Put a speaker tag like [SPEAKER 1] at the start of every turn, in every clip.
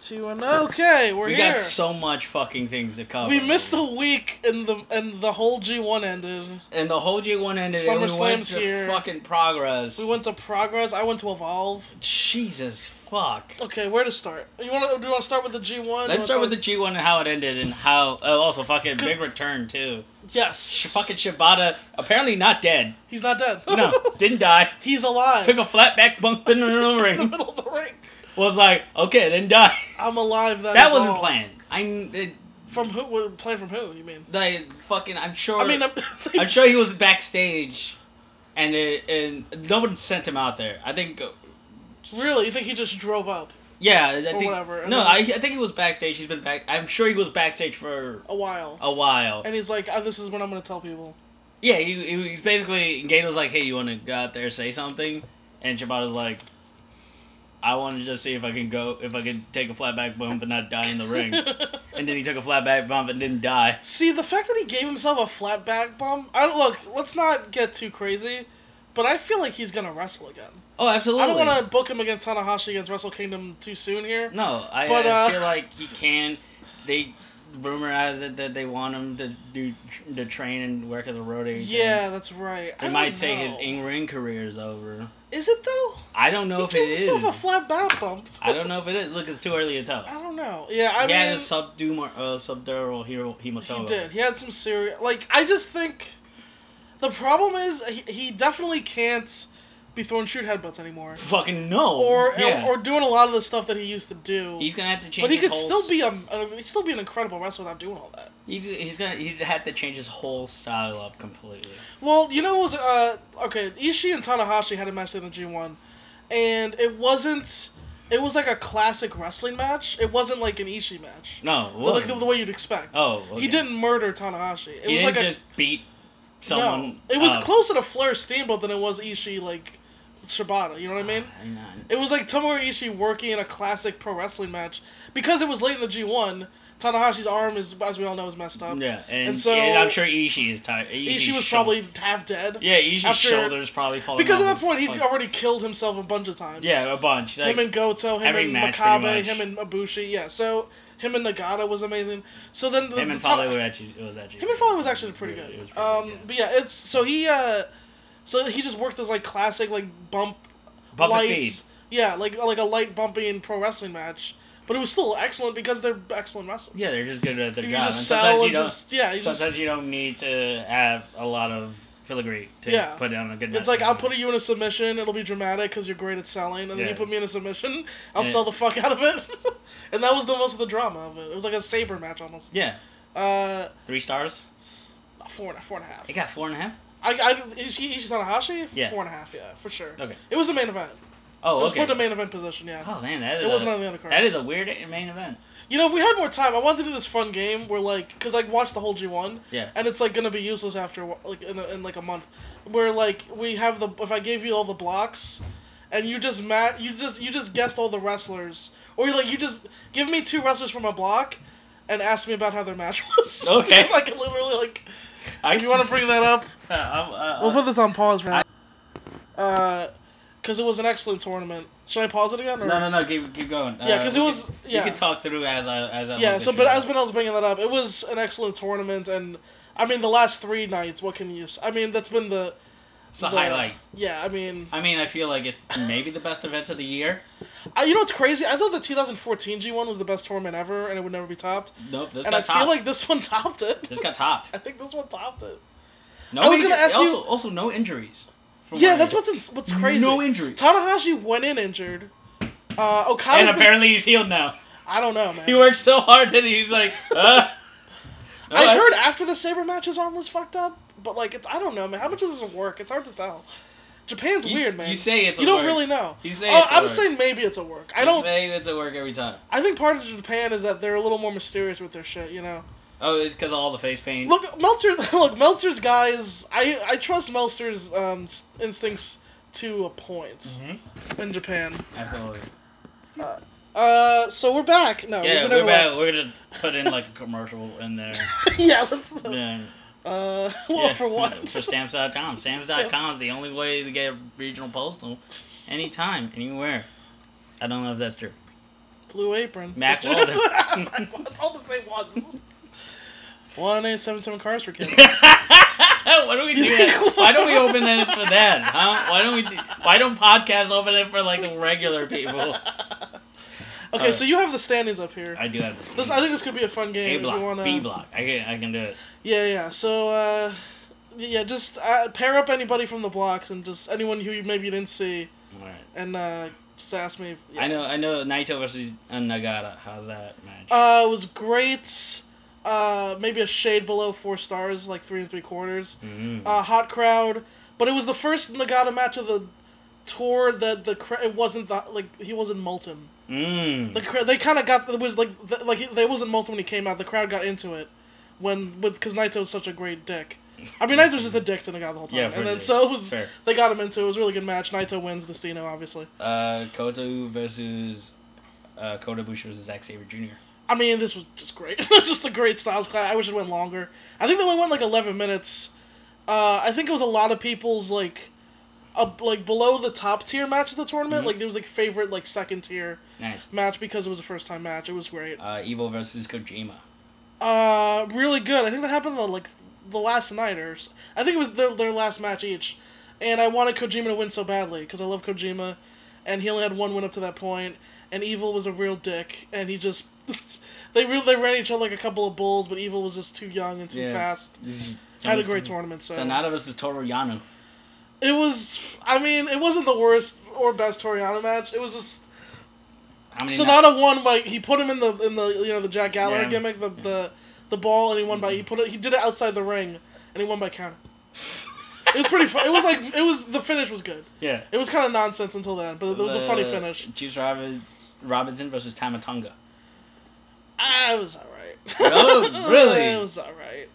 [SPEAKER 1] Two one. Okay, we're
[SPEAKER 2] we
[SPEAKER 1] here.
[SPEAKER 2] got so much fucking things to cover.
[SPEAKER 1] we missed a week, and the and the whole G one ended.
[SPEAKER 2] And the whole J1 ended. and we went
[SPEAKER 1] SummerSlam's
[SPEAKER 2] to
[SPEAKER 1] here.
[SPEAKER 2] fucking progress.
[SPEAKER 1] We went to Progress. I went to Evolve.
[SPEAKER 2] Jesus fuck.
[SPEAKER 1] Okay, where to start? You want to? Do you want to start with the G one?
[SPEAKER 2] Let's start with the G1 and how it ended and how. Oh, also fucking big return too.
[SPEAKER 1] yes.
[SPEAKER 2] Sh- fucking Shibata apparently not dead.
[SPEAKER 1] He's not dead.
[SPEAKER 2] No, didn't die.
[SPEAKER 1] He's alive.
[SPEAKER 2] Took a flat back bump in the middle
[SPEAKER 1] in
[SPEAKER 2] of the
[SPEAKER 1] the
[SPEAKER 2] ring.
[SPEAKER 1] middle of the ring.
[SPEAKER 2] Was like, okay, didn't die.
[SPEAKER 1] I'm alive. That,
[SPEAKER 2] That
[SPEAKER 1] is
[SPEAKER 2] wasn't
[SPEAKER 1] all.
[SPEAKER 2] planned. I it,
[SPEAKER 1] From who? what- Planned from who? You mean?
[SPEAKER 2] like fucking. I'm sure.
[SPEAKER 1] I mean, uh, I'm,
[SPEAKER 2] I'm sure he was backstage, and it, and no one sent him out there. I think.
[SPEAKER 1] really. You think he just drove up
[SPEAKER 2] Yeah, I think.
[SPEAKER 1] whatever, and
[SPEAKER 2] No,
[SPEAKER 1] then-
[SPEAKER 2] I, I think he was backstage. He's been back. I'm sure he was backstage for
[SPEAKER 1] a while?
[SPEAKER 2] a while.
[SPEAKER 1] And he's like, oh, "This is what I'm gonna tell people."
[SPEAKER 2] Yeah, he, he- he's basically and Gato's like, "Hey, you want to go out there say something?" And Shibata's like, "I want to just see if I can go, if I can take a flat back bump and not die in the ring." and then he took a flat back bump and didn't die.
[SPEAKER 1] See, the fact that he gave himself a flat back bump, I don't look. Let's not get too crazy, but I feel like he's gonna wrestle again.
[SPEAKER 2] Oh, absolutely.
[SPEAKER 1] I don't want to book him against Tanahashi against Wrestle Kingdom too soon here.
[SPEAKER 2] No, I,
[SPEAKER 1] But,
[SPEAKER 2] I
[SPEAKER 1] uh,
[SPEAKER 2] feel like he can. They rumor has it that they want him to do to train and work as a road agent.
[SPEAKER 1] Yeah, that's right. I
[SPEAKER 2] They
[SPEAKER 1] don't
[SPEAKER 2] might say
[SPEAKER 1] know.
[SPEAKER 2] his in ring career is over.
[SPEAKER 1] Is it though?
[SPEAKER 2] I don't know
[SPEAKER 1] he
[SPEAKER 2] if
[SPEAKER 1] gave
[SPEAKER 2] it is.
[SPEAKER 1] himself a flat back bump.
[SPEAKER 2] I don't know if it is. Look, it's too early to tell.
[SPEAKER 1] I don't know. Yeah, I
[SPEAKER 2] he had a
[SPEAKER 1] mean,
[SPEAKER 2] subdumor, uh, subdural hero, hematoma.
[SPEAKER 1] he did. He had some serious. Like, I just think the problem is he, he definitely can't be throwing shoot headbutts anymore,
[SPEAKER 2] Fucking no.
[SPEAKER 1] or,
[SPEAKER 2] Oh, yeah.
[SPEAKER 1] or doing a lot of the stuff that he used to do.
[SPEAKER 2] he's gonna have to change.
[SPEAKER 1] But he
[SPEAKER 2] his
[SPEAKER 1] could
[SPEAKER 2] whole
[SPEAKER 1] still
[SPEAKER 2] s-
[SPEAKER 1] be a uh, he'd still be an incredible wrestler without doing all that.
[SPEAKER 2] He's, he's gonna. He'd have to change his whole style up completely.
[SPEAKER 1] Well, you know what was uh okay, Ishii and Tanahashi had a match in the G one and it wasn't it was like a classic wrestling match. It wasn't like an Ishii match.
[SPEAKER 2] No.
[SPEAKER 1] But like
[SPEAKER 2] it
[SPEAKER 1] the,
[SPEAKER 2] wasn't.
[SPEAKER 1] the way you'd expect.
[SPEAKER 2] oh. Okay.
[SPEAKER 1] He didn't murder Tanahashi. It
[SPEAKER 2] he
[SPEAKER 1] was
[SPEAKER 2] didn't
[SPEAKER 1] like
[SPEAKER 2] just beat
[SPEAKER 1] a
[SPEAKER 2] someone. uh,
[SPEAKER 1] No. It was
[SPEAKER 2] up.
[SPEAKER 1] closer to Flair Steamboat than it was Ishii like Shibata, you know what I mean?
[SPEAKER 2] mean.
[SPEAKER 1] It was like Tomohiro Ishii working in a classic pro wrestling match. Because it was late in the G one, Tanahashi's arm is as we all know is messed up.
[SPEAKER 2] Yeah, and,
[SPEAKER 1] Uh, And so-
[SPEAKER 2] and I'm sure Ishii is tired.
[SPEAKER 1] Ishii was
[SPEAKER 2] shou-
[SPEAKER 1] probably half dead.
[SPEAKER 2] Yeah, Ishii's
[SPEAKER 1] after-
[SPEAKER 2] shoulders probably falling.
[SPEAKER 1] Because at
[SPEAKER 2] off
[SPEAKER 1] that point, he'd
[SPEAKER 2] like-
[SPEAKER 1] already killed himself a bunch of times.
[SPEAKER 2] Yeah, a bunch. Like,
[SPEAKER 1] him and Goto, him
[SPEAKER 2] every
[SPEAKER 1] and
[SPEAKER 2] match, pretty
[SPEAKER 1] Makabe,
[SPEAKER 2] much.
[SPEAKER 1] him and Ibushi. Yeah, so him and Nagata was amazing. So then the,
[SPEAKER 2] him and
[SPEAKER 1] the Tana-
[SPEAKER 2] Foley were actually. It was actually.
[SPEAKER 1] him and Foley was actually pretty good.
[SPEAKER 2] It was pretty
[SPEAKER 1] um,
[SPEAKER 2] good, yeah.
[SPEAKER 1] but yeah, it's so he uh, so he just worked this like classic like bump
[SPEAKER 2] Bump and
[SPEAKER 1] lights. Yeah, like like a light bumping pro wrestling match, but it was still excellent because they're excellent wrestlers.
[SPEAKER 2] Yeah, they're just good at their
[SPEAKER 1] You
[SPEAKER 2] job.
[SPEAKER 1] just
[SPEAKER 2] and
[SPEAKER 1] sell
[SPEAKER 2] sometimes you
[SPEAKER 1] and
[SPEAKER 2] don't.
[SPEAKER 1] just yeah, you
[SPEAKER 2] sometimes
[SPEAKER 1] just,
[SPEAKER 2] you don't need to have a lot of filigree to
[SPEAKER 1] Yeah.
[SPEAKER 2] put down a good.
[SPEAKER 1] It's like I'll put you in a submission. It'll be dramatic because you're great at selling, and then you
[SPEAKER 2] Yeah.
[SPEAKER 1] put me in a submission. I'll
[SPEAKER 2] Yeah.
[SPEAKER 1] sell the fuck out of it. and that was the most of the drama of it. It was like a saber match almost.
[SPEAKER 2] Yeah,
[SPEAKER 1] Uh,
[SPEAKER 2] three stars.
[SPEAKER 1] four and a four and a half.
[SPEAKER 2] It got four and a half.
[SPEAKER 1] I, I is he, he's on a Hashi.
[SPEAKER 2] Yeah.
[SPEAKER 1] Four and a half. Yeah, for sure.
[SPEAKER 2] Okay.
[SPEAKER 1] It was the main event. it
[SPEAKER 2] Oh,
[SPEAKER 1] was
[SPEAKER 2] okay.
[SPEAKER 1] put in the main event position. Yeah.
[SPEAKER 2] Oh man, that is
[SPEAKER 1] It wasn't
[SPEAKER 2] a,
[SPEAKER 1] on the undercard.
[SPEAKER 2] that is a weird main event.
[SPEAKER 1] You know, if we had more time, I wanted to do this fun game where like, cause I watched the whole G one.
[SPEAKER 2] Yeah.
[SPEAKER 1] And it's like gonna be useless after a wh- like in, a, in like a month, where like we have the if I gave you all the blocks, and you just mat you just you just guessed all the wrestlers, or you like you just give me two wrestlers from a block, and ask me about how their match was.
[SPEAKER 2] Okay.
[SPEAKER 1] Because I can literally like
[SPEAKER 2] I,
[SPEAKER 1] if you want to bring that up,
[SPEAKER 2] Uh, I'm, uh,
[SPEAKER 1] we'll put this on pause for now. Uh, cause it was an excellent tournament. Should I pause it again? Or?
[SPEAKER 2] no, no, no. Keep, keep going.
[SPEAKER 1] Yeah,
[SPEAKER 2] Uh,
[SPEAKER 1] 'cause it
[SPEAKER 2] we can-
[SPEAKER 1] was- yeah.
[SPEAKER 2] You can talk through as I as I.
[SPEAKER 1] Yeah,
[SPEAKER 2] look
[SPEAKER 1] so
[SPEAKER 2] at
[SPEAKER 1] but
[SPEAKER 2] your-
[SPEAKER 1] as Benel's bringing that up, it was an excellent tournament, and I mean the last three nights. What can you? s- I mean that's been the
[SPEAKER 2] it's the highlight.
[SPEAKER 1] Yeah, I mean,
[SPEAKER 2] I mean, I feel like it's maybe the best event of the year.
[SPEAKER 1] I, you know what's crazy? I thought the 2014 G1 was the best tournament ever, and it would never be topped.
[SPEAKER 2] Nope, this
[SPEAKER 1] and I
[SPEAKER 2] got topped.
[SPEAKER 1] feel like this one topped it.
[SPEAKER 2] this got topped.
[SPEAKER 1] I think this one topped it.
[SPEAKER 2] No
[SPEAKER 1] I was
[SPEAKER 2] inju-
[SPEAKER 1] gonna ask
[SPEAKER 2] also,
[SPEAKER 1] you-
[SPEAKER 2] Also, no injuries. from
[SPEAKER 1] yeah,
[SPEAKER 2] what I
[SPEAKER 1] that's
[SPEAKER 2] hear.
[SPEAKER 1] what's in, what's crazy.
[SPEAKER 2] No injuries.
[SPEAKER 1] Tanahashi went in injured. Uh, Okada's
[SPEAKER 2] And
[SPEAKER 1] been,
[SPEAKER 2] apparently he's healed now.
[SPEAKER 1] I don't know, man.
[SPEAKER 2] He worked so hard that he's like, uh. no,
[SPEAKER 1] I
[SPEAKER 2] that's-
[SPEAKER 1] heard after the saber match his arm was fucked up, but like it's I don't know, man. How much does this work? It's hard to tell. Japan's
[SPEAKER 2] You-
[SPEAKER 1] weird, man.
[SPEAKER 2] you say it's a
[SPEAKER 1] you don't
[SPEAKER 2] work.
[SPEAKER 1] really know.
[SPEAKER 2] You say
[SPEAKER 1] Oh,
[SPEAKER 2] it's a
[SPEAKER 1] I'm
[SPEAKER 2] work.
[SPEAKER 1] saying maybe it's a work. I
[SPEAKER 2] You
[SPEAKER 1] don't.
[SPEAKER 2] say it's a work every time.
[SPEAKER 1] I think part of Japan is that they're a little more mysterious with their shit. You know.
[SPEAKER 2] Oh, it's because of all the face paint.
[SPEAKER 1] Look, Meltzer. Look, Meltzer's guys. I I trust Meltzer's um s- instincts to a point
[SPEAKER 2] Mhm.
[SPEAKER 1] in Japan.
[SPEAKER 2] Absolutely.
[SPEAKER 1] Uh, so we're back. No,
[SPEAKER 2] yeah,
[SPEAKER 1] we've never
[SPEAKER 2] we're back.
[SPEAKER 1] left.
[SPEAKER 2] We're gonna put in like a commercial in there.
[SPEAKER 1] yeah, let's.
[SPEAKER 2] Yeah.
[SPEAKER 1] Uh, well,
[SPEAKER 2] yeah.
[SPEAKER 1] for what?
[SPEAKER 2] For stamps.com. Stamps.com is the only way to get regional postal anytime, anywhere. I don't know if that's true.
[SPEAKER 1] Blue Apron.
[SPEAKER 2] Max Weldon.
[SPEAKER 1] it's all the same ones. One eight seven seven cars for kids.
[SPEAKER 2] why don't we do that? Why don't we open it for that? Huh? Why don't we? Do, why don't podcasts open it for like the regular people?
[SPEAKER 1] Okay, so you have the standings up here.
[SPEAKER 2] I do have this.
[SPEAKER 1] This, I think this could be a fun game
[SPEAKER 2] A
[SPEAKER 1] if you
[SPEAKER 2] block,
[SPEAKER 1] wanna.
[SPEAKER 2] B block. I can, I can do it.
[SPEAKER 1] Yeah, yeah. So, uh, yeah, just uh, pair up anybody from the blocks and just anyone who you maybe you didn't see,
[SPEAKER 2] All right.
[SPEAKER 1] and uh, just ask me. If, yeah.
[SPEAKER 2] I know. I know. Naito versus Nagata. How's that match?
[SPEAKER 1] Uh, it was great. Uh, maybe a shade below four stars, like three and three quarters.
[SPEAKER 2] Mhm.
[SPEAKER 1] Uh, hot crowd, but it was the first Nagata match of the tour that the cra- it wasn't the, like he wasn't molten.
[SPEAKER 2] Mm.
[SPEAKER 1] The cra- they kind of got it was like the, like they wasn't molten when he came out. The crowd got into it when with because Naito's such a great dick. I mean, Naito's just a dick to Nagata the whole time,
[SPEAKER 2] Yeah,
[SPEAKER 1] and
[SPEAKER 2] pretty
[SPEAKER 1] then
[SPEAKER 2] good.
[SPEAKER 1] so it was
[SPEAKER 2] Fair.
[SPEAKER 1] they got him into it. It was a really good match. Naito wins. Destino obviously.
[SPEAKER 2] Uh, Kota versus uh, Kota Bush versus Zack Sabre Jr.
[SPEAKER 1] I mean, this was just great. it's just a great Styles clash. I wish it went longer. I think they only went like 11 minutes. Uh, I think it was a lot of people's like, up, like below the top tier match of the tournament.
[SPEAKER 2] Mhm.
[SPEAKER 1] Like there was like favorite like second tier
[SPEAKER 2] Nice.
[SPEAKER 1] match because it was a first time match. It was great.
[SPEAKER 2] Uh, Evil versus Kojima.
[SPEAKER 1] Uh, really good. I think that happened the like the last night or s- I think it was their their last match each, and I wanted Kojima to win so badly because I love Kojima, and he only had one win up to that point, and Evil was a real dick, and he just they really they ran each other like a couple of bulls, but Evil was just too young and too
[SPEAKER 2] Yeah.
[SPEAKER 1] fast.
[SPEAKER 2] This is-
[SPEAKER 1] Had a great tournament, so,
[SPEAKER 2] So Sonata versus Toru Yano.
[SPEAKER 1] it was. I mean, it wasn't the worst or best Toriano match. It was just
[SPEAKER 2] How many?
[SPEAKER 1] Sonata won by he put him in the in the you know the Jack Gallagher
[SPEAKER 2] Yeah.
[SPEAKER 1] gimmick the, the the ball and he won by he
[SPEAKER 2] Mhm.
[SPEAKER 1] put it he did it outside the ring and he won by count. It was pretty fun. It was like it was the finish was good.
[SPEAKER 2] yeah.
[SPEAKER 1] It was kind of nonsense until then, but it was a funny
[SPEAKER 2] The
[SPEAKER 1] finish.
[SPEAKER 2] Juice Robinson, Robinson versus Tamatonga.
[SPEAKER 1] Ah, it was all right.
[SPEAKER 2] Oh, really?
[SPEAKER 1] it was all right.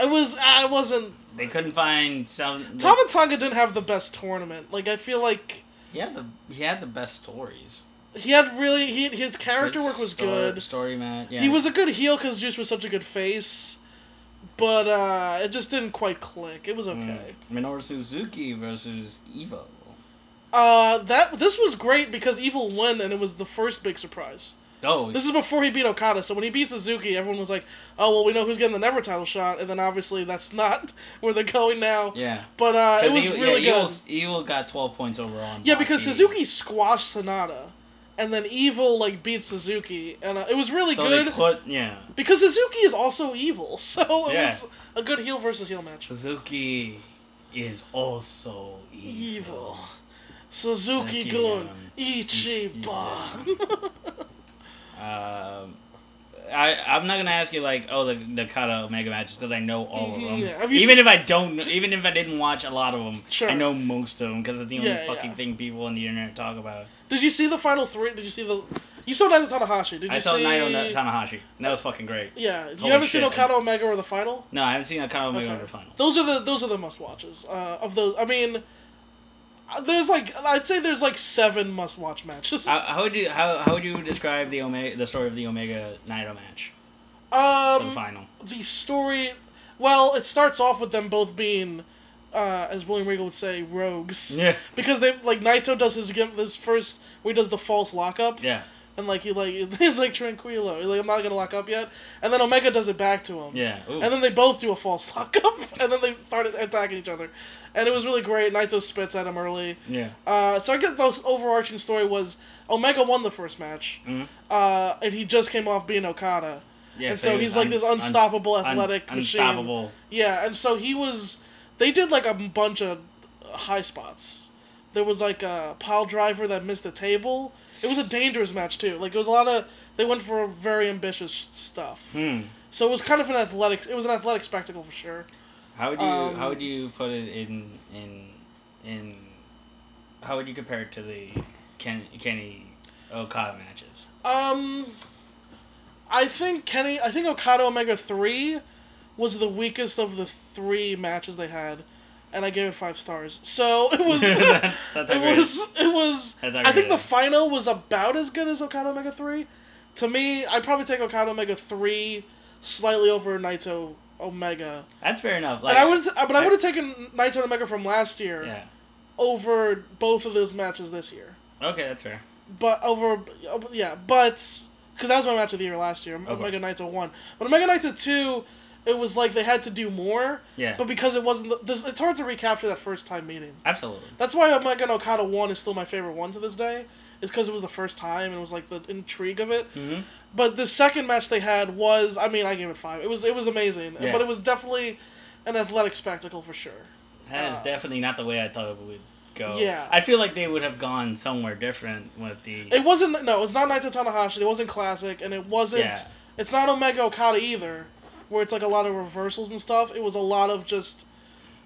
[SPEAKER 1] I was I wasn't
[SPEAKER 2] They couldn't find some.
[SPEAKER 1] Tama Tonga didn't have the best tournament. Like I feel like
[SPEAKER 2] He had the he had the best stories.
[SPEAKER 1] he had really he his character
[SPEAKER 2] Good
[SPEAKER 1] work was
[SPEAKER 2] sto-
[SPEAKER 1] good.
[SPEAKER 2] Story match. Yeah.
[SPEAKER 1] He was a good heel because Juice was such a good face, but uh, it just didn't quite click. It was okay.
[SPEAKER 2] Mm. Minoru Suzuki versus Evo.
[SPEAKER 1] Uh, that this was great because Evil won and it was the first big surprise.
[SPEAKER 2] Oh.
[SPEAKER 1] This is before he beat Okada, so when he beat Suzuki, everyone was like, "Oh well, we know who's getting the never title shot," and then obviously that's not where they're going now.
[SPEAKER 2] yeah.
[SPEAKER 1] But uh, it
[SPEAKER 2] 'Cause
[SPEAKER 1] was
[SPEAKER 2] Evil-
[SPEAKER 1] really
[SPEAKER 2] yeah,
[SPEAKER 1] good.
[SPEAKER 2] Evil's- Evil got twelve points overall. on
[SPEAKER 1] Yeah,
[SPEAKER 2] Block
[SPEAKER 1] because
[SPEAKER 2] B.
[SPEAKER 1] Suzuki squashed Sonata, and then Evil like beat Suzuki, and uh, it was really
[SPEAKER 2] so
[SPEAKER 1] good
[SPEAKER 2] They put, yeah.
[SPEAKER 1] because Suzuki is also evil, so it
[SPEAKER 2] Yeah.
[SPEAKER 1] was a good heel versus heel match.
[SPEAKER 2] Suzuki is also evil.
[SPEAKER 1] Evil. Suzuki
[SPEAKER 2] Thank you,
[SPEAKER 1] Gun.
[SPEAKER 2] um,
[SPEAKER 1] Ichiban.
[SPEAKER 2] Um, I I'm not gonna ask you like oh the the Kata Omega matches because I know all
[SPEAKER 1] Mhm,
[SPEAKER 2] of them.
[SPEAKER 1] yeah. Have you
[SPEAKER 2] Even
[SPEAKER 1] seen-
[SPEAKER 2] if I don't, know, even if I didn't watch a lot of them,
[SPEAKER 1] Sure.
[SPEAKER 2] I know most of them because it's the only
[SPEAKER 1] Yeah,
[SPEAKER 2] fucking
[SPEAKER 1] yeah.
[SPEAKER 2] thing people on the internet talk about.
[SPEAKER 1] Did you see the final three? Did you see the. You saw Naito Tanahashi. Did you
[SPEAKER 2] I saw
[SPEAKER 1] see.
[SPEAKER 2] Naito Na- Tanahashi. That was fucking great.
[SPEAKER 1] Yeah.
[SPEAKER 2] Holy
[SPEAKER 1] you haven't seen
[SPEAKER 2] shit.
[SPEAKER 1] Okada Omega or the final?
[SPEAKER 2] No, I haven't seen Okada Omega
[SPEAKER 1] Okay.
[SPEAKER 2] in the final.
[SPEAKER 1] Those are the those are the must watches. Uh, of those, I mean, uh, there's like I'd say there's like seven must watch matches.
[SPEAKER 2] How, how would you how, how would you describe the Omega the story of the Omega Naito match for the
[SPEAKER 1] um,
[SPEAKER 2] final?
[SPEAKER 1] the story. Well, it starts off with them both being, uh, as William Regal would say, rogues.
[SPEAKER 2] Yeah,
[SPEAKER 1] Because they like Naito does his gim- this first where he does the false lockup
[SPEAKER 2] yeah,
[SPEAKER 1] and like he like he's like tranquilo he's like I'm not gonna lock up yet and then Omega does it back to him
[SPEAKER 2] yeah. Ooh.
[SPEAKER 1] and then they both do a false lock up and then they started attacking each other and it was really great Naito spits at him early
[SPEAKER 2] yeah.
[SPEAKER 1] uh, so I get the overarching story was Omega won the first match
[SPEAKER 2] Mhm.
[SPEAKER 1] uh, and he just came off being Okada
[SPEAKER 2] Yeah,
[SPEAKER 1] and so,
[SPEAKER 2] he
[SPEAKER 1] he's
[SPEAKER 2] was
[SPEAKER 1] like
[SPEAKER 2] un-
[SPEAKER 1] this
[SPEAKER 2] un-
[SPEAKER 1] unstoppable
[SPEAKER 2] un-
[SPEAKER 1] athletic machine
[SPEAKER 2] Unstoppable.
[SPEAKER 1] yeah, and so he was. They did like a bunch of high spots. There was like a pile driver that missed the table. It was a dangerous match too. Like it was a lot of. They went for very ambitious stuff.
[SPEAKER 2] Hmm.
[SPEAKER 1] So it was kind of an athletic. It was an athletic spectacle for sure.
[SPEAKER 2] How would you
[SPEAKER 1] Um,
[SPEAKER 2] how would you put it in in in how would you compare it to the Ken, Kenny Okada matches?
[SPEAKER 1] Um, I think Kenny. I think Okada Omega three was the weakest of the three matches they had, and I gave it five stars. So it was.
[SPEAKER 2] That's
[SPEAKER 1] it
[SPEAKER 2] not great.
[SPEAKER 1] was. It was.
[SPEAKER 2] That's not
[SPEAKER 1] I think
[SPEAKER 2] great.
[SPEAKER 1] the final was about as good as Okada Omega 3. To me, I'd probably take Okada Omega 3 slightly over Naito Omega.
[SPEAKER 2] That's fair enough. Like
[SPEAKER 1] and I would but I
[SPEAKER 2] I-
[SPEAKER 1] would have taken Naito and Omega from last year
[SPEAKER 2] Yeah.
[SPEAKER 1] over both of those matches this year.
[SPEAKER 2] Okay, that's fair.
[SPEAKER 1] but over yeah, but because that was my match of the year last year,
[SPEAKER 2] Okay.
[SPEAKER 1] Mega Knights at one. But Mega Knights at two, it was like they had to do more,
[SPEAKER 2] Yeah,
[SPEAKER 1] but because it wasn't, the, this, it's hard to recapture that first time meeting.
[SPEAKER 2] absolutely.
[SPEAKER 1] That's why Mega and Okada one is still my favorite one to this day. Is because it was the first time and it was like the intrigue of it.
[SPEAKER 2] hmm
[SPEAKER 1] But the second match they had was, I mean, I gave it five. It was it was amazing,
[SPEAKER 2] Yeah.
[SPEAKER 1] but it was definitely an athletic spectacle for sure.
[SPEAKER 2] That is
[SPEAKER 1] Uh,
[SPEAKER 2] definitely not the way I thought it would go.
[SPEAKER 1] Yeah.
[SPEAKER 2] I feel like they would have gone somewhere different with the.
[SPEAKER 1] It wasn't no, it's not Naito Tanahashi. It wasn't classic, and it wasn't.
[SPEAKER 2] Yeah.
[SPEAKER 1] It's not Omega Okada either, where it's like a lot of reversals and stuff. It was a lot of just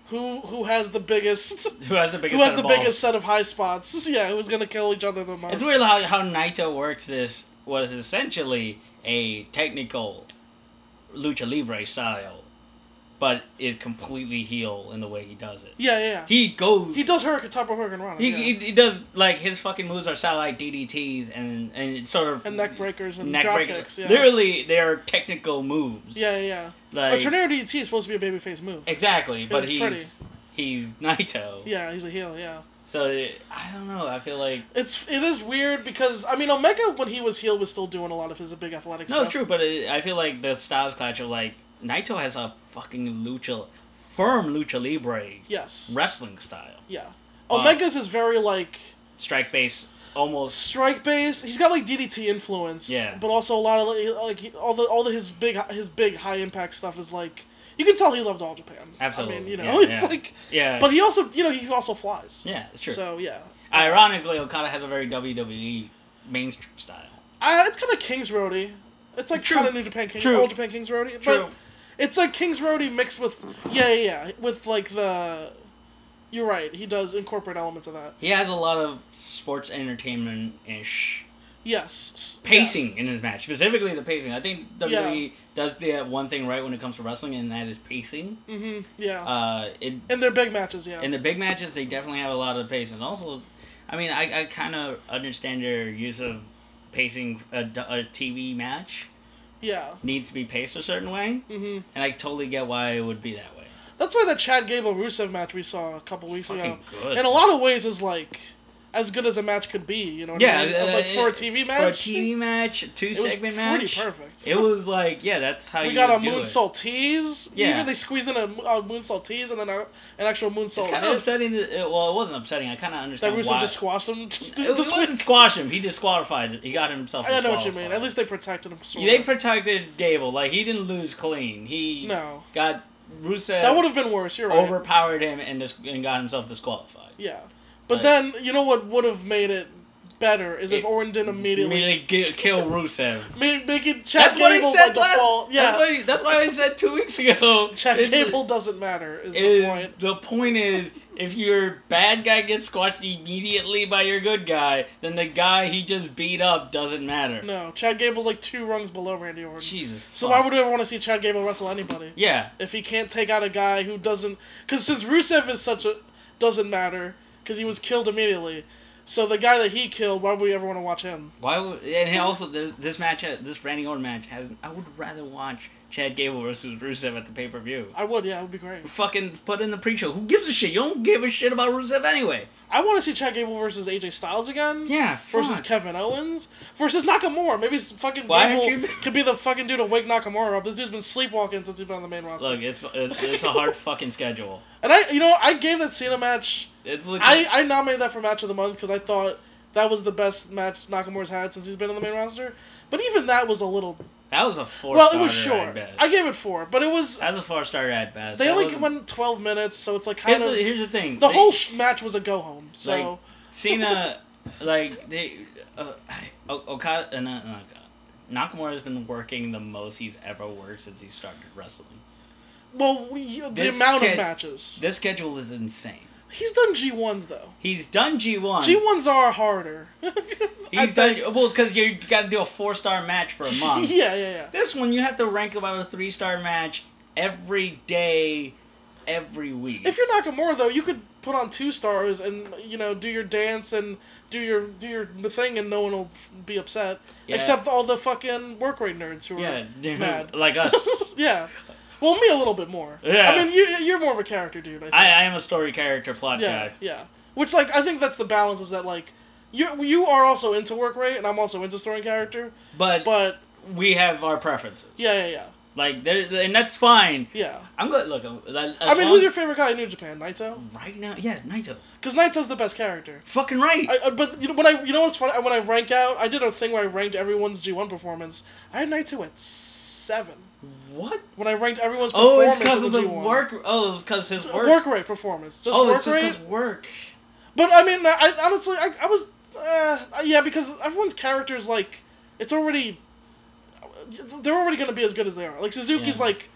[SPEAKER 1] who who has the biggest
[SPEAKER 2] Who has the biggest?
[SPEAKER 1] who has
[SPEAKER 2] set
[SPEAKER 1] the
[SPEAKER 2] of balls?
[SPEAKER 1] biggest set of high spots. Yeah, who's gonna kill each other the most.
[SPEAKER 2] It's weird how how Naito works this was essentially a technical lucha libre style, but is completely heel in the way he does it.
[SPEAKER 1] Yeah, yeah. yeah.
[SPEAKER 2] He goes.
[SPEAKER 1] He, does Hurricane Top of Hurricane Rana.
[SPEAKER 2] He,
[SPEAKER 1] yeah.
[SPEAKER 2] he, he does like his fucking moves are satellite DDTs and and it's sort of
[SPEAKER 1] and neck breakers and
[SPEAKER 2] neck
[SPEAKER 1] drop
[SPEAKER 2] breaker.
[SPEAKER 1] kicks. Yeah.
[SPEAKER 2] Literally, they are technical moves.
[SPEAKER 1] Yeah, yeah.
[SPEAKER 2] Like,
[SPEAKER 1] but Tornado DT is supposed to be a babyface move.
[SPEAKER 2] exactly, but
[SPEAKER 1] he's
[SPEAKER 2] he's
[SPEAKER 1] pretty.
[SPEAKER 2] he's Naito.
[SPEAKER 1] Yeah, he's a heel. Yeah.
[SPEAKER 2] So it- I don't know. I feel like
[SPEAKER 1] It's it is weird because I mean Omega when he was heel was still doing a lot of his big athletic
[SPEAKER 2] no,
[SPEAKER 1] stuff.
[SPEAKER 2] it's true, but it, I feel like the Styles Clash of like Naito has a fucking lucha, firm lucha libre
[SPEAKER 1] Yes.
[SPEAKER 2] wrestling style,
[SPEAKER 1] Yeah.
[SPEAKER 2] Wow.
[SPEAKER 1] Omega's is very like
[SPEAKER 2] strike base, almost
[SPEAKER 1] strike based. He's got like DDT influence.
[SPEAKER 2] Yeah.
[SPEAKER 1] But also a lot of like, like he- all the all the his big his big high impact stuff is like you can tell he loved all Japan. I mean,
[SPEAKER 2] Absolutely.
[SPEAKER 1] you know,
[SPEAKER 2] Yeah,
[SPEAKER 1] it's
[SPEAKER 2] yeah.
[SPEAKER 1] like
[SPEAKER 2] yeah.
[SPEAKER 1] but he also you know he also flies.
[SPEAKER 2] yeah, it's true.
[SPEAKER 1] So yeah.
[SPEAKER 2] Ironically, Okada has a very WWE mainstream style.
[SPEAKER 1] I, Uh, it's kind of Kings Roady. It's like
[SPEAKER 2] True.
[SPEAKER 1] kind of New Japan Kings,
[SPEAKER 2] True.
[SPEAKER 1] Old Japan Kings Roady.
[SPEAKER 2] True.
[SPEAKER 1] But it's like Kings Roady mixed with, yeah, yeah, yeah, with like the. You're right. He does incorporate elements of that.
[SPEAKER 2] he has a lot of sports entertainment ish
[SPEAKER 1] Yes. s- yeah.
[SPEAKER 2] pacing in his match, specifically the pacing. I think WWE does the one thing right when it comes to wrestling, and that is pacing.
[SPEAKER 1] Mhm, yeah.
[SPEAKER 2] Uh, it
[SPEAKER 1] in their big matches, yeah.
[SPEAKER 2] in the big matches they definitely have a lot of pace, and also, I mean, I, I kind of understand their use of pacing. A, d- a TV match
[SPEAKER 1] yeah.
[SPEAKER 2] needs to be paced a certain way,
[SPEAKER 1] hmm
[SPEAKER 2] and I totally get why it would be that way.
[SPEAKER 1] That's why that Chad Gable Rusev match we saw a couple weeks ago,
[SPEAKER 2] Fucking good.
[SPEAKER 1] in a lot of ways, is like as good as a match could be. You know what
[SPEAKER 2] Yeah,
[SPEAKER 1] I mean? Of, like
[SPEAKER 2] uh,
[SPEAKER 1] for a TV match.
[SPEAKER 2] For a TV match, two
[SPEAKER 1] it was
[SPEAKER 2] segment
[SPEAKER 1] pretty
[SPEAKER 2] match,
[SPEAKER 1] perfect.
[SPEAKER 2] it was like, yeah, that's how
[SPEAKER 1] we
[SPEAKER 2] you
[SPEAKER 1] got a
[SPEAKER 2] would do it.
[SPEAKER 1] moonsault tease.
[SPEAKER 2] Yeah.
[SPEAKER 1] Even they squeezed in a, mo- a moonsault tease and then a, an actual moonsault
[SPEAKER 2] It's kind of
[SPEAKER 1] hit.
[SPEAKER 2] upsetting. That, uh, well, it wasn't upsetting. I kind of
[SPEAKER 1] That
[SPEAKER 2] understand
[SPEAKER 1] Rusev
[SPEAKER 2] why.
[SPEAKER 1] just squashed him. Just
[SPEAKER 2] it
[SPEAKER 1] this
[SPEAKER 2] was, not squash him. He disqualified. He got himself.
[SPEAKER 1] I know what you mean.
[SPEAKER 2] disqualified.
[SPEAKER 1] At least they protected him. Sort
[SPEAKER 2] they
[SPEAKER 1] of.
[SPEAKER 2] protected Gable. Like he didn't lose clean. He
[SPEAKER 1] no.
[SPEAKER 2] got Rusev.
[SPEAKER 1] That would have been worse. You're right.
[SPEAKER 2] overpowered him and dis- and got himself disqualified.
[SPEAKER 1] Yeah. But
[SPEAKER 2] Like-
[SPEAKER 1] then you know what would have made it better is if
[SPEAKER 2] It-
[SPEAKER 1] Owen didn't immediately
[SPEAKER 2] Immediately ki- kill Rusev.
[SPEAKER 1] make, make it Chad
[SPEAKER 2] that's
[SPEAKER 1] Gable
[SPEAKER 2] what he said.
[SPEAKER 1] by
[SPEAKER 2] Last,
[SPEAKER 1] default.
[SPEAKER 2] That's,
[SPEAKER 1] Yeah.
[SPEAKER 2] what he- that's why I said two weeks ago.
[SPEAKER 1] Chad
[SPEAKER 2] it's-
[SPEAKER 1] Gable doesn't matter is, the
[SPEAKER 2] is-
[SPEAKER 1] point.
[SPEAKER 2] the point is if your bad guy gets squashed immediately by your good guy, then the guy he just beat up doesn't matter.
[SPEAKER 1] No, Chad Gable's like two rungs below Randy Orton.
[SPEAKER 2] Jesus.
[SPEAKER 1] so
[SPEAKER 2] fuck.
[SPEAKER 1] why would we ever want to see Chad Gable wrestle anybody?
[SPEAKER 2] Yeah.
[SPEAKER 1] if he can't take out a guy who doesn't because since rusev is such a doesn't matter because he was killed immediately so the guy that he killed why would we ever want to watch him
[SPEAKER 2] Why would and also this, this match this Randy Orton match has I would rather watch Chad Gable versus Rusev at the pay per view.
[SPEAKER 1] i would yeah it would be great
[SPEAKER 2] Fucking put in the pre show. Who gives a shit? You don't give a shit about Rusev anyway.
[SPEAKER 1] i want to see chad gable versus aj styles again
[SPEAKER 2] Yeah. Fuck.
[SPEAKER 1] versus kevin owens versus nakamura maybe s- fucking
[SPEAKER 2] Why
[SPEAKER 1] gable
[SPEAKER 2] aren't you-
[SPEAKER 1] could be the fucking dude to wake nakamura up this dude's been sleepwalking since he's been on the main roster
[SPEAKER 2] Look, it's it's it's a hard fucking schedule.
[SPEAKER 1] and i you know i gave that cena match
[SPEAKER 2] It's legit.
[SPEAKER 1] i i nominated that for match of the month because i thought that was the best match nakamura's had since he's been on the main roster but even that was a little
[SPEAKER 2] that was a four.
[SPEAKER 1] Well, it was
[SPEAKER 2] starter at
[SPEAKER 1] short.
[SPEAKER 2] best.
[SPEAKER 1] I gave it four, but it was
[SPEAKER 2] That was a four starter at best.
[SPEAKER 1] they
[SPEAKER 2] That
[SPEAKER 1] only
[SPEAKER 2] wasn't-
[SPEAKER 1] went twelve minutes, so it's like
[SPEAKER 2] Here's,
[SPEAKER 1] kind
[SPEAKER 2] the,
[SPEAKER 1] of
[SPEAKER 2] here's the thing.
[SPEAKER 1] the
[SPEAKER 2] They-
[SPEAKER 1] whole sh- match was a go home. So
[SPEAKER 2] Cena, like they, uh, O- Okada, uh, not, not Okada. Nakamura has been working the most he's ever worked since he started wrestling.
[SPEAKER 1] well, we, the
[SPEAKER 2] This
[SPEAKER 1] amount of
[SPEAKER 2] kid-
[SPEAKER 1] matches
[SPEAKER 2] This schedule is insane.
[SPEAKER 1] he's done G ones though.
[SPEAKER 2] He's done G one.
[SPEAKER 1] G ones are harder. I
[SPEAKER 2] He's done
[SPEAKER 1] think-
[SPEAKER 2] well because you got to do a four star match for a month.
[SPEAKER 1] yeah, yeah, yeah.
[SPEAKER 2] This one you have to rank about a three star match every day, every week.
[SPEAKER 1] If you're Nakamura though, you could put on two stars and you know do your dance and do your do your thing, and no one will be upset
[SPEAKER 2] Yeah.
[SPEAKER 1] except all the fucking work rate nerds who are
[SPEAKER 2] yeah, dude,
[SPEAKER 1] mad.
[SPEAKER 2] like us.
[SPEAKER 1] yeah. Well, me a little bit more.
[SPEAKER 2] Yeah.
[SPEAKER 1] I mean, you, you're more of a character dude. I think.
[SPEAKER 2] I, I am a story character plot
[SPEAKER 1] yeah,
[SPEAKER 2] guy.
[SPEAKER 1] yeah. Which like I think that's the balance is that like You you are also into work rate, and I'm also into storing character.
[SPEAKER 2] But,
[SPEAKER 1] But
[SPEAKER 2] we have our preferences.
[SPEAKER 1] yeah, yeah, yeah,
[SPEAKER 2] Like there, and that's fine.
[SPEAKER 1] yeah.
[SPEAKER 2] I'm gonna look. I,
[SPEAKER 1] I mean, who's your favorite guy in New Japan? Naito,
[SPEAKER 2] right now? Yeah, Naito.
[SPEAKER 1] because Naito's the best character.
[SPEAKER 2] Fucking right.
[SPEAKER 1] I, I, but you know when I you know what's funny when I rank out I did a thing where I ranked everyone's G1 performance. I had Naito at seven
[SPEAKER 2] what?
[SPEAKER 1] when I ranked everyone's
[SPEAKER 2] Oh,
[SPEAKER 1] performance
[SPEAKER 2] it's because
[SPEAKER 1] in
[SPEAKER 2] of the
[SPEAKER 1] G1.
[SPEAKER 2] work. Oh, it's because his
[SPEAKER 1] Just
[SPEAKER 2] work.
[SPEAKER 1] work rate performance, just
[SPEAKER 2] oh,
[SPEAKER 1] work
[SPEAKER 2] it's just
[SPEAKER 1] rate.
[SPEAKER 2] because work.
[SPEAKER 1] But I mean, I, I honestly, I, I was, uh, yeah, because everyone's characters like, it's already, they're already gonna be as good as they are. Like Suzuki's
[SPEAKER 2] Yeah.
[SPEAKER 1] like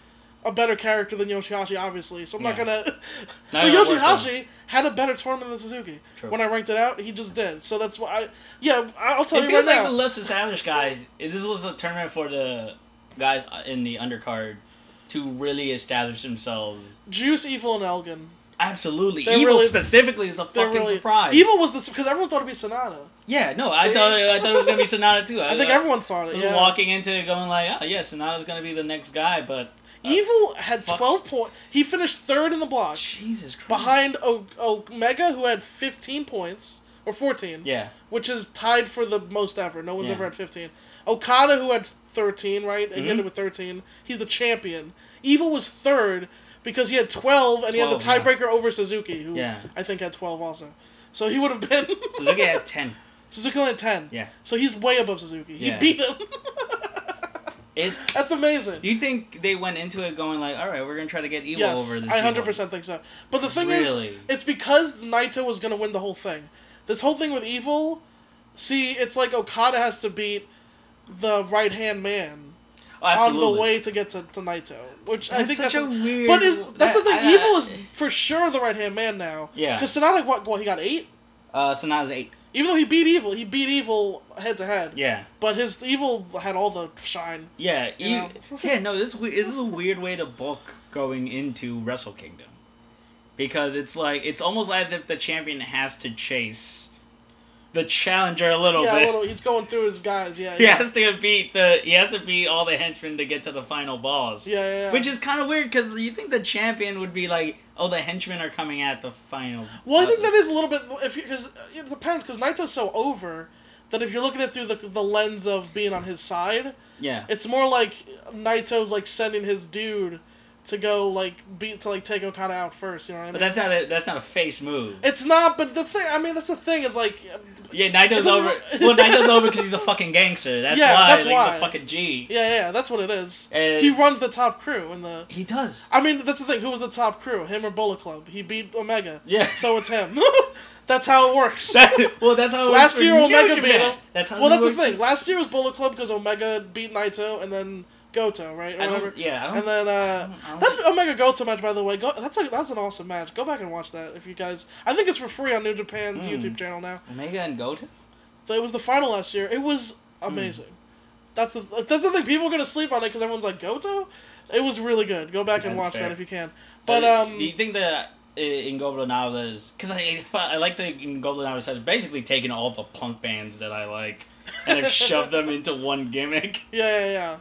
[SPEAKER 1] a better character than Yoshihashi, obviously. So I'm not
[SPEAKER 2] Yeah.
[SPEAKER 1] gonna.
[SPEAKER 2] Not
[SPEAKER 1] but
[SPEAKER 2] gonna work on
[SPEAKER 1] Yoshihashi had a better tournament than Suzuki.
[SPEAKER 2] True.
[SPEAKER 1] When I ranked it out, he just did. So that's why. I, yeah, I- I'll tell
[SPEAKER 2] It
[SPEAKER 1] you right
[SPEAKER 2] feels like
[SPEAKER 1] now.
[SPEAKER 2] the less established guys. This was a tournament for the guys in the undercard to really establish themselves.
[SPEAKER 1] Juice, Evil, and Elgin.
[SPEAKER 2] Absolutely,
[SPEAKER 1] They're
[SPEAKER 2] evil
[SPEAKER 1] really-
[SPEAKER 2] specifically is a
[SPEAKER 1] They're
[SPEAKER 2] fucking
[SPEAKER 1] really
[SPEAKER 2] surprise.
[SPEAKER 1] Evil was the because everyone thought it'd be Sonata.
[SPEAKER 2] Yeah, no, I
[SPEAKER 1] See?
[SPEAKER 2] thought it, I thought it was gonna be Sonata too.
[SPEAKER 1] I, think
[SPEAKER 2] thought-
[SPEAKER 1] everyone thought
[SPEAKER 2] I
[SPEAKER 1] it.
[SPEAKER 2] was
[SPEAKER 1] Yeah.
[SPEAKER 2] walking into it going like, oh yeah, Sonata's gonna be the next guy, but
[SPEAKER 1] Evil had
[SPEAKER 2] fuck.
[SPEAKER 1] twelve point. He finished third in the block.
[SPEAKER 2] Jesus Christ.
[SPEAKER 1] Uh, behind o- Omega, who had 15 points or 14,
[SPEAKER 2] Yeah,
[SPEAKER 1] which is tied for the most ever. No one's
[SPEAKER 2] Yeah.
[SPEAKER 1] ever had 15. Okada, who had 13, right? He
[SPEAKER 2] Mhm.
[SPEAKER 1] ended with 13. He's the champion. Evil was third because he had 12, and he had the
[SPEAKER 2] 12, yeah.
[SPEAKER 1] tiebreaker over Suzuki, who
[SPEAKER 2] Yeah.
[SPEAKER 1] I think had 12 also. So he would have been
[SPEAKER 2] Suzuki had ten.
[SPEAKER 1] Suzuki only had 10.
[SPEAKER 2] Yeah.
[SPEAKER 1] So he's way above Suzuki. He
[SPEAKER 2] Yeah.
[SPEAKER 1] beat him.
[SPEAKER 2] It.
[SPEAKER 1] That's amazing.
[SPEAKER 2] Do you think they went into it going like, all right, we're gonna try to get evil
[SPEAKER 1] yes,
[SPEAKER 2] over this?
[SPEAKER 1] I
[SPEAKER 2] G1."
[SPEAKER 1] 100% think so. But the thing is,
[SPEAKER 2] really?
[SPEAKER 1] It's because Naito was gonna win the whole thing. This whole thing with Evil, see, it's like Okada has to beat the right hand man
[SPEAKER 2] oh, absolutely.
[SPEAKER 1] on the way to get to, to Naito, which I
[SPEAKER 2] That's
[SPEAKER 1] think
[SPEAKER 2] such
[SPEAKER 1] that's.
[SPEAKER 2] a weird.
[SPEAKER 1] but is that's the
[SPEAKER 2] that-
[SPEAKER 1] thing?
[SPEAKER 2] I- I-
[SPEAKER 1] Evil is for sure the right hand man now.
[SPEAKER 2] Yeah.
[SPEAKER 1] Because Sonata, what, what he got eight.
[SPEAKER 2] Uh, Sonata's eight.
[SPEAKER 1] Even though he beat Evil, he beat Evil head to head.
[SPEAKER 2] Yeah.
[SPEAKER 1] But his Evil had all the shine.
[SPEAKER 2] Yeah,
[SPEAKER 1] You
[SPEAKER 2] you-
[SPEAKER 1] know?
[SPEAKER 2] yeah, no, this is we- this is a weird way to book going into Wrestle Kingdom, because it's like it's almost as if the champion has to chase the challenger a little
[SPEAKER 1] yeah,
[SPEAKER 2] bit.
[SPEAKER 1] a little. He's going through his guys. Yeah.
[SPEAKER 2] He
[SPEAKER 1] yeah.
[SPEAKER 2] has to beat the he has to beat all the henchmen to get to the final boss.
[SPEAKER 1] Yeah, yeah, yeah.
[SPEAKER 2] Which is kind of weird because you think the champion would be like, oh, the henchmen are coming at the final. uh,
[SPEAKER 1] Well, I think
[SPEAKER 2] boss."
[SPEAKER 1] that is a little bit if because it depends because Naito's so over that if you're looking at it through the the lens of being on his side,
[SPEAKER 2] yeah,
[SPEAKER 1] it's more like Naito's like sending his dude to go like beat to like take Okada out first. You know what I mean?
[SPEAKER 2] but that's not a that's not a face move.
[SPEAKER 1] it's not. But the thing I mean that's the thing is like
[SPEAKER 2] Yeah,
[SPEAKER 1] It
[SPEAKER 2] Naito's
[SPEAKER 1] doesn't
[SPEAKER 2] over.
[SPEAKER 1] re-
[SPEAKER 2] well, Naito's over because he's a fucking gangster. That's
[SPEAKER 1] Yeah,
[SPEAKER 2] why.
[SPEAKER 1] that's
[SPEAKER 2] like,
[SPEAKER 1] why.
[SPEAKER 2] He's a fucking G.
[SPEAKER 1] yeah yeah that's what it is.
[SPEAKER 2] And
[SPEAKER 1] He runs the top crew in the.
[SPEAKER 2] He does.
[SPEAKER 1] I mean that's the thing. Who was the top crew? Him or Bullet Club? He beat Omega,
[SPEAKER 2] Yeah.
[SPEAKER 1] so it's him. that's how it works.
[SPEAKER 2] That- well, that's how. it
[SPEAKER 1] Last
[SPEAKER 2] works for
[SPEAKER 1] year,
[SPEAKER 2] New
[SPEAKER 1] Omega
[SPEAKER 2] Japan.
[SPEAKER 1] beat him.
[SPEAKER 2] That's how.
[SPEAKER 1] Well,
[SPEAKER 2] it
[SPEAKER 1] that's the
[SPEAKER 2] works.
[SPEAKER 1] thing. Last year was Bullet Club because Omega beat Naito and then Goto, right? Or
[SPEAKER 2] I
[SPEAKER 1] whatever.
[SPEAKER 2] don't. Yeah, I don't.
[SPEAKER 1] And then
[SPEAKER 2] I
[SPEAKER 1] uh,
[SPEAKER 2] don't- I don't
[SPEAKER 1] that
[SPEAKER 2] think-
[SPEAKER 1] Omega Goto match, by the way, go, that's a, that's an awesome match. Go back and watch that if you guys. I think it's for free on New Japan's
[SPEAKER 2] Mm.
[SPEAKER 1] YouTube channel now.
[SPEAKER 2] Omega and Goto.
[SPEAKER 1] It was the final last year. It was
[SPEAKER 2] Hmm.
[SPEAKER 1] amazing. That's the that's the thing. People are gonna sleep on it because everyone's like Goto. It was really good. Go back and
[SPEAKER 2] That's
[SPEAKER 1] watch
[SPEAKER 2] fair.
[SPEAKER 1] that if you can. But
[SPEAKER 2] Uh,
[SPEAKER 1] um,
[SPEAKER 2] do you think that uh, Ingoblo Nava is? Because I, I fi- I like that Ingoblo Nava has basically taken all the punk bands that I like and they've shoved them into one gimmick.
[SPEAKER 1] yeah, yeah, yeah.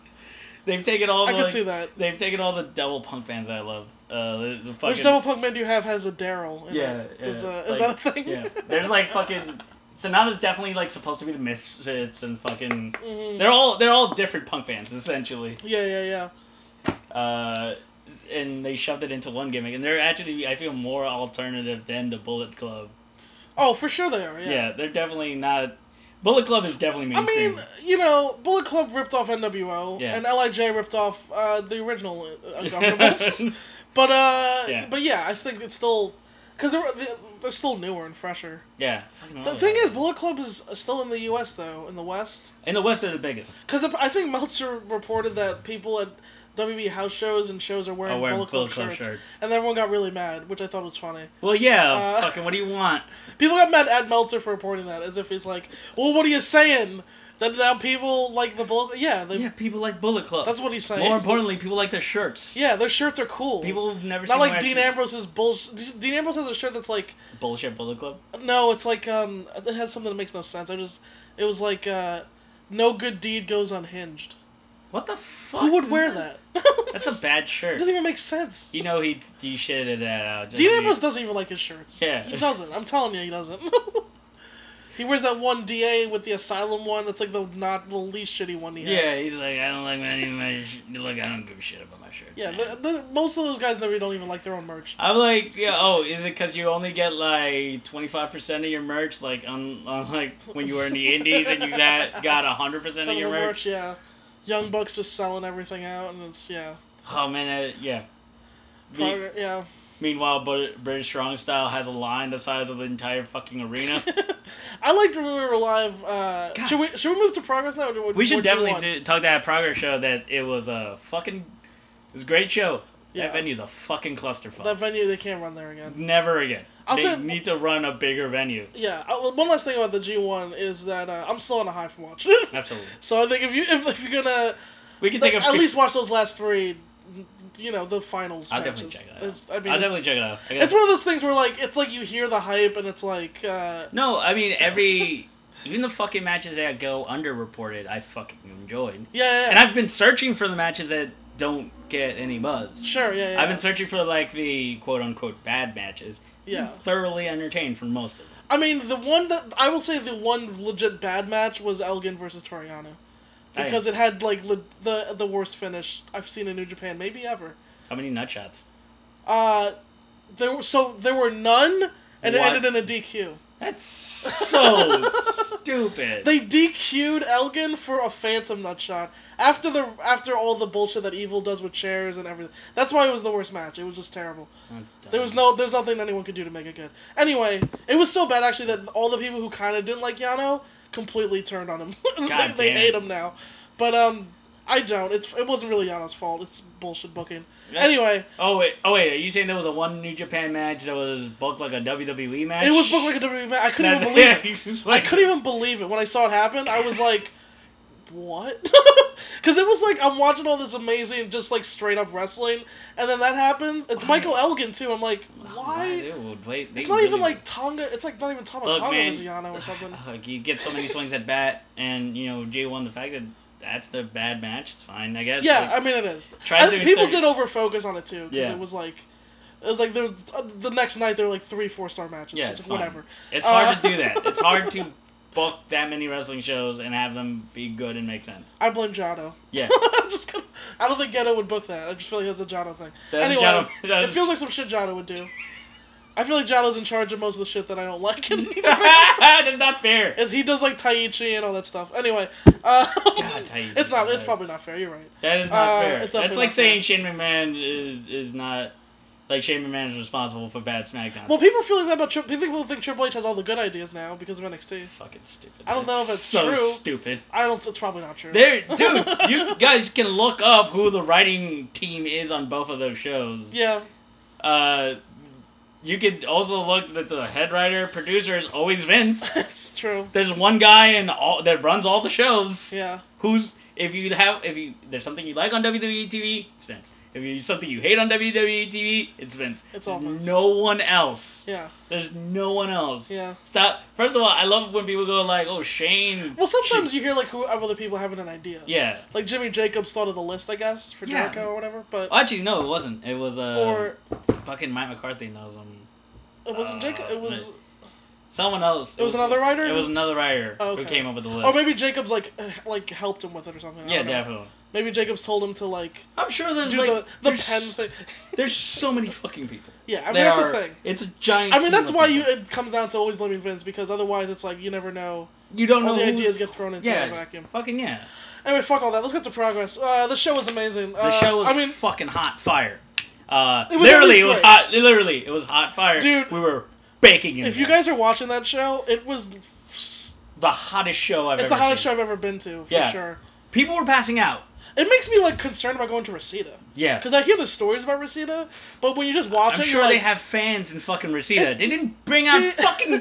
[SPEAKER 2] They've taken all
[SPEAKER 1] I
[SPEAKER 2] the.
[SPEAKER 1] can
[SPEAKER 2] like-
[SPEAKER 1] see that.
[SPEAKER 2] They've taken all the devil punk bands that I love. Uh, the, the fucking,
[SPEAKER 1] Which double punk man do you have has a Daryl? in
[SPEAKER 2] Yeah,
[SPEAKER 1] it? Does,
[SPEAKER 2] yeah,
[SPEAKER 1] uh, is
[SPEAKER 2] like-
[SPEAKER 1] that a thing?
[SPEAKER 2] Yeah, there's like fucking. Sonata's definitely like supposed to be the misfits and fucking.
[SPEAKER 1] Mhm.
[SPEAKER 2] They're all they're all different punk bands essentially,
[SPEAKER 1] Yeah, yeah, yeah.
[SPEAKER 2] uh, and they shoved it into one gimmick, and they're actually I feel more alternative than the Bullet Club.
[SPEAKER 1] Oh, for sure they are.
[SPEAKER 2] Yeah, they're definitely not. Bullet Club is definitely
[SPEAKER 1] I
[SPEAKER 2] mainstream.
[SPEAKER 1] mean, you know, Bullet Club ripped off NWO,
[SPEAKER 2] Yeah.
[SPEAKER 1] and Lij ripped off uh, the original uh, Uncomfortables. but uh,
[SPEAKER 2] Yeah.
[SPEAKER 1] but yeah, I think it's still because they're they're- they're still newer and fresher.
[SPEAKER 2] Oh, yeah. Fucking
[SPEAKER 1] The
[SPEAKER 2] love
[SPEAKER 1] thing
[SPEAKER 2] that.
[SPEAKER 1] is, Bullet Club is still in the U.S. though, in the West,
[SPEAKER 2] in the West, they're the biggest.
[SPEAKER 1] because I think Meltzer reported that people at WB house shows and shows are wearing,
[SPEAKER 2] oh, wearing
[SPEAKER 1] Bullet Club shirts, and everyone got really mad, which I thought was funny.
[SPEAKER 2] Well, yeah.
[SPEAKER 1] Uh,
[SPEAKER 2] fucking. What do you want?
[SPEAKER 1] People got mad at Meltzer for reporting that, as if he's like, "Well, what are you saying?" That now people like the bullet. Yeah, they,
[SPEAKER 2] Yeah, people like Bullet Club.
[SPEAKER 1] that's what he's saying.
[SPEAKER 2] More importantly, people like their shirts.
[SPEAKER 1] Yeah, their shirts are cool.
[SPEAKER 2] People have never
[SPEAKER 1] not
[SPEAKER 2] seen
[SPEAKER 1] like
[SPEAKER 2] wear
[SPEAKER 1] Dean
[SPEAKER 2] shirts.
[SPEAKER 1] Ambrose's bullshit. Dean Ambrose has a shirt that's like
[SPEAKER 2] bullshit Bullet Club.
[SPEAKER 1] no, it's like um, it has something that makes no sense. I just, it was like uh, no good deed goes unhinged.
[SPEAKER 2] What the fuck?
[SPEAKER 1] Who would
[SPEAKER 2] is
[SPEAKER 1] wear that?
[SPEAKER 2] That's a bad
[SPEAKER 1] It
[SPEAKER 2] shirt.
[SPEAKER 1] doesn't even make sense.
[SPEAKER 2] You know he he shitted that out. just
[SPEAKER 1] Dean
[SPEAKER 2] be-
[SPEAKER 1] Ambrose doesn't even like his shirts.
[SPEAKER 2] Yeah.
[SPEAKER 1] he doesn't. I'm telling you, he doesn't. He wears that one DA with the asylum one. That's like the not the least shitty one he has.
[SPEAKER 2] Yeah, he's like, I don't like my, my sh- look. I don't give a shit about my shirts.
[SPEAKER 1] Yeah,
[SPEAKER 2] man."
[SPEAKER 1] the, the, most of those guys never don't even like their own merch.
[SPEAKER 2] I'm like, yeah, oh, is it because you only get like 25% of your merch, like on, on like when you were in the indies and you got got 100%
[SPEAKER 1] Some
[SPEAKER 2] of
[SPEAKER 1] of
[SPEAKER 2] your
[SPEAKER 1] the
[SPEAKER 2] merch?
[SPEAKER 1] merch, yeah. Young Bucks just selling everything out, and it's yeah,
[SPEAKER 2] Oh man, that, yeah. Me-
[SPEAKER 1] Prog- yeah.
[SPEAKER 2] meanwhile, but British Strong Style has a line the size of the entire fucking arena.
[SPEAKER 1] I liked when we were live. Uh,
[SPEAKER 2] God.
[SPEAKER 1] should we should we move to progress now? Or do-
[SPEAKER 2] we
[SPEAKER 1] or
[SPEAKER 2] should
[SPEAKER 1] do you
[SPEAKER 2] definitely
[SPEAKER 1] want-
[SPEAKER 2] do, talk to that progress show that it was a fucking, it was a great show.
[SPEAKER 1] Yeah.
[SPEAKER 2] That venue's a fucking clusterfuck.
[SPEAKER 1] that venue. They can't run there again.
[SPEAKER 2] Never again.
[SPEAKER 1] I'll
[SPEAKER 2] they
[SPEAKER 1] say-
[SPEAKER 2] need to run a bigger venue.
[SPEAKER 1] Yeah. I, one last thing about the G1 is that uh, I'm still on a high from watching.
[SPEAKER 2] Absolutely.
[SPEAKER 1] so I think if you if, if you're gonna
[SPEAKER 2] We can
[SPEAKER 1] like,
[SPEAKER 2] take a
[SPEAKER 1] at
[SPEAKER 2] pic-
[SPEAKER 1] least watch those last three, you know the finals.
[SPEAKER 2] I'll
[SPEAKER 1] matches.
[SPEAKER 2] definitely check that
[SPEAKER 1] It's-
[SPEAKER 2] out.
[SPEAKER 1] I mean,
[SPEAKER 2] I'll
[SPEAKER 1] it's-
[SPEAKER 2] definitely check it out. I
[SPEAKER 1] It's
[SPEAKER 2] gotta-
[SPEAKER 1] one of those things where like it's like you hear the hype and it's like uh,
[SPEAKER 2] No, I mean every even the fucking matches that go underreported, I fucking enjoyed.
[SPEAKER 1] yeah, yeah,
[SPEAKER 2] And I've been searching for the matches that don't get any buzz.
[SPEAKER 1] sure yeah yeah.
[SPEAKER 2] I've been searching for like the quote unquote bad matches.
[SPEAKER 1] yeah.
[SPEAKER 2] Thoroughly entertained for most of them.
[SPEAKER 1] I mean the one that I will say the one legit bad match was Elgin versus Toriano
[SPEAKER 2] I-
[SPEAKER 1] because it had like le- the the worst finish I've seen in New Japan maybe ever.
[SPEAKER 2] How many nut shots?
[SPEAKER 1] Uh, there were so there were none and it
[SPEAKER 2] What?
[SPEAKER 1] ended in a DQ.
[SPEAKER 2] That's so stupid.
[SPEAKER 1] They DQ'd Elgin for a phantom nutshot after the after all the bullshit that Evil does with chairs and everything. That's why it was the worst match. It was just terrible.
[SPEAKER 2] That's dumb.
[SPEAKER 1] There was no there's nothing anyone could do to make it good. Anyway, it was so bad actually that all the people who kind of didn't like Yano completely turned on him. They-
[SPEAKER 2] God
[SPEAKER 1] they,
[SPEAKER 2] damn.
[SPEAKER 1] hate him now. But um I don't. It's it wasn't really Yano's fault. It's bullshit booking.
[SPEAKER 2] That-
[SPEAKER 1] Anyway,
[SPEAKER 2] Oh wait, oh wait. Are you saying there was a one New Japan match that was booked like a WWE match?
[SPEAKER 1] it was booked like a WWE match. I couldn't even
[SPEAKER 2] That-
[SPEAKER 1] believe it.
[SPEAKER 2] yeah, it's just
[SPEAKER 1] I
[SPEAKER 2] like-
[SPEAKER 1] couldn't even believe it when I saw it happen. I was like, "What?" Because it was like I'm watching all this amazing, just like straight up wrestling, and then that happens. It's Michael Elgin too. I'm like, why?
[SPEAKER 2] They would wait, they
[SPEAKER 1] It's not
[SPEAKER 2] really
[SPEAKER 1] even
[SPEAKER 2] would-
[SPEAKER 1] like Tonga. It's like not even Tama
[SPEAKER 2] Look,
[SPEAKER 1] Tonga
[SPEAKER 2] man.
[SPEAKER 1] was Yano or something.
[SPEAKER 2] Like you get so many swings at bat, and you know J one. The fact that that's the bad match, it's fine, I guess.
[SPEAKER 1] Yeah, I
[SPEAKER 2] Like,
[SPEAKER 1] mean it is.
[SPEAKER 2] Try
[SPEAKER 1] I-
[SPEAKER 2] doing
[SPEAKER 1] people
[SPEAKER 2] thirty-
[SPEAKER 1] did over focus on it too because
[SPEAKER 2] Yeah.
[SPEAKER 1] it was like, it was like there's uh, the next night there were like three four star matches.
[SPEAKER 2] Yeah,
[SPEAKER 1] it's
[SPEAKER 2] it's
[SPEAKER 1] like,
[SPEAKER 2] fine.
[SPEAKER 1] whatever.
[SPEAKER 2] it's hard to
[SPEAKER 1] uh,
[SPEAKER 2] do that. It's hard to book that many wrestling shows and have them be good and make sense.
[SPEAKER 1] I blame Jado.
[SPEAKER 2] Yeah.
[SPEAKER 1] I'm just gonna, I don't think Geto would book that. I just feel like that's a Jado thing.
[SPEAKER 2] That's
[SPEAKER 1] anyway,
[SPEAKER 2] Jado- that's-
[SPEAKER 1] it feels like some shit Jado would do. I feel like Jado's in charge of most of the shit that I don't like. And
[SPEAKER 2] that's not fair.
[SPEAKER 1] he does like Taichi and all that stuff. Anyway, uh,
[SPEAKER 2] God, Taichi
[SPEAKER 1] it's not. It's
[SPEAKER 2] sometimes.
[SPEAKER 1] probably not fair. You're right.
[SPEAKER 2] That is not
[SPEAKER 1] Uh,
[SPEAKER 2] fair.
[SPEAKER 1] it's
[SPEAKER 2] that's
[SPEAKER 1] definitely
[SPEAKER 2] like
[SPEAKER 1] not
[SPEAKER 2] saying Shane McMahon is is not like Shane McMahon is responsible for bad SmackDown.
[SPEAKER 1] Well, people feel like that about Tri- people think Triple H has all the good ideas now because of NXT.
[SPEAKER 2] Fucking stupid.
[SPEAKER 1] I don't know if
[SPEAKER 2] That's
[SPEAKER 1] it's
[SPEAKER 2] so
[SPEAKER 1] true.
[SPEAKER 2] stupid.
[SPEAKER 1] I don't. It's probably not true.
[SPEAKER 2] There, dude, you guys can look up who the writing team is on both of those shows.
[SPEAKER 1] Yeah.
[SPEAKER 2] Uh, you could also look that the head writer producer is always Vince.
[SPEAKER 1] it's true.
[SPEAKER 2] There's one guy in all that runs all the shows.
[SPEAKER 1] Yeah.
[SPEAKER 2] Who's if you have if you there's something you like on WWE TV, it's Vince. If you something you hate on WWE TV, it's Vince.
[SPEAKER 1] It's all Vince.
[SPEAKER 2] No one else.
[SPEAKER 1] Yeah.
[SPEAKER 2] There's no one else.
[SPEAKER 1] Yeah.
[SPEAKER 2] Stop. First of all, I love when people go like, "Oh, Shane."
[SPEAKER 1] Well, sometimes you hear like who other people having an idea.
[SPEAKER 2] Yeah.
[SPEAKER 1] Like Jimmy Jacobs thought of the list, I guess, for
[SPEAKER 2] Yeah.
[SPEAKER 1] Jericho or whatever. But
[SPEAKER 2] Actually, no, it wasn't. It was uh.
[SPEAKER 1] or
[SPEAKER 2] Fucking Mike McCarthy knows him.
[SPEAKER 1] It wasn't
[SPEAKER 2] Uh,
[SPEAKER 1] Jacob. It was,
[SPEAKER 2] um, Someone else.
[SPEAKER 1] It was another writer?
[SPEAKER 2] It was another writer
[SPEAKER 1] Oh, okay.
[SPEAKER 2] who came up with the list.
[SPEAKER 1] or maybe Jacob's like eh, like helped him with it or something. I
[SPEAKER 2] yeah,
[SPEAKER 1] don't know.
[SPEAKER 2] definitely.
[SPEAKER 1] Maybe Jacobs told him to like
[SPEAKER 2] I'm sure there's
[SPEAKER 1] do
[SPEAKER 2] like
[SPEAKER 1] the the
[SPEAKER 2] there's-
[SPEAKER 1] pen thing.
[SPEAKER 2] There's so many fucking people.
[SPEAKER 1] Yeah, I mean
[SPEAKER 2] They
[SPEAKER 1] that's
[SPEAKER 2] are-
[SPEAKER 1] the thing.
[SPEAKER 2] It's a giant.
[SPEAKER 1] I mean
[SPEAKER 2] team
[SPEAKER 1] that's
[SPEAKER 2] of
[SPEAKER 1] why you
[SPEAKER 2] people.
[SPEAKER 1] it comes down to always blaming Vince because otherwise it's like you never know.
[SPEAKER 2] you don't
[SPEAKER 1] all
[SPEAKER 2] know
[SPEAKER 1] the
[SPEAKER 2] who's-
[SPEAKER 1] ideas get thrown into
[SPEAKER 2] yeah,
[SPEAKER 1] a vacuum.
[SPEAKER 2] Fucking yeah.
[SPEAKER 1] Anyway, fuck all that. Let's get to progress. Uh, the show was amazing. Uh,
[SPEAKER 2] The show was
[SPEAKER 1] I mean,
[SPEAKER 2] fucking hot fire. Uh,
[SPEAKER 1] It was
[SPEAKER 2] literally,
[SPEAKER 1] always
[SPEAKER 2] it was
[SPEAKER 1] great.
[SPEAKER 2] hot. Literally, it was hot fire.
[SPEAKER 1] Dude.
[SPEAKER 2] we were baking in
[SPEAKER 1] if you
[SPEAKER 2] there.
[SPEAKER 1] guys are watching that show, it was
[SPEAKER 2] the hottest show I've
[SPEAKER 1] it's
[SPEAKER 2] ever.
[SPEAKER 1] the hottest
[SPEAKER 2] seen.
[SPEAKER 1] show I've ever been to for
[SPEAKER 2] Yeah.
[SPEAKER 1] sure.
[SPEAKER 2] People were passing out.
[SPEAKER 1] It makes me like concerned about going to Reseda
[SPEAKER 2] Yeah.
[SPEAKER 1] because I hear the stories about Reseda, but when you just watch
[SPEAKER 2] I'm
[SPEAKER 1] it,
[SPEAKER 2] sure
[SPEAKER 1] you're
[SPEAKER 2] they
[SPEAKER 1] like,
[SPEAKER 2] have fans in fucking Reseda.
[SPEAKER 1] It's-
[SPEAKER 2] They didn't bring
[SPEAKER 1] See-
[SPEAKER 2] out fucking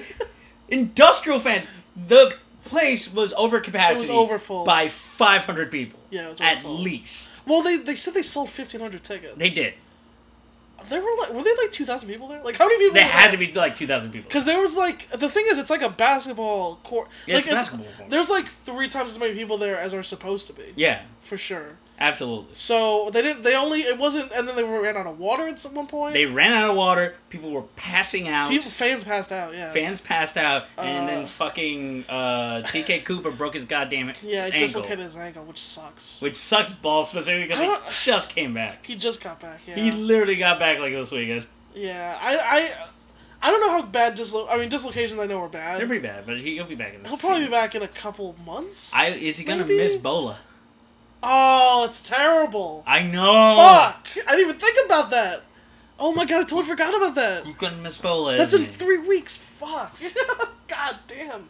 [SPEAKER 2] industrial fans. The place was over capacity.
[SPEAKER 1] overfull.
[SPEAKER 2] by 500 people.
[SPEAKER 1] Yeah, it was
[SPEAKER 2] at
[SPEAKER 1] overfull.
[SPEAKER 2] least
[SPEAKER 1] Well, they, they said they sold fifteen hundred tickets.
[SPEAKER 2] they did.
[SPEAKER 1] There were like were there like two thousand people there? Like how many people?
[SPEAKER 2] They had to be like 2,000 people.
[SPEAKER 1] Because there was like the thing is it's like a basketball court.
[SPEAKER 2] Yeah,
[SPEAKER 1] like
[SPEAKER 2] it's a basketball court.
[SPEAKER 1] There's like three times as many people there as are supposed to be.
[SPEAKER 2] yeah,
[SPEAKER 1] For sure.
[SPEAKER 2] Absolutely.
[SPEAKER 1] So they didn't. They only. It wasn't. And then they ran out of water at some one point.
[SPEAKER 2] They ran out of water. People were passing out.
[SPEAKER 1] People, fans passed out. Yeah.
[SPEAKER 2] Fans passed out, and then
[SPEAKER 1] Uh.
[SPEAKER 2] fucking uh, TK Cooper broke his goddamn
[SPEAKER 1] Yeah, he
[SPEAKER 2] ankle,
[SPEAKER 1] dislocated his ankle, which sucks.
[SPEAKER 2] which sucks balls specifically because
[SPEAKER 1] I
[SPEAKER 2] he
[SPEAKER 1] don't-
[SPEAKER 2] just came back.
[SPEAKER 1] He just got back. Yeah.
[SPEAKER 2] He literally got back like this weekend.
[SPEAKER 1] Yeah. I. I. I don't know how bad dislo. I mean, dislocations I know are bad.
[SPEAKER 2] They're pretty bad, but he, will be back in this.
[SPEAKER 1] He'll probably be
[SPEAKER 2] season.
[SPEAKER 1] back in a couple months.
[SPEAKER 2] I is he gonna
[SPEAKER 1] maybe?
[SPEAKER 2] miss Bola?
[SPEAKER 1] Oh, it's terrible.
[SPEAKER 2] I know.
[SPEAKER 1] Fuck! I didn't even think about that. Oh my god, I totally forgot about that.
[SPEAKER 2] He's gonna miss Bola.
[SPEAKER 1] That's
[SPEAKER 2] isn't
[SPEAKER 1] in
[SPEAKER 2] he?
[SPEAKER 1] three weeks. Fuck. god damn.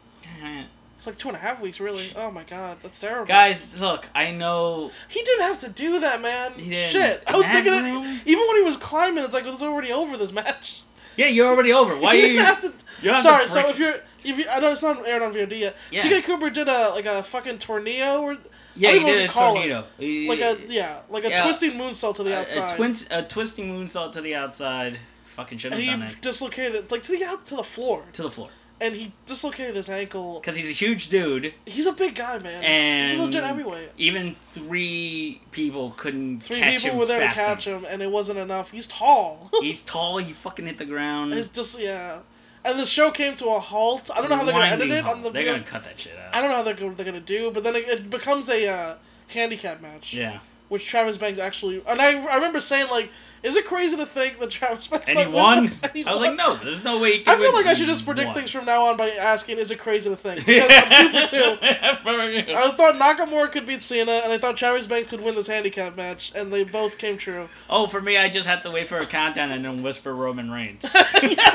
[SPEAKER 1] It's like two and a half weeks, really. Oh my god, that's terrible.
[SPEAKER 2] Guys, look, I know
[SPEAKER 1] He didn't have to do that, man.
[SPEAKER 2] He didn't.
[SPEAKER 1] Shit. I was
[SPEAKER 2] Mad
[SPEAKER 1] thinking,
[SPEAKER 2] Room?
[SPEAKER 1] it, even when he was climbing, it's like, it's already over this match.
[SPEAKER 2] Yeah, you're already over. Why
[SPEAKER 1] he
[SPEAKER 2] you?
[SPEAKER 1] didn't have to.
[SPEAKER 2] you don't have
[SPEAKER 1] Sorry,
[SPEAKER 2] to
[SPEAKER 1] so
[SPEAKER 2] break-
[SPEAKER 1] if you're. if you, I know it's not aired on VOD yet.
[SPEAKER 2] Yeah.
[SPEAKER 1] TK Cooper did a, like a fucking tornado or.
[SPEAKER 2] yeah,
[SPEAKER 1] I
[SPEAKER 2] you
[SPEAKER 1] don't even
[SPEAKER 2] did a
[SPEAKER 1] call it.
[SPEAKER 2] tornado. You-
[SPEAKER 1] Like a, yeah, like a
[SPEAKER 2] Yeah.
[SPEAKER 1] twisting moonsault to the
[SPEAKER 2] a-
[SPEAKER 1] outside.
[SPEAKER 2] A, twin, a twisting moonsault to the outside. Fucking should
[SPEAKER 1] and
[SPEAKER 2] have
[SPEAKER 1] he
[SPEAKER 2] done it
[SPEAKER 1] dislocated, like to the out to the floor,
[SPEAKER 2] to the floor
[SPEAKER 1] and he dislocated his ankle.
[SPEAKER 2] because he's a huge dude.
[SPEAKER 1] He's a big guy, man. he's
[SPEAKER 2] And-
[SPEAKER 1] a legit heavyweight.
[SPEAKER 2] Even three people couldn't
[SPEAKER 1] Three
[SPEAKER 2] catch
[SPEAKER 1] people
[SPEAKER 2] him
[SPEAKER 1] were there
[SPEAKER 2] fast
[SPEAKER 1] to catch
[SPEAKER 2] enough.
[SPEAKER 1] him, and it wasn't enough. He's tall.
[SPEAKER 2] He's tall. He fucking hit the ground.
[SPEAKER 1] It's just yeah. And the show came to a halt. I don't know how they're gonna edit
[SPEAKER 2] Winding
[SPEAKER 1] it
[SPEAKER 2] halt.
[SPEAKER 1] on the.
[SPEAKER 2] They're
[SPEAKER 1] video-
[SPEAKER 2] gonna cut that shit out.
[SPEAKER 1] I don't know how they're gonna, they're gonna do, but then it, it becomes a uh, handicap match,
[SPEAKER 2] Yeah,
[SPEAKER 1] which Travis Banks actually. And I, I remember saying like, is it crazy to think that Travis Banks?
[SPEAKER 2] and
[SPEAKER 1] might
[SPEAKER 2] he
[SPEAKER 1] win
[SPEAKER 2] won.
[SPEAKER 1] this? And he
[SPEAKER 2] I was
[SPEAKER 1] won.
[SPEAKER 2] like, no, there's no way. He
[SPEAKER 1] I
[SPEAKER 2] can
[SPEAKER 1] feel
[SPEAKER 2] win.
[SPEAKER 1] like I should
[SPEAKER 2] He
[SPEAKER 1] just predict
[SPEAKER 2] won.
[SPEAKER 1] things from now on by asking, is it crazy to think? Because I'm two for two.
[SPEAKER 2] For you.
[SPEAKER 1] I thought Nakamura could beat Cena, and I thought Travis Banks could win this handicap match, and they both came true.
[SPEAKER 2] Oh, for me, I just have to wait for a countdown and then whisper Roman Reigns.
[SPEAKER 1] yeah,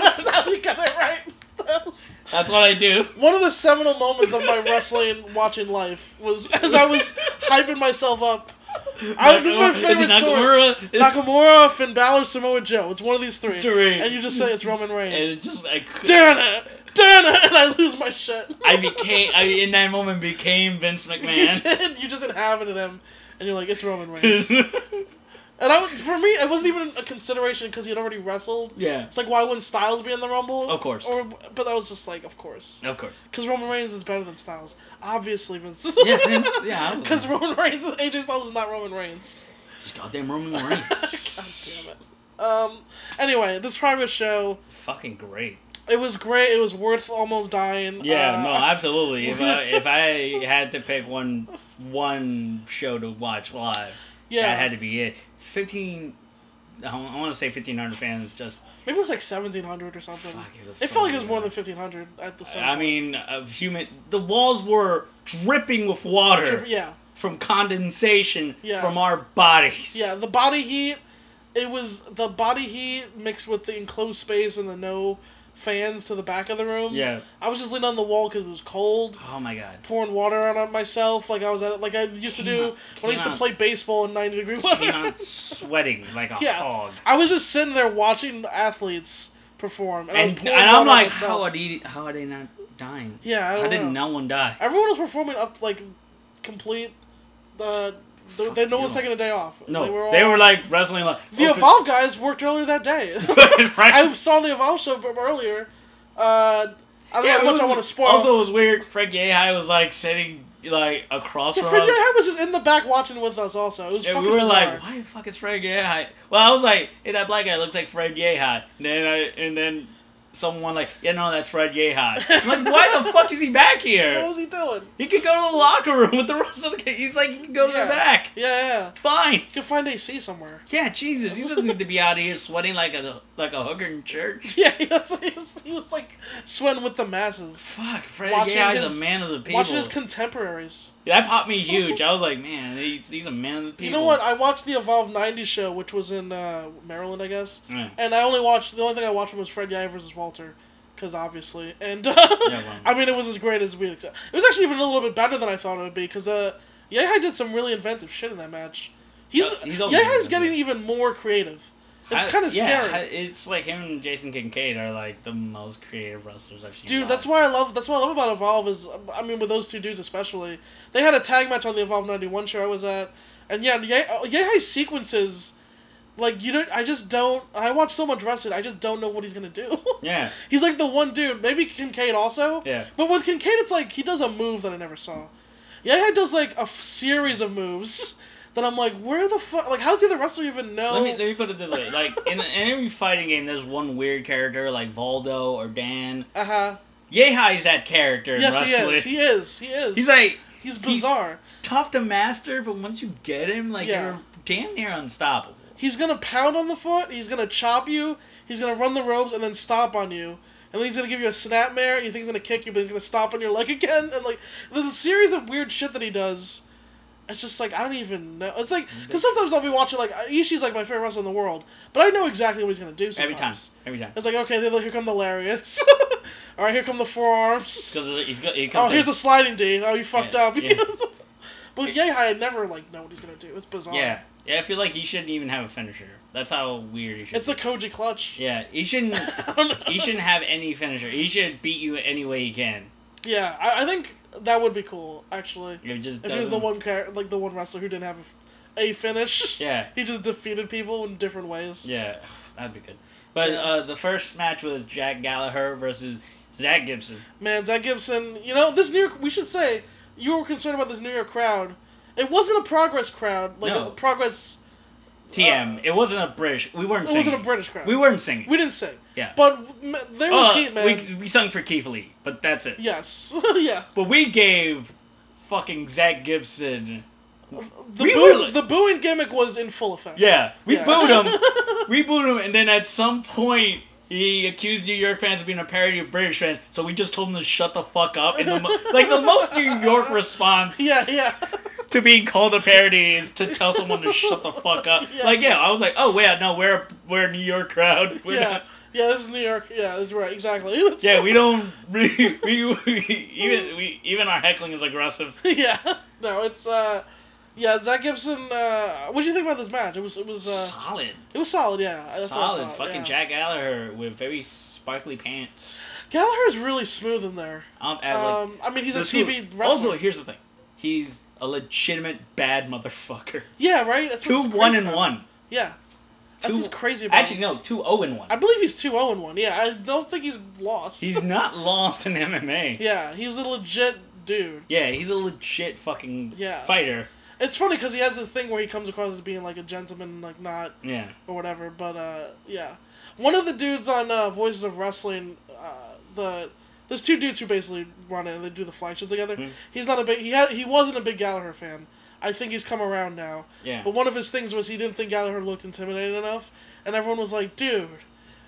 [SPEAKER 1] that's how we got it right. That was-
[SPEAKER 2] That's what I do.
[SPEAKER 1] One of the seminal moments of my wrestling watching life was as I was hyping myself up. I, this is my
[SPEAKER 2] Nakamura-
[SPEAKER 1] favorite story.
[SPEAKER 2] Nakamura, is-
[SPEAKER 1] Nakamura, Finn Balor, Samoa Joe. It's one of these three.
[SPEAKER 2] Three.
[SPEAKER 1] And you just say it's Roman
[SPEAKER 2] and
[SPEAKER 1] Reigns.
[SPEAKER 2] it just I, cou-
[SPEAKER 1] Damn it! Damn it! And I lose my shit.
[SPEAKER 2] I became I in that moment became Vince
[SPEAKER 1] You
[SPEAKER 2] McMahon.
[SPEAKER 1] did. You just inhabited him, and you're like, it's Roman Reigns.
[SPEAKER 2] yeah,
[SPEAKER 1] and I, was- for me, it wasn't even a consideration because he had already wrestled. It's like, why wouldn't Styles be in the Rumble?
[SPEAKER 2] Of course.
[SPEAKER 1] Or, but that was just like, of course.
[SPEAKER 2] of course.
[SPEAKER 1] Because Roman Reigns is better than Styles. Obviously, Vince.
[SPEAKER 2] Yeah, Vince, yeah, obviously.
[SPEAKER 1] Because Roman Reigns, AJ Styles is not Roman Reigns.
[SPEAKER 2] Just goddamn Roman
[SPEAKER 1] God
[SPEAKER 2] Reigns.
[SPEAKER 1] damn it. Um, anyway, this private show,
[SPEAKER 2] Fucking great.
[SPEAKER 1] it was great. It was worth almost dying.
[SPEAKER 2] Yeah,
[SPEAKER 1] Uh,
[SPEAKER 2] no, absolutely. If I, if I had to pick one one show to watch live,
[SPEAKER 1] Yeah.
[SPEAKER 2] that had to be it. It's fifteen. I want to say fifteen hundred fans. Just
[SPEAKER 1] Maybe it was like 1700 or something.
[SPEAKER 2] fuck. It, was
[SPEAKER 1] It
[SPEAKER 2] so
[SPEAKER 1] felt like it was
[SPEAKER 2] good.
[SPEAKER 1] more than 1500 at the
[SPEAKER 2] I
[SPEAKER 1] start.
[SPEAKER 2] mean, uh, human. The walls were dripping with water
[SPEAKER 1] Yeah.
[SPEAKER 2] from condensation
[SPEAKER 1] Yeah.
[SPEAKER 2] from our bodies.
[SPEAKER 1] Yeah, the body heat. It was the body heat mixed with the enclosed space and the no fans to the back of the room.
[SPEAKER 2] Yeah.
[SPEAKER 1] I was just leaning on the wall because it was cold,
[SPEAKER 2] Oh my god.
[SPEAKER 1] pouring water on it myself, like I was at like I used to
[SPEAKER 2] Came
[SPEAKER 1] do
[SPEAKER 2] out-
[SPEAKER 1] when I
[SPEAKER 2] came
[SPEAKER 1] used to
[SPEAKER 2] out-
[SPEAKER 1] play baseball in ninety degree
[SPEAKER 2] Came
[SPEAKER 1] weather.
[SPEAKER 2] out sweating like a
[SPEAKER 1] Yeah.
[SPEAKER 2] hog.
[SPEAKER 1] I was just sitting there watching athletes perform, and, I was
[SPEAKER 2] And,
[SPEAKER 1] pouring
[SPEAKER 2] and I'm
[SPEAKER 1] water on
[SPEAKER 2] like, how
[SPEAKER 1] myself.
[SPEAKER 2] are they? How are they not dying?
[SPEAKER 1] Yeah, I
[SPEAKER 2] How
[SPEAKER 1] don't
[SPEAKER 2] did
[SPEAKER 1] know.
[SPEAKER 2] no one die?
[SPEAKER 1] Everyone was performing up to, like complete. Uh, they, they, no one's
[SPEAKER 2] Fuck you.
[SPEAKER 1] taking a day off.
[SPEAKER 2] No,
[SPEAKER 1] they were, all,
[SPEAKER 2] like wrestling like
[SPEAKER 1] the
[SPEAKER 2] okay.
[SPEAKER 1] Evolve guys worked earlier that day.
[SPEAKER 2] Right.
[SPEAKER 1] I saw the Evolve show b- earlier. Uh, I don't
[SPEAKER 2] Yeah,
[SPEAKER 1] know how
[SPEAKER 2] it
[SPEAKER 1] much
[SPEAKER 2] was-
[SPEAKER 1] I want to spoil.
[SPEAKER 2] Also, it was weird. Frank Yehai was like sitting like across
[SPEAKER 1] yeah,
[SPEAKER 2] from
[SPEAKER 1] Fred
[SPEAKER 2] us.
[SPEAKER 1] Yeh was just in the back watching with us. Also, it was
[SPEAKER 2] And
[SPEAKER 1] fucking
[SPEAKER 2] we were
[SPEAKER 1] bizarre.
[SPEAKER 2] like, why the fuck is Fred Yehai? Well, I was like, hey, that black guy looks like Fred Yehai. And then, I, and then someone like, yeah, no, that's Fred Yehai. I'm like, why the fuck is he back
[SPEAKER 1] what
[SPEAKER 2] here?
[SPEAKER 1] was he doing?
[SPEAKER 2] He could go to the locker room with the rest of the kids. He's like, he can go to
[SPEAKER 1] Yeah.
[SPEAKER 2] the back.
[SPEAKER 1] Yeah, yeah, yeah.
[SPEAKER 2] It's fine.
[SPEAKER 1] You can find AC somewhere.
[SPEAKER 2] Yeah, Jesus, he doesn't need to be out here sweating like a like a hooker in church.
[SPEAKER 1] Yeah, that's what he was, he was like sweating with the masses,
[SPEAKER 2] Fuck, Fred
[SPEAKER 1] Watching
[SPEAKER 2] Yehai is
[SPEAKER 1] his-
[SPEAKER 2] a man of the people.
[SPEAKER 1] watching his contemporaries.
[SPEAKER 2] that popped me huge. I was like, man, he's, he's a man of the people.
[SPEAKER 1] You know what? I watched the Evolve '90s show, which was in uh, Maryland, I guess.
[SPEAKER 2] Yeah.
[SPEAKER 1] And I only watched the only thing I watched was Fred Yeh versus Walter, because obviously. And uh,
[SPEAKER 2] well.
[SPEAKER 1] I mean, it was as great as we. It was actually even a little bit better than I thought it would be, because uh, Yehai did some really inventive shit in that match. He's
[SPEAKER 2] Yeah, he's always
[SPEAKER 1] Yehai's
[SPEAKER 2] inventive.
[SPEAKER 1] getting even more creative. It's
[SPEAKER 2] I-
[SPEAKER 1] kind of
[SPEAKER 2] yeah,
[SPEAKER 1] scary,
[SPEAKER 2] I- it's like him and Jason Kincaid are like the most creative wrestlers I've seen.
[SPEAKER 1] dude.
[SPEAKER 2] live.
[SPEAKER 1] That's why I love. That's what I love about Evolve is, um, I mean, with those two dudes especially, they had a tag match on the Evolve '91 show I was at, and yeah, Ye- oh, Yehai's sequences. Like you don't, I just don't. I watch so much wrestling. I just don't know what he's gonna do.
[SPEAKER 2] Yeah,
[SPEAKER 1] he's like the one dude. Maybe Kincaid also.
[SPEAKER 2] yeah.
[SPEAKER 1] But with Kincaid, it's like he does a move that I never saw. Yaya does like a f- series of moves that I'm like, where the fuck? Like, how does the other wrestler even know?
[SPEAKER 2] Let me let me put it this way: like in, in every fighting game, there's one weird character like Valdo or Dan.
[SPEAKER 1] uh huh.
[SPEAKER 2] Yehai is that character in
[SPEAKER 1] Yes,
[SPEAKER 2] wrestling.
[SPEAKER 1] he is. He is. He is.
[SPEAKER 2] He's like
[SPEAKER 1] he's bizarre.
[SPEAKER 2] tough to master, but once you get him, like
[SPEAKER 1] Yeah.
[SPEAKER 2] you're damn near unstoppable.
[SPEAKER 1] He's gonna pound on the foot. He's gonna chop you. He's gonna run the ropes and then stop on you. And then he's gonna give you a snapmare. And you think he's gonna kick you, but he's gonna stop on your leg again. And like, there's a series of weird shit that he does. It's just like I don't even know. It's like because sometimes I'll be watching like Ishii's like my favorite wrestler in the world, but I know exactly what he's gonna do. Sometimes.
[SPEAKER 2] Every time, every time.
[SPEAKER 1] It's like okay, then here come the lariats. All right, here come the forearms.
[SPEAKER 2] Because he's, go- he
[SPEAKER 1] Oh,
[SPEAKER 2] comes
[SPEAKER 1] here's
[SPEAKER 2] in-
[SPEAKER 1] the sliding D. Oh, you fucked
[SPEAKER 2] Yeah,
[SPEAKER 1] up.
[SPEAKER 2] yeah.
[SPEAKER 1] but Yehai, I never like know what he's gonna do. It's bizarre.
[SPEAKER 2] yeah, yeah. I feel like he shouldn't even have a finisher. That's how weird he should.
[SPEAKER 1] It's
[SPEAKER 2] be.
[SPEAKER 1] the Koji clutch.
[SPEAKER 2] yeah. He shouldn't.
[SPEAKER 1] I don't know.
[SPEAKER 2] he shouldn't have any finisher. He should beat you any way he can.
[SPEAKER 1] Yeah, I, I think that would be cool actually.
[SPEAKER 2] It just
[SPEAKER 1] If he was the
[SPEAKER 2] doesn't-
[SPEAKER 1] one char- like the one wrestler who didn't have a, a finish.
[SPEAKER 2] Yeah,
[SPEAKER 1] He just defeated people in different ways.
[SPEAKER 2] yeah. That'd be good. But
[SPEAKER 1] Yeah.
[SPEAKER 2] uh, the first match was Jack Gallagher versus Zach Gibson.
[SPEAKER 1] Man, Zach Gibson, you know, this New York, we should say, you were concerned about this New York crowd. It wasn't a progress crowd, like
[SPEAKER 2] No.
[SPEAKER 1] a progress.
[SPEAKER 2] TM.
[SPEAKER 1] Uh,
[SPEAKER 2] it wasn't a British. We weren't
[SPEAKER 1] It
[SPEAKER 2] singing.
[SPEAKER 1] wasn't a British crowd.
[SPEAKER 2] We weren't singing.
[SPEAKER 1] We didn't sing.
[SPEAKER 2] Yeah.
[SPEAKER 1] But m- there was
[SPEAKER 2] Uh,
[SPEAKER 1] heat, man.
[SPEAKER 2] We, we sung for Keith Lee, but that's it.
[SPEAKER 1] Yes. yeah.
[SPEAKER 2] But we gave fucking Zach Gibson.
[SPEAKER 1] The,
[SPEAKER 2] We
[SPEAKER 1] boo-
[SPEAKER 2] were like-
[SPEAKER 1] the booing gimmick was in full effect.
[SPEAKER 2] Yeah, we
[SPEAKER 1] Yeah.
[SPEAKER 2] booed him. we booed him, and then at some point he accused New York fans of being a parody of British fans. So we just told him to shut the fuck up. And the mo- like the most New York response
[SPEAKER 1] yeah, yeah.
[SPEAKER 2] to being called a parody is to tell someone to shut the fuck up.
[SPEAKER 1] Yeah.
[SPEAKER 2] Like yeah, I was like, oh yeah, no, we're we're a New York crowd. We're
[SPEAKER 1] yeah,
[SPEAKER 2] not-
[SPEAKER 1] yeah. This is New York. Yeah, that's right. Exactly.
[SPEAKER 2] yeah, we don't re- we, we even we even our heckling is aggressive.
[SPEAKER 1] yeah. No, it's uh, yeah. Zach Gibson. Uh, what do you think about this match? It was. It was. Uh,
[SPEAKER 2] Solid.
[SPEAKER 1] it was solid. Yeah. That's what I
[SPEAKER 2] Solid
[SPEAKER 1] thought,
[SPEAKER 2] fucking
[SPEAKER 1] yeah.
[SPEAKER 2] Jack Gallagher with very sparkly pants.
[SPEAKER 1] Gallagher's really smooth in there.
[SPEAKER 2] Um, at, like,
[SPEAKER 1] Um, I mean, he's a
[SPEAKER 2] the two-
[SPEAKER 1] TV wrestler.
[SPEAKER 2] Also, here's the thing: he's a legitimate bad motherfucker.
[SPEAKER 1] yeah, right. That's
[SPEAKER 2] Two
[SPEAKER 1] what's crazy
[SPEAKER 2] one and
[SPEAKER 1] about him.
[SPEAKER 2] one.
[SPEAKER 1] Yeah. That's
[SPEAKER 2] Two-
[SPEAKER 1] what's crazy about.
[SPEAKER 2] Actually,
[SPEAKER 1] him.
[SPEAKER 2] no, two zero and one.
[SPEAKER 1] I believe he's two zero and one. Yeah, I don't think he's lost.
[SPEAKER 2] He's not lost in MMA.
[SPEAKER 1] yeah, he's a legit dude.
[SPEAKER 2] Yeah, he's a legit fucking
[SPEAKER 1] Yeah.
[SPEAKER 2] fighter.
[SPEAKER 1] It's funny because he has this thing where he comes across as being like a gentleman, like not
[SPEAKER 2] Yeah,
[SPEAKER 1] or whatever. But uh, yeah, one of the dudes on uh, Voices of Wrestling, uh, the there's two dudes who basically run it and they do the flagship together.
[SPEAKER 2] Hmm.
[SPEAKER 1] He's not a big he ha- he wasn't a big Gallagher fan. I think he's come around now.
[SPEAKER 2] yeah.
[SPEAKER 1] But one of his things was he didn't think Gallagher looked intimidating enough, and everyone was like, dude.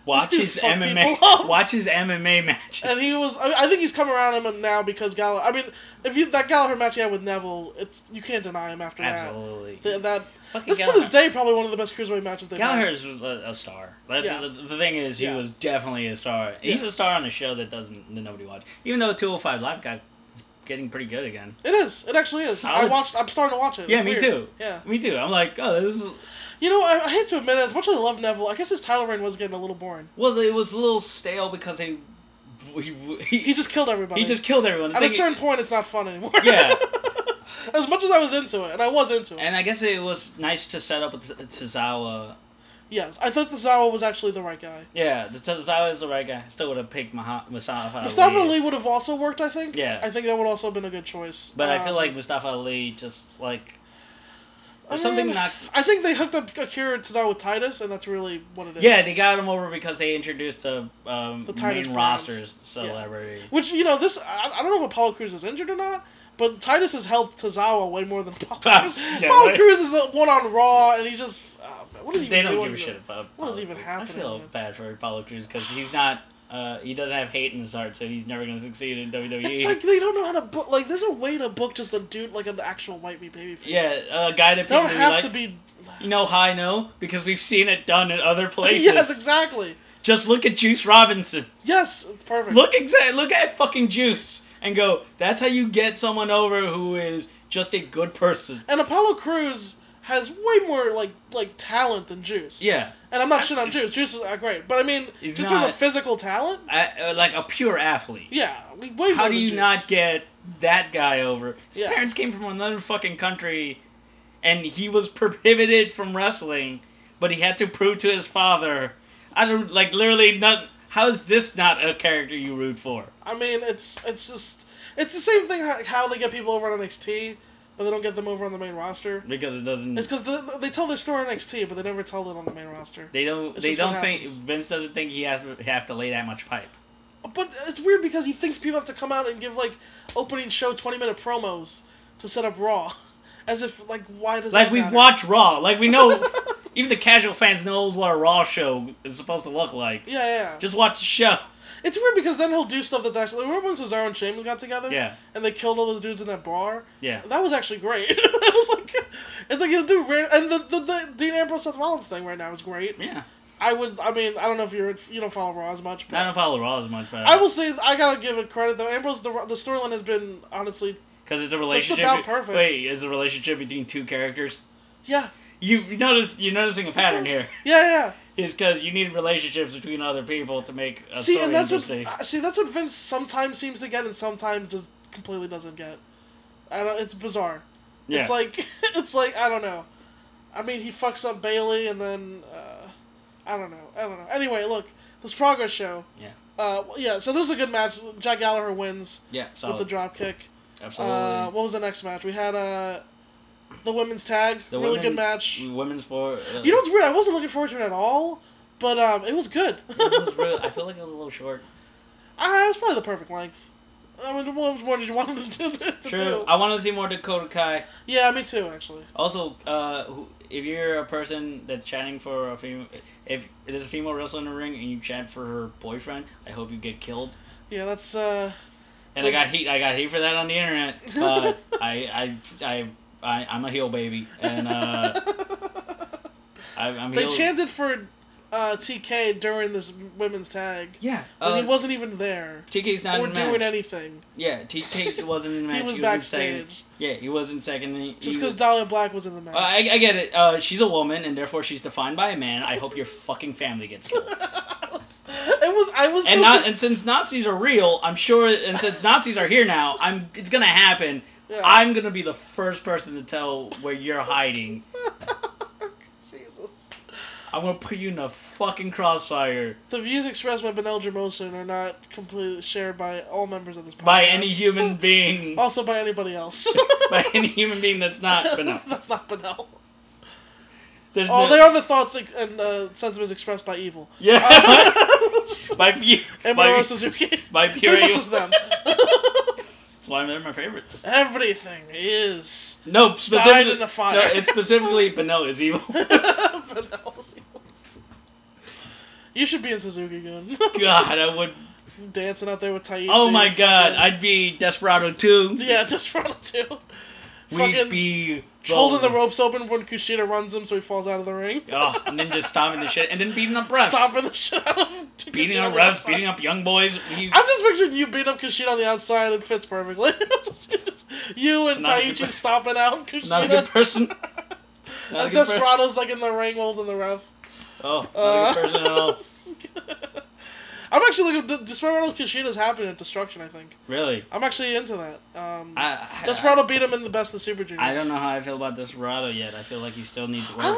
[SPEAKER 2] Watch
[SPEAKER 1] dude
[SPEAKER 2] his
[SPEAKER 1] fucked
[SPEAKER 2] MMA.
[SPEAKER 1] people up.
[SPEAKER 2] Watch his MMA matches.
[SPEAKER 1] And he was I, I think he's come around him now because Gallagher. I mean, if you that Gallagher match he had with Neville, it's you can't deny him after
[SPEAKER 2] absolutely.
[SPEAKER 1] that. Th- that
[SPEAKER 2] Fucking
[SPEAKER 1] this to
[SPEAKER 2] Gallagher.
[SPEAKER 1] this day probably one of the best cruiserweight matches they've had.
[SPEAKER 2] Gallagher's a, a star. That,
[SPEAKER 1] Yeah.
[SPEAKER 2] the, the thing is, he
[SPEAKER 1] Yeah.
[SPEAKER 2] was definitely a star. He's a
[SPEAKER 1] Yes.
[SPEAKER 2] star on a show that doesn't that nobody watches. Even though 205 Live got is getting pretty good again.
[SPEAKER 1] It is. It actually is. I
[SPEAKER 2] Solid.
[SPEAKER 1] watched. I'm starting to watch it.
[SPEAKER 2] Yeah,
[SPEAKER 1] It's
[SPEAKER 2] me
[SPEAKER 1] weird.
[SPEAKER 2] too.
[SPEAKER 1] Yeah.
[SPEAKER 2] Me too. I'm like, oh, this is
[SPEAKER 1] You know, I, I hate to admit it, as much as I love Neville, I guess his title reign was getting a little boring.
[SPEAKER 2] well, it was a little stale because they he he,
[SPEAKER 1] He just killed everybody.
[SPEAKER 2] he just killed everyone. The
[SPEAKER 1] At a
[SPEAKER 2] thing-
[SPEAKER 1] certain point, it's not fun anymore.
[SPEAKER 2] Yeah.
[SPEAKER 1] as much as I was into it, and I was into it.
[SPEAKER 2] and I guess it was nice to set up with Tozawa.
[SPEAKER 1] yes, I thought the Zawa was actually the right guy.
[SPEAKER 2] Yeah, the Tozawa is the right guy. I still would have picked Maha- Mustafa.
[SPEAKER 1] Mustafa
[SPEAKER 2] Ali.
[SPEAKER 1] Lee would have also worked, I think.
[SPEAKER 2] Uh, Yeah.
[SPEAKER 1] I think that would also have been a good choice.
[SPEAKER 2] But I
[SPEAKER 1] Um,
[SPEAKER 2] feel like Mustafa Ali just like
[SPEAKER 1] I
[SPEAKER 2] there's something
[SPEAKER 1] mean,
[SPEAKER 2] not.
[SPEAKER 1] I think they hooked up Akira Tozawa with Titus, and that's really what it is.
[SPEAKER 2] Yeah, they got him over because they introduced the, um,
[SPEAKER 1] The Titus
[SPEAKER 2] main
[SPEAKER 1] Brand.
[SPEAKER 2] roster celebrity.
[SPEAKER 1] Which you know, this I, I don't know if Apollo Cruz is injured or not, but Titus has helped Tozawa way more than Apollo. Crews.
[SPEAKER 2] Yeah,
[SPEAKER 1] Apollo
[SPEAKER 2] right.
[SPEAKER 1] Cruz is the one on Raw, and he just oh, man, what is he
[SPEAKER 2] they
[SPEAKER 1] even
[SPEAKER 2] don't
[SPEAKER 1] doing?
[SPEAKER 2] give a shit
[SPEAKER 1] here?
[SPEAKER 2] about.
[SPEAKER 1] What is
[SPEAKER 2] Apollo
[SPEAKER 1] even
[SPEAKER 2] Crews.
[SPEAKER 1] happening,
[SPEAKER 2] I feel
[SPEAKER 1] man?
[SPEAKER 2] bad for Apollo Cruz because he's not. Uh, he doesn't have hate in his heart, so he's never gonna succeed in E. WWE.
[SPEAKER 1] It's like they don't know how to book. Like, there's a way to book just a dude like an actual white meat babyface.
[SPEAKER 2] yeah, a guy that
[SPEAKER 1] they
[SPEAKER 2] people
[SPEAKER 1] don't
[SPEAKER 2] really
[SPEAKER 1] have
[SPEAKER 2] like.
[SPEAKER 1] to be.
[SPEAKER 2] You know how I know? Because we've seen it done in other places.
[SPEAKER 1] yes, exactly.
[SPEAKER 2] Just look at Juice Robinson.
[SPEAKER 1] Yes, it's perfect.
[SPEAKER 2] Look exact. Look at fucking Juice and go. That's how you get someone over who is just a good person.
[SPEAKER 1] And Apollo Cruz has way more like like talent than Juice.
[SPEAKER 2] Yeah,
[SPEAKER 1] And I'm not shit on Juice. Juice is uh, great, but I mean,
[SPEAKER 2] He's
[SPEAKER 1] just in terms
[SPEAKER 2] not-
[SPEAKER 1] of physical talent,
[SPEAKER 2] I, uh, like a pure athlete.
[SPEAKER 1] yeah, we way more
[SPEAKER 2] How do
[SPEAKER 1] than
[SPEAKER 2] you
[SPEAKER 1] Juice.
[SPEAKER 2] not get that guy over? His
[SPEAKER 1] Yeah.
[SPEAKER 2] parents came from another fucking country, and he was prohibited from wrestling, but he had to prove to his father. I don't like literally not. How is this not a character you root for?
[SPEAKER 1] I mean, it's it's just it's the same thing ho- how they get people over on NXT but they don't get them over on the main roster.
[SPEAKER 2] because it doesn't.
[SPEAKER 1] It's because the, they tell their story on NXT, but they never tell it on the main roster.
[SPEAKER 2] They don't.
[SPEAKER 1] It's
[SPEAKER 2] They
[SPEAKER 1] just what
[SPEAKER 2] don't think
[SPEAKER 1] happens.
[SPEAKER 2] Vince doesn't think he has have to lay that much pipe.
[SPEAKER 1] But it's weird because he thinks people have to come out and give like opening show twenty minute promos to set up Raw, as if like why does
[SPEAKER 2] Like
[SPEAKER 1] that
[SPEAKER 2] we
[SPEAKER 1] matter?
[SPEAKER 2] watch Raw. Like we know. even the casual fans knows what a Raw show is supposed to look like.
[SPEAKER 1] Yeah, yeah.
[SPEAKER 2] Just watch the show.
[SPEAKER 1] It's weird because then he'll do stuff that's actually. Remember when Cesaro and Sheamus got together?
[SPEAKER 2] Yeah,
[SPEAKER 1] And they killed all those dudes in that bar.
[SPEAKER 2] yeah.
[SPEAKER 1] That was actually great. it was like, it's like he'll do ran- and the, the the Dean Ambrose Seth Rollins thing right now is great.
[SPEAKER 2] Yeah,
[SPEAKER 1] I would. I mean, I don't know if you're you don't follow Raw as much, but
[SPEAKER 2] I don't follow Raw as much, but
[SPEAKER 1] I will say I gotta give it credit though. Ambrose the the storyline has been honestly
[SPEAKER 2] because it's a relationship.
[SPEAKER 1] about perfect.
[SPEAKER 2] Wait, is a relationship between two characters?
[SPEAKER 1] yeah
[SPEAKER 2] You you notice you're noticing a pattern here.
[SPEAKER 1] yeah yeah.
[SPEAKER 2] Is because you need relationships between other people to make a
[SPEAKER 1] see,
[SPEAKER 2] story
[SPEAKER 1] and that's what
[SPEAKER 2] interesting.
[SPEAKER 1] uh, see that's what Vince sometimes seems to get and sometimes just completely doesn't get. I don't. It's bizarre.
[SPEAKER 2] yeah.
[SPEAKER 1] It's like it's like I don't know. I mean, he fucks up Bailey and then uh, I don't know. I don't know. Anyway, look, this progress show.
[SPEAKER 2] Yeah.
[SPEAKER 1] Uh, well, yeah. So there's a good match. Jack Gallagher wins
[SPEAKER 2] yeah, solid.
[SPEAKER 1] with the drop kick.
[SPEAKER 2] Absolutely.
[SPEAKER 1] Uh, what was the next match? We had uh, the women's tag.
[SPEAKER 2] The
[SPEAKER 1] really
[SPEAKER 2] women-
[SPEAKER 1] good match.
[SPEAKER 2] Women's sport. Uh,
[SPEAKER 1] You know what's weird? I wasn't looking forward to it at all, but um, it was good.
[SPEAKER 2] it was really- I feel like it was a little short.
[SPEAKER 1] I, it was probably the perfect length. I mean, what more did you want them to, to
[SPEAKER 2] True.
[SPEAKER 1] do?
[SPEAKER 2] I want to see more Dakota Kai.
[SPEAKER 1] Yeah, me too, actually.
[SPEAKER 2] Also, uh, who- if you're a person that's chanting for a female, if there's a female wrestler in the ring and you chant for her boyfriend, I hope you get killed.
[SPEAKER 1] Yeah, that's uh,
[SPEAKER 2] And I got heat. I got heat for that on the internet. But I, I, I, I, I'm a heel baby, and uh, I, I'm.
[SPEAKER 1] they
[SPEAKER 2] heel.
[SPEAKER 1] chanted for uh, TK during this women's tag,
[SPEAKER 2] Yeah.
[SPEAKER 1] and
[SPEAKER 2] Uh,
[SPEAKER 1] he wasn't even there
[SPEAKER 2] TK's not
[SPEAKER 1] or
[SPEAKER 2] in the
[SPEAKER 1] doing
[SPEAKER 2] match.
[SPEAKER 1] anything.
[SPEAKER 2] Yeah, TK wasn't in the match.
[SPEAKER 1] He was
[SPEAKER 2] in
[SPEAKER 1] backstage
[SPEAKER 2] second. Yeah, he wasn't second. He,
[SPEAKER 1] just
[SPEAKER 2] he
[SPEAKER 1] because
[SPEAKER 2] was-
[SPEAKER 1] Dahlia Black was in the match.
[SPEAKER 2] Uh, I, I get it. Uh, she's a woman, and therefore she's defined by a man. I hope your fucking family gets killed.
[SPEAKER 1] it was I was so
[SPEAKER 2] and not and since Nazis are real, I'm sure. And since Nazis are here now, I'm it's gonna happen.
[SPEAKER 1] Yeah.
[SPEAKER 2] I'm gonna be the first person to tell where you're hiding.
[SPEAKER 1] Jesus.
[SPEAKER 2] I'm gonna put you in the fucking crossfire
[SPEAKER 1] The views expressed by Benel Jamoson are not completely shared by all members of this podcast.
[SPEAKER 2] by any human being,
[SPEAKER 1] Also by anybody else.
[SPEAKER 2] by any human being that's not Benel.
[SPEAKER 1] That's not Benel.
[SPEAKER 2] There's
[SPEAKER 1] Oh,
[SPEAKER 2] no,
[SPEAKER 1] they are the thoughts ex- and uh, sentiments expressed by evil.
[SPEAKER 2] yeah. by pu-
[SPEAKER 1] and Minoru
[SPEAKER 2] by,
[SPEAKER 1] Suzuki.
[SPEAKER 2] by pure
[SPEAKER 1] Pretty much
[SPEAKER 2] evil.
[SPEAKER 1] just them.
[SPEAKER 2] That's why they're my favorites.
[SPEAKER 1] Everything is.
[SPEAKER 2] No, specifically
[SPEAKER 1] in the fire.
[SPEAKER 2] No, it's specifically Benel is evil.
[SPEAKER 1] Benel's evil. You should be in Suzuki Gun.
[SPEAKER 2] God, I would.
[SPEAKER 1] Dancing out there with Taichi.
[SPEAKER 2] Oh my God,
[SPEAKER 1] fucking-
[SPEAKER 2] I'd be Desperado too.
[SPEAKER 1] Yeah, Desperado too.
[SPEAKER 2] We'd
[SPEAKER 1] fucking
[SPEAKER 2] be
[SPEAKER 1] Holding the
[SPEAKER 2] rolling.
[SPEAKER 1] ropes open when Kushida runs him so he falls out of the ring.
[SPEAKER 2] Oh, and then just stomping the shit, and then beating up refs,
[SPEAKER 1] Stomping the shit out of him.
[SPEAKER 2] beating
[SPEAKER 1] Kushida on
[SPEAKER 2] up
[SPEAKER 1] the
[SPEAKER 2] refs,
[SPEAKER 1] outside.
[SPEAKER 2] beating up young boys. We,
[SPEAKER 1] I'm just picturing you beating up Kushida on the outside. It fits perfectly. Just- you and
[SPEAKER 2] Not a good
[SPEAKER 1] Taichi
[SPEAKER 2] per-
[SPEAKER 1] stomping out
[SPEAKER 2] not a good
[SPEAKER 1] Kushida.
[SPEAKER 2] person. Not a
[SPEAKER 1] As
[SPEAKER 2] good per-
[SPEAKER 1] Desperado's like in the ring holding the ref.
[SPEAKER 2] oh, not
[SPEAKER 1] Uh,
[SPEAKER 2] a good person at all.
[SPEAKER 1] I'm actually looking. De- Desperado's Kushida's happening at Destruction. I think.
[SPEAKER 2] Really,
[SPEAKER 1] I'm actually into that. Um,
[SPEAKER 2] I, I,
[SPEAKER 1] Desperado beat him in the Best of Super Juniors.
[SPEAKER 2] I, don't know how I feel about Desperado yet. I feel like he still needs work.
[SPEAKER 1] I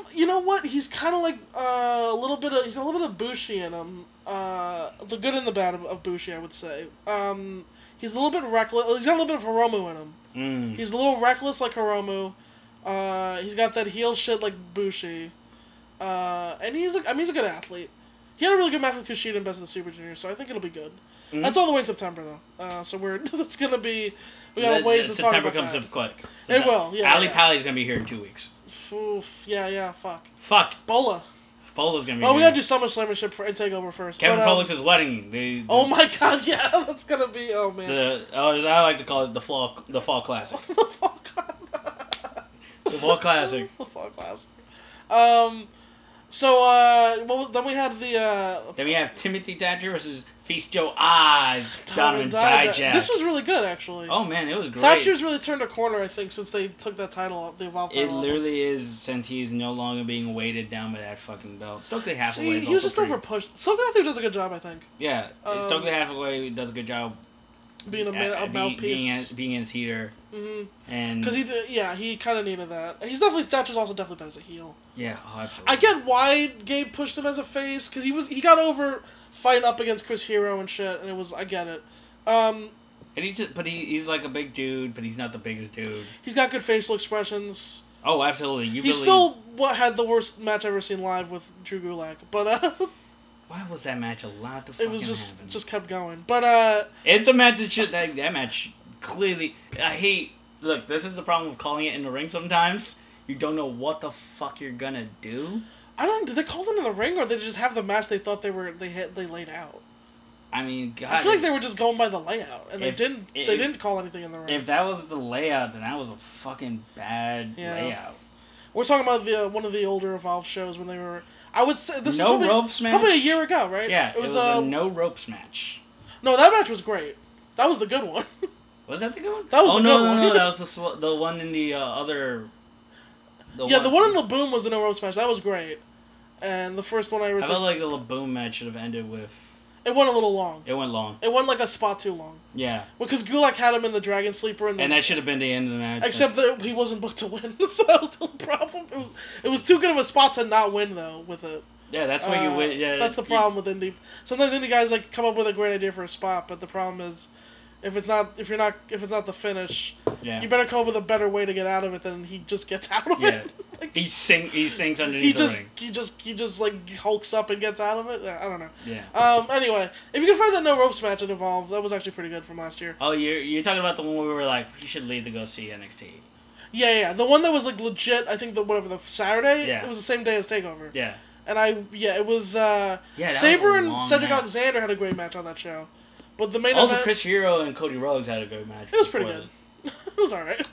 [SPEAKER 1] like him. You know what? He's kind of like uh, a little bit of he's a little bit of Bushi in him. Uh, the good and the bad of, of Bushi, I would say. Um, he's a little bit reckless. He's got a little bit of Hiromu in him.
[SPEAKER 2] Mm.
[SPEAKER 1] He's a little reckless like Hiromu. Uh, he's got that heel shit like Bushi. Uh, and he's a, I mean he's a good athlete. He had a really good match with Kushida in Best of the Super Junior, so I think it'll be good.
[SPEAKER 2] Mhm.
[SPEAKER 1] That's all the way in September though. Uh, so we're that's gonna be we
[SPEAKER 2] The-
[SPEAKER 1] got a
[SPEAKER 2] the
[SPEAKER 1] ways to talk
[SPEAKER 2] September
[SPEAKER 1] about
[SPEAKER 2] comes
[SPEAKER 1] that.
[SPEAKER 2] up quick.
[SPEAKER 1] It will, yeah,
[SPEAKER 2] Ali
[SPEAKER 1] yeah.
[SPEAKER 2] Pally's gonna be here in two weeks.
[SPEAKER 1] Oof, yeah, yeah, fuck.
[SPEAKER 2] Fuck,
[SPEAKER 1] Bola.
[SPEAKER 2] Polo's gonna be.
[SPEAKER 1] Oh,
[SPEAKER 2] here.
[SPEAKER 1] we gotta do SummerSlam and shit for and take over first.
[SPEAKER 2] Kevin
[SPEAKER 1] but, um,
[SPEAKER 2] Pollock's wedding. The, the,
[SPEAKER 1] Oh my god, yeah, that's gonna be oh man.
[SPEAKER 2] The, oh, as I like to call it the fall, the fall classic.
[SPEAKER 1] The fall classic.
[SPEAKER 2] The fall classic.
[SPEAKER 1] The fall classic. Um, so uh, well, then we had the uh,
[SPEAKER 2] Then we have Timothy Thatcher versus Feast Joe Eyes, Donovan
[SPEAKER 1] Dijak.
[SPEAKER 2] Dijak.
[SPEAKER 1] This was really good actually.
[SPEAKER 2] oh man, it was great.
[SPEAKER 1] Thatcher's really turned a corner, I think, since they took that title off the Evolve
[SPEAKER 2] It
[SPEAKER 1] title. off.
[SPEAKER 2] literally is since he's no longer being weighted down by that fucking belt. Stokely Hathaway.
[SPEAKER 1] See,
[SPEAKER 2] is
[SPEAKER 1] he was
[SPEAKER 2] also
[SPEAKER 1] just
[SPEAKER 2] pretty-
[SPEAKER 1] over pushed. So Matthew does a good job, I think,
[SPEAKER 2] Yeah,
[SPEAKER 1] Um,
[SPEAKER 2] Stokely Hathaway does a good job
[SPEAKER 1] being a, man,
[SPEAKER 2] at-
[SPEAKER 1] a
[SPEAKER 2] at being, being,
[SPEAKER 1] mouthpiece.
[SPEAKER 2] as- being his heater
[SPEAKER 1] Mhm.
[SPEAKER 2] and
[SPEAKER 1] 'Cause he did, yeah, he kind of needed that. He's definitely Thatcher's also definitely better as a heel.
[SPEAKER 2] yeah, oh, absolutely.
[SPEAKER 1] I get why Gabe pushed him as a face because he was he got over fighting up against Chris Hero and shit, and it was I get it. Um,
[SPEAKER 2] And he just, but he, he's like a big dude, but he's not the biggest dude.
[SPEAKER 1] He's got good facial expressions.
[SPEAKER 2] Oh, absolutely. You
[SPEAKER 1] He's
[SPEAKER 2] believe,
[SPEAKER 1] still what had the worst match I've ever seen live with Drew Gulak, but uh,
[SPEAKER 2] Why was that match allowed to fucking
[SPEAKER 1] it was just
[SPEAKER 2] happen?
[SPEAKER 1] just kept going. But uh,
[SPEAKER 2] It's a match that should that, that match clearly. I hate. Look, this is the problem of calling it in the ring. Sometimes you don't know what the fuck you're gonna do.
[SPEAKER 1] I don't. Did they call them in the ring or did they just have the match they thought they were they had they laid out?
[SPEAKER 2] I mean, God,
[SPEAKER 1] I feel like they were just going by the layout and
[SPEAKER 2] If-
[SPEAKER 1] they didn't
[SPEAKER 2] if-
[SPEAKER 1] they didn't call anything in the ring.
[SPEAKER 2] if that was the layout, then that was a fucking bad
[SPEAKER 1] Yeah.
[SPEAKER 2] layout.
[SPEAKER 1] we're talking about the uh, one of the older Evolve shows when they were. I would say this
[SPEAKER 2] no
[SPEAKER 1] is probably,
[SPEAKER 2] ropes match.
[SPEAKER 1] probably a year ago, right?
[SPEAKER 2] Yeah,
[SPEAKER 1] it was,
[SPEAKER 2] a
[SPEAKER 1] uh, no...
[SPEAKER 2] no ropes match.
[SPEAKER 1] that match was great. That was the good one.
[SPEAKER 2] Was that the good one?
[SPEAKER 1] That was
[SPEAKER 2] oh
[SPEAKER 1] the
[SPEAKER 2] no,
[SPEAKER 1] good
[SPEAKER 2] no,
[SPEAKER 1] one.
[SPEAKER 2] no, that was the sl- the one in the uh, other.
[SPEAKER 1] yeah, the one in the boom was a no ropes match. That was great. And the first one I ever
[SPEAKER 2] I felt
[SPEAKER 1] took,
[SPEAKER 2] like the Laboom match should have ended with.
[SPEAKER 1] it went a little long.
[SPEAKER 2] It went long.
[SPEAKER 1] It went like a spot too long.
[SPEAKER 2] Yeah,
[SPEAKER 1] Because Gulak had him in the Dragon Sleeper and the
[SPEAKER 2] and that should have been the end of the match.
[SPEAKER 1] Except that he wasn't booked to win, so that was the problem. It was it was too good of a spot to not win though with it.
[SPEAKER 2] yeah, that's why
[SPEAKER 1] Uh,
[SPEAKER 2] you win. Yeah,
[SPEAKER 1] that's the
[SPEAKER 2] you-
[SPEAKER 1] problem with indie. Sometimes indie guys like come up with a great idea for a spot, but the problem is if it's not if you're not if it's not the finish,
[SPEAKER 2] Yeah.
[SPEAKER 1] you better come up with a better way to get out of it than he just gets out of it. like,
[SPEAKER 2] He sing he sings underneath
[SPEAKER 1] he
[SPEAKER 2] the
[SPEAKER 1] just
[SPEAKER 2] ring.
[SPEAKER 1] he just he just like hulks up and gets out of it. I don't know.
[SPEAKER 2] Yeah.
[SPEAKER 1] Um. Anyway, if you can find that no ropes match at Evolve, that was actually pretty good from last year.
[SPEAKER 2] Oh, you're you're talking about the one where we were like, you should leave to go see NXT.
[SPEAKER 1] Yeah, yeah, yeah. The one that was like legit. I think the whatever the Saturday.
[SPEAKER 2] Yeah.
[SPEAKER 1] It was the same day as Takeover.
[SPEAKER 2] Yeah.
[SPEAKER 1] And I yeah, it was uh
[SPEAKER 2] Yeah. that was
[SPEAKER 1] Saber
[SPEAKER 2] a
[SPEAKER 1] and
[SPEAKER 2] long
[SPEAKER 1] Cedric
[SPEAKER 2] match.
[SPEAKER 1] Alexander had a great match on that show. But the main
[SPEAKER 2] Also,
[SPEAKER 1] event
[SPEAKER 2] Chris Hero and Cody Rhodes had a good match.
[SPEAKER 1] It was pretty
[SPEAKER 2] before
[SPEAKER 1] good. it was alright.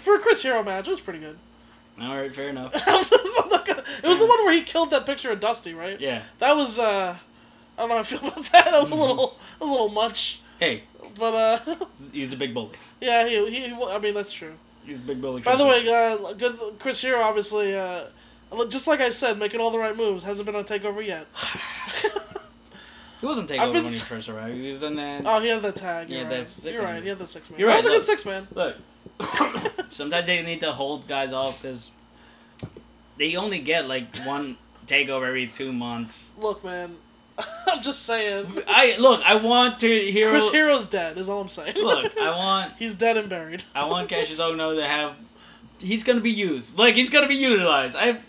[SPEAKER 1] For a Chris Hero match, it was pretty good.
[SPEAKER 2] that. All right, fair enough.
[SPEAKER 1] I'm just- I'm not gonna- it was the
[SPEAKER 2] Yeah.
[SPEAKER 1] one where he killed that picture of Dusty, right?
[SPEAKER 2] Yeah.
[SPEAKER 1] That was uh I don't know how I feel about that. That was a
[SPEAKER 2] Mhm.
[SPEAKER 1] little that was a little much.
[SPEAKER 2] Hey,
[SPEAKER 1] But uh
[SPEAKER 2] he's the big bully.
[SPEAKER 1] yeah, he, he he I mean that's true.
[SPEAKER 2] He's the big bully.
[SPEAKER 1] By
[SPEAKER 2] Chris
[SPEAKER 1] the
[SPEAKER 2] Hero.
[SPEAKER 1] way, uh, good Chris Hero obviously uh just like I said, making all the right moves hasn't been on takeover yet.
[SPEAKER 2] he wasn't taking
[SPEAKER 1] I've
[SPEAKER 2] over
[SPEAKER 1] been
[SPEAKER 2] when he
[SPEAKER 1] s-
[SPEAKER 2] first arrived. He was in that.
[SPEAKER 1] Oh, he had the tag.
[SPEAKER 2] He
[SPEAKER 1] You're
[SPEAKER 2] had
[SPEAKER 1] right.
[SPEAKER 2] that six
[SPEAKER 1] You're
[SPEAKER 2] man.
[SPEAKER 1] right. He had the six man.
[SPEAKER 2] You're
[SPEAKER 1] that was
[SPEAKER 2] right,
[SPEAKER 1] a
[SPEAKER 2] look.
[SPEAKER 1] good six man.
[SPEAKER 2] Look, sometimes they need to hold guys off because they only get like one takeover every two months.
[SPEAKER 1] Look, man. I'm just saying.
[SPEAKER 2] I look. I want to hear.
[SPEAKER 1] Chris Hero's dead. Is all I'm saying.
[SPEAKER 2] Look, I want
[SPEAKER 1] He's dead and buried.
[SPEAKER 2] I want Cassius Ohno to have. He's gonna be used. Like he's gonna be utilized. I.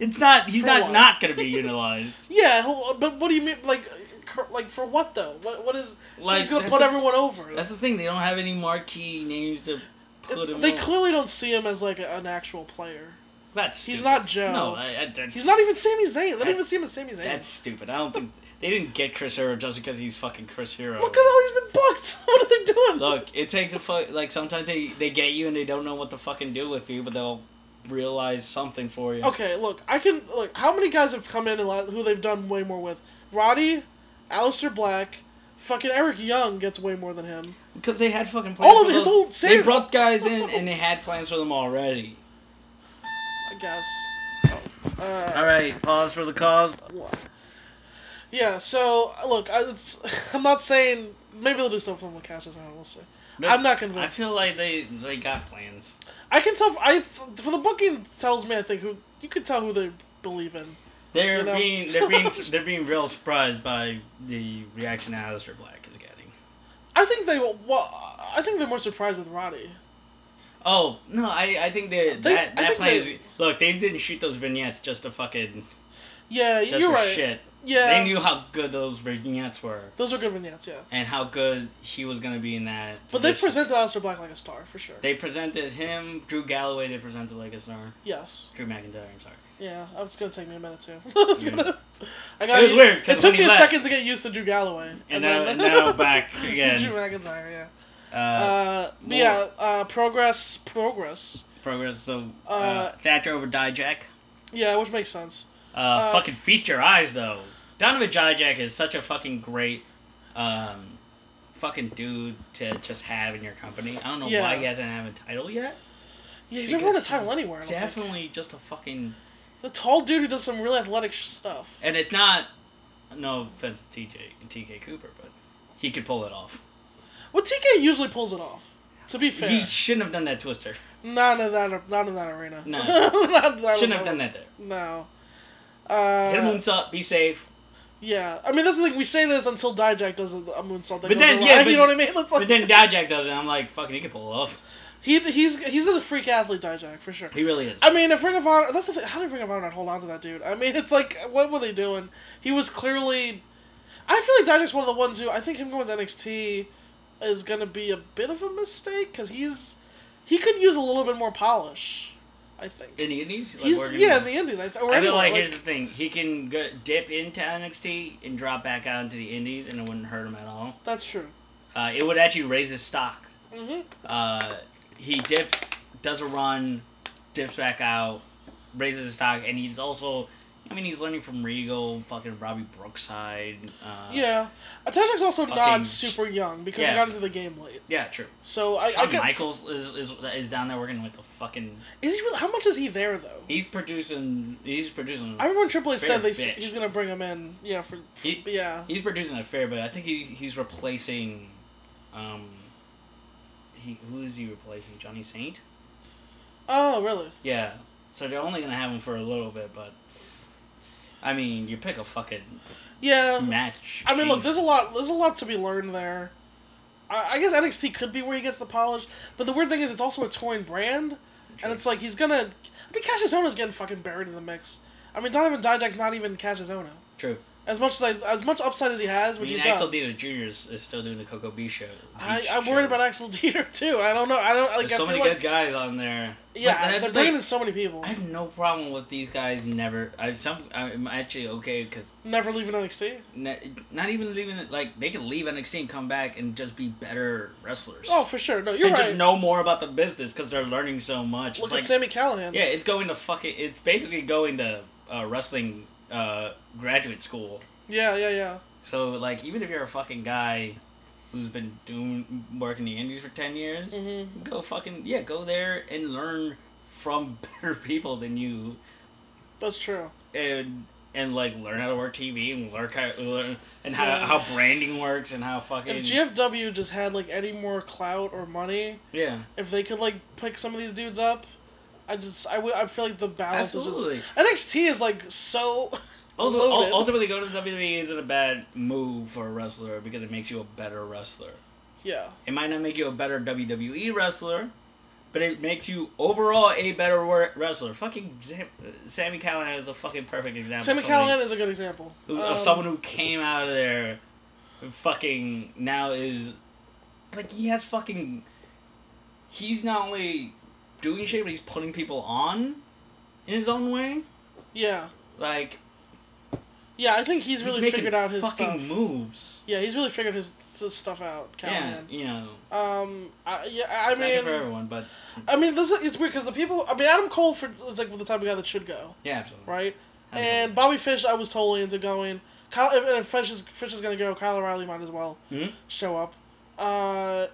[SPEAKER 2] It's not. He's
[SPEAKER 1] For
[SPEAKER 2] not
[SPEAKER 1] what?
[SPEAKER 2] not gonna be utilized.
[SPEAKER 1] Yeah, he'll- but what do you mean? Like, cur- like for what though? What what is? so
[SPEAKER 2] Like
[SPEAKER 1] he's gonna
[SPEAKER 2] that's
[SPEAKER 1] put
[SPEAKER 2] the-
[SPEAKER 1] everyone over.
[SPEAKER 2] That's the thing. They don't have any marquee names to put him.
[SPEAKER 1] they
[SPEAKER 2] on.
[SPEAKER 1] clearly don't see him as like an actual player.
[SPEAKER 2] That's
[SPEAKER 1] He's
[SPEAKER 2] stupid.
[SPEAKER 1] not Joe.
[SPEAKER 2] No, I, I, that's,
[SPEAKER 1] He's not even Sami Zayn. They don't
[SPEAKER 2] That-
[SPEAKER 1] even see him as Sami Zayn.
[SPEAKER 2] That's stupid. I don't think they didn't get Chris Hero just because he's fucking Chris Hero.
[SPEAKER 1] Look at how he's been booked. what are they doing?
[SPEAKER 2] Look, it takes a fuck. Like sometimes they they get you and they don't know what to fucking do with you, but they'll realize something for you.
[SPEAKER 1] Okay, look, I can look. How many guys have come in and la- who they've done way more with? Roddy, Alistair Black, fucking Eric Young gets way more than him.
[SPEAKER 2] Because they had fucking plans.
[SPEAKER 1] All
[SPEAKER 2] for
[SPEAKER 1] of his
[SPEAKER 2] those-
[SPEAKER 1] old
[SPEAKER 2] They
[SPEAKER 1] save,
[SPEAKER 2] brought guys in and they had plans for them already.
[SPEAKER 1] I guess. Oh, uh,
[SPEAKER 2] All right, pause for the cause.
[SPEAKER 1] wha- Yeah. So look, I, it's, I'm not saying maybe they'll do something with Cassius. I don't know, we'll see. I'm not
[SPEAKER 2] I
[SPEAKER 1] convinced. I,
[SPEAKER 2] feel like they they got plans.
[SPEAKER 1] can tell. I for the booking tells me I think who you can tell who they believe in.
[SPEAKER 2] They're
[SPEAKER 1] You know?
[SPEAKER 2] being they're being they're being real surprised by the reaction Alistair Black is getting.
[SPEAKER 1] I think they will. Well, I think they're more surprised with Roddy.
[SPEAKER 2] Oh no, I I think they,
[SPEAKER 1] They-
[SPEAKER 2] that
[SPEAKER 1] I
[SPEAKER 2] that
[SPEAKER 1] think
[SPEAKER 2] plan
[SPEAKER 1] they-
[SPEAKER 2] is look. They didn't shoot those vignettes just to fucking
[SPEAKER 1] Yeah,
[SPEAKER 2] just
[SPEAKER 1] you're
[SPEAKER 2] for
[SPEAKER 1] right.
[SPEAKER 2] shit.
[SPEAKER 1] Yeah.
[SPEAKER 2] They knew how good those vignettes were
[SPEAKER 1] Those are good vignettes, yeah.
[SPEAKER 2] and how good he was gonna be in that.
[SPEAKER 1] But they
[SPEAKER 2] position.
[SPEAKER 1] presented Aleister Black like a star for sure.
[SPEAKER 2] They presented him, Drew Galloway. They presented like a star.
[SPEAKER 1] yes.
[SPEAKER 2] Drew McIntyre. I'm sorry.
[SPEAKER 1] Yeah. It's gonna take me a minute too. It's
[SPEAKER 2] Yeah.
[SPEAKER 1] gonna- I
[SPEAKER 2] It was weird, 'cause
[SPEAKER 1] It took
[SPEAKER 2] when
[SPEAKER 1] me
[SPEAKER 2] he
[SPEAKER 1] a
[SPEAKER 2] left-
[SPEAKER 1] second to get used to Drew Galloway.
[SPEAKER 2] And now- now back again.
[SPEAKER 1] Drew McIntyre, yeah.
[SPEAKER 2] Uh,
[SPEAKER 1] Uh, but
[SPEAKER 2] more.
[SPEAKER 1] yeah. Uh, progress, progress.
[SPEAKER 2] progress. So uh,
[SPEAKER 1] uh,
[SPEAKER 2] Thatcher over Dijak.
[SPEAKER 1] Yeah, which makes sense.
[SPEAKER 2] Uh,
[SPEAKER 1] uh,
[SPEAKER 2] fucking feast your eyes though. Donovan Dijak is such a fucking great, um, fucking dude to just have in your company. I don't know
[SPEAKER 1] Yeah.
[SPEAKER 2] why he hasn't had a title yet.
[SPEAKER 1] Yeah, he's never won a
[SPEAKER 2] Because
[SPEAKER 1] title
[SPEAKER 2] he's
[SPEAKER 1] anywhere. I don't Think.
[SPEAKER 2] Definitely just a fucking.
[SPEAKER 1] He's a tall dude who does some really athletic sh- stuff.
[SPEAKER 2] And it's not. No offense to TJ and TK Cooper, but he could pull it off.
[SPEAKER 1] Well, TK usually pulls it off. To be fair,
[SPEAKER 2] He shouldn't have done that twister.
[SPEAKER 1] not in that, not in that arena.
[SPEAKER 2] No.
[SPEAKER 1] Not in that
[SPEAKER 2] Shouldn't have done that there.
[SPEAKER 1] No. Uh,
[SPEAKER 2] Hit a moonsault. Be safe.
[SPEAKER 1] Yeah, I mean that's the thing. We say this until Dijak does a, a moonsault. That
[SPEAKER 2] But
[SPEAKER 1] goes
[SPEAKER 2] then-
[SPEAKER 1] over-
[SPEAKER 2] yeah, but-
[SPEAKER 1] you know what I mean. It's
[SPEAKER 2] But
[SPEAKER 1] like,
[SPEAKER 2] then Dijak does it. I'm like, fucking, he can pull it off.
[SPEAKER 1] he he's he's a freak athlete, Dijak for sure.
[SPEAKER 2] He really is.
[SPEAKER 1] I mean, if Ring of Honor, that's the thing. How did Ring of Honor not hold on to that dude? I mean, it's like, what were they doing? He was clearly. I feel like Dijak's one of the ones who I think him going to NXT is going to be a bit of a mistake because he's he could use a little bit more polish. I think.
[SPEAKER 2] In the Indies? Like,
[SPEAKER 1] he's
[SPEAKER 2] working-
[SPEAKER 1] yeah in the Indies. I, th- or
[SPEAKER 2] I
[SPEAKER 1] anywhere,
[SPEAKER 2] feel like,
[SPEAKER 1] like-
[SPEAKER 2] here's the thing. He can go, dip into NXT and drop back out into the Indies, and it wouldn't hurt him at all.
[SPEAKER 1] that's true.
[SPEAKER 2] Uh, it would actually raise his stock.
[SPEAKER 1] hmm
[SPEAKER 2] Uh, he dips, does a run, dips back out, raises his stock, and he's also, I mean, he's learning from Regal, fucking Robbie Brookside. Uh,
[SPEAKER 1] yeah, Uh, Dijak's also
[SPEAKER 2] fucking-
[SPEAKER 1] not super young because
[SPEAKER 2] Yeah.
[SPEAKER 1] he got into the game late.
[SPEAKER 2] Yeah, true.
[SPEAKER 1] So I, I
[SPEAKER 2] Shawn
[SPEAKER 1] could,
[SPEAKER 2] Michaels is, is is down there working with the fucking.
[SPEAKER 1] is he really, how much is he there though?
[SPEAKER 2] He's producing. He's producing.
[SPEAKER 1] I remember when Triple H
[SPEAKER 2] Fair
[SPEAKER 1] said they
[SPEAKER 2] bitch.
[SPEAKER 1] he's gonna bring him in. Yeah, for
[SPEAKER 2] He-
[SPEAKER 1] yeah.
[SPEAKER 2] He's producing a fair bit. I think he, he's replacing. Um, he who is he replacing? Johnny Saint.
[SPEAKER 1] Oh really?
[SPEAKER 2] Yeah. So they're only gonna have him for a little bit, but. I mean, you pick a fucking
[SPEAKER 1] Yeah.
[SPEAKER 2] match.
[SPEAKER 1] I mean, look, there's a
[SPEAKER 2] Jesus.
[SPEAKER 1] lot. There's a lot to be learned there. I, I guess NXT could be where he gets the polish, but the weird thing is, it's also a touring brand, and it's like he's gonna. I mean, Cassius Ohno's getting fucking buried in the mix. I mean, Donovan Dijak's not even Cassius Ohno.
[SPEAKER 2] True.
[SPEAKER 1] As much as I, as much upside as he has,
[SPEAKER 2] I
[SPEAKER 1] which
[SPEAKER 2] mean,
[SPEAKER 1] he does.
[SPEAKER 2] Axel Dieter Jr. Is, is still doing the Coco B show.
[SPEAKER 1] I,
[SPEAKER 2] beach
[SPEAKER 1] I'm worried about
[SPEAKER 2] shows.
[SPEAKER 1] Axel Dieter too. I don't know. I don't like.
[SPEAKER 2] There's
[SPEAKER 1] I
[SPEAKER 2] so
[SPEAKER 1] feel
[SPEAKER 2] many
[SPEAKER 1] like
[SPEAKER 2] good guys on there. But
[SPEAKER 1] yeah,
[SPEAKER 2] that's
[SPEAKER 1] they're
[SPEAKER 2] the
[SPEAKER 1] bringing
[SPEAKER 2] thing.
[SPEAKER 1] in so many people.
[SPEAKER 2] I have no problem with these guys. Never, I some. I'm actually okay because
[SPEAKER 1] Never leaving NXT.
[SPEAKER 2] ne- not even leaving it. Like they can leave NXT and come back and just be better wrestlers.
[SPEAKER 1] Oh, for sure. No, you're
[SPEAKER 2] and
[SPEAKER 1] right.
[SPEAKER 2] just know more about the business because they're learning so much.
[SPEAKER 1] Look
[SPEAKER 2] It's
[SPEAKER 1] at
[SPEAKER 2] like,
[SPEAKER 1] Sammy Callahan.
[SPEAKER 2] yeah, it's going to fucking. It's basically going to uh, wrestling uh, graduate school.
[SPEAKER 1] Yeah, yeah, yeah.
[SPEAKER 2] So like, even if you're a fucking guy who's been doing working the Indies for ten years,
[SPEAKER 1] Mm-hmm.
[SPEAKER 2] go fucking yeah, go there and learn from better people than you
[SPEAKER 1] That's true.
[SPEAKER 2] and and like learn how to work TV and learn how learn, and how,
[SPEAKER 1] Yeah.
[SPEAKER 2] how branding works and how fucking
[SPEAKER 1] If GFW just had like any more clout or money,
[SPEAKER 2] yeah
[SPEAKER 1] if they could like pick some of these dudes up, I just I would- I feel like the balance
[SPEAKER 2] absolutely.
[SPEAKER 1] is just NXT is like so.
[SPEAKER 2] also,
[SPEAKER 1] loaded.
[SPEAKER 2] ul- ultimately, going to WWE E isn't a bad move for a wrestler because it makes you a better wrestler.
[SPEAKER 1] Yeah,
[SPEAKER 2] It might not make you a better WWE wrestler, but it makes you overall a better wor- wrestler. Fucking Sam, Sammy Callahan is a fucking perfect example.
[SPEAKER 1] Sammy
[SPEAKER 2] of somebody
[SPEAKER 1] Callahan is a good example
[SPEAKER 2] who- of
[SPEAKER 1] Um,
[SPEAKER 2] someone who came out of there, and fucking now is like he has fucking. He's not only doing shit, but he's putting people on in his own way.
[SPEAKER 1] Yeah,
[SPEAKER 2] Like
[SPEAKER 1] yeah. I think he's really
[SPEAKER 2] making
[SPEAKER 1] figured out his
[SPEAKER 2] fucking
[SPEAKER 1] stuff.
[SPEAKER 2] moves.
[SPEAKER 1] Yeah, he's really figured his, his stuff out, Callahan.
[SPEAKER 2] Yeah, you know.
[SPEAKER 1] Um, I, yeah, I
[SPEAKER 2] it's not good for
[SPEAKER 1] mean,
[SPEAKER 2] everyone, but
[SPEAKER 1] I mean, this is, it's weird because the people. I mean, Adam Cole for is like the type of guy that should go,
[SPEAKER 2] yeah, absolutely.
[SPEAKER 1] right?
[SPEAKER 2] Absolutely.
[SPEAKER 1] And Bobby Fish, I was totally into going. Kyle, if, if Fish is Fish is gonna go, Kyle O'Reilly might as well
[SPEAKER 2] Mhm.
[SPEAKER 1] show up. Uh,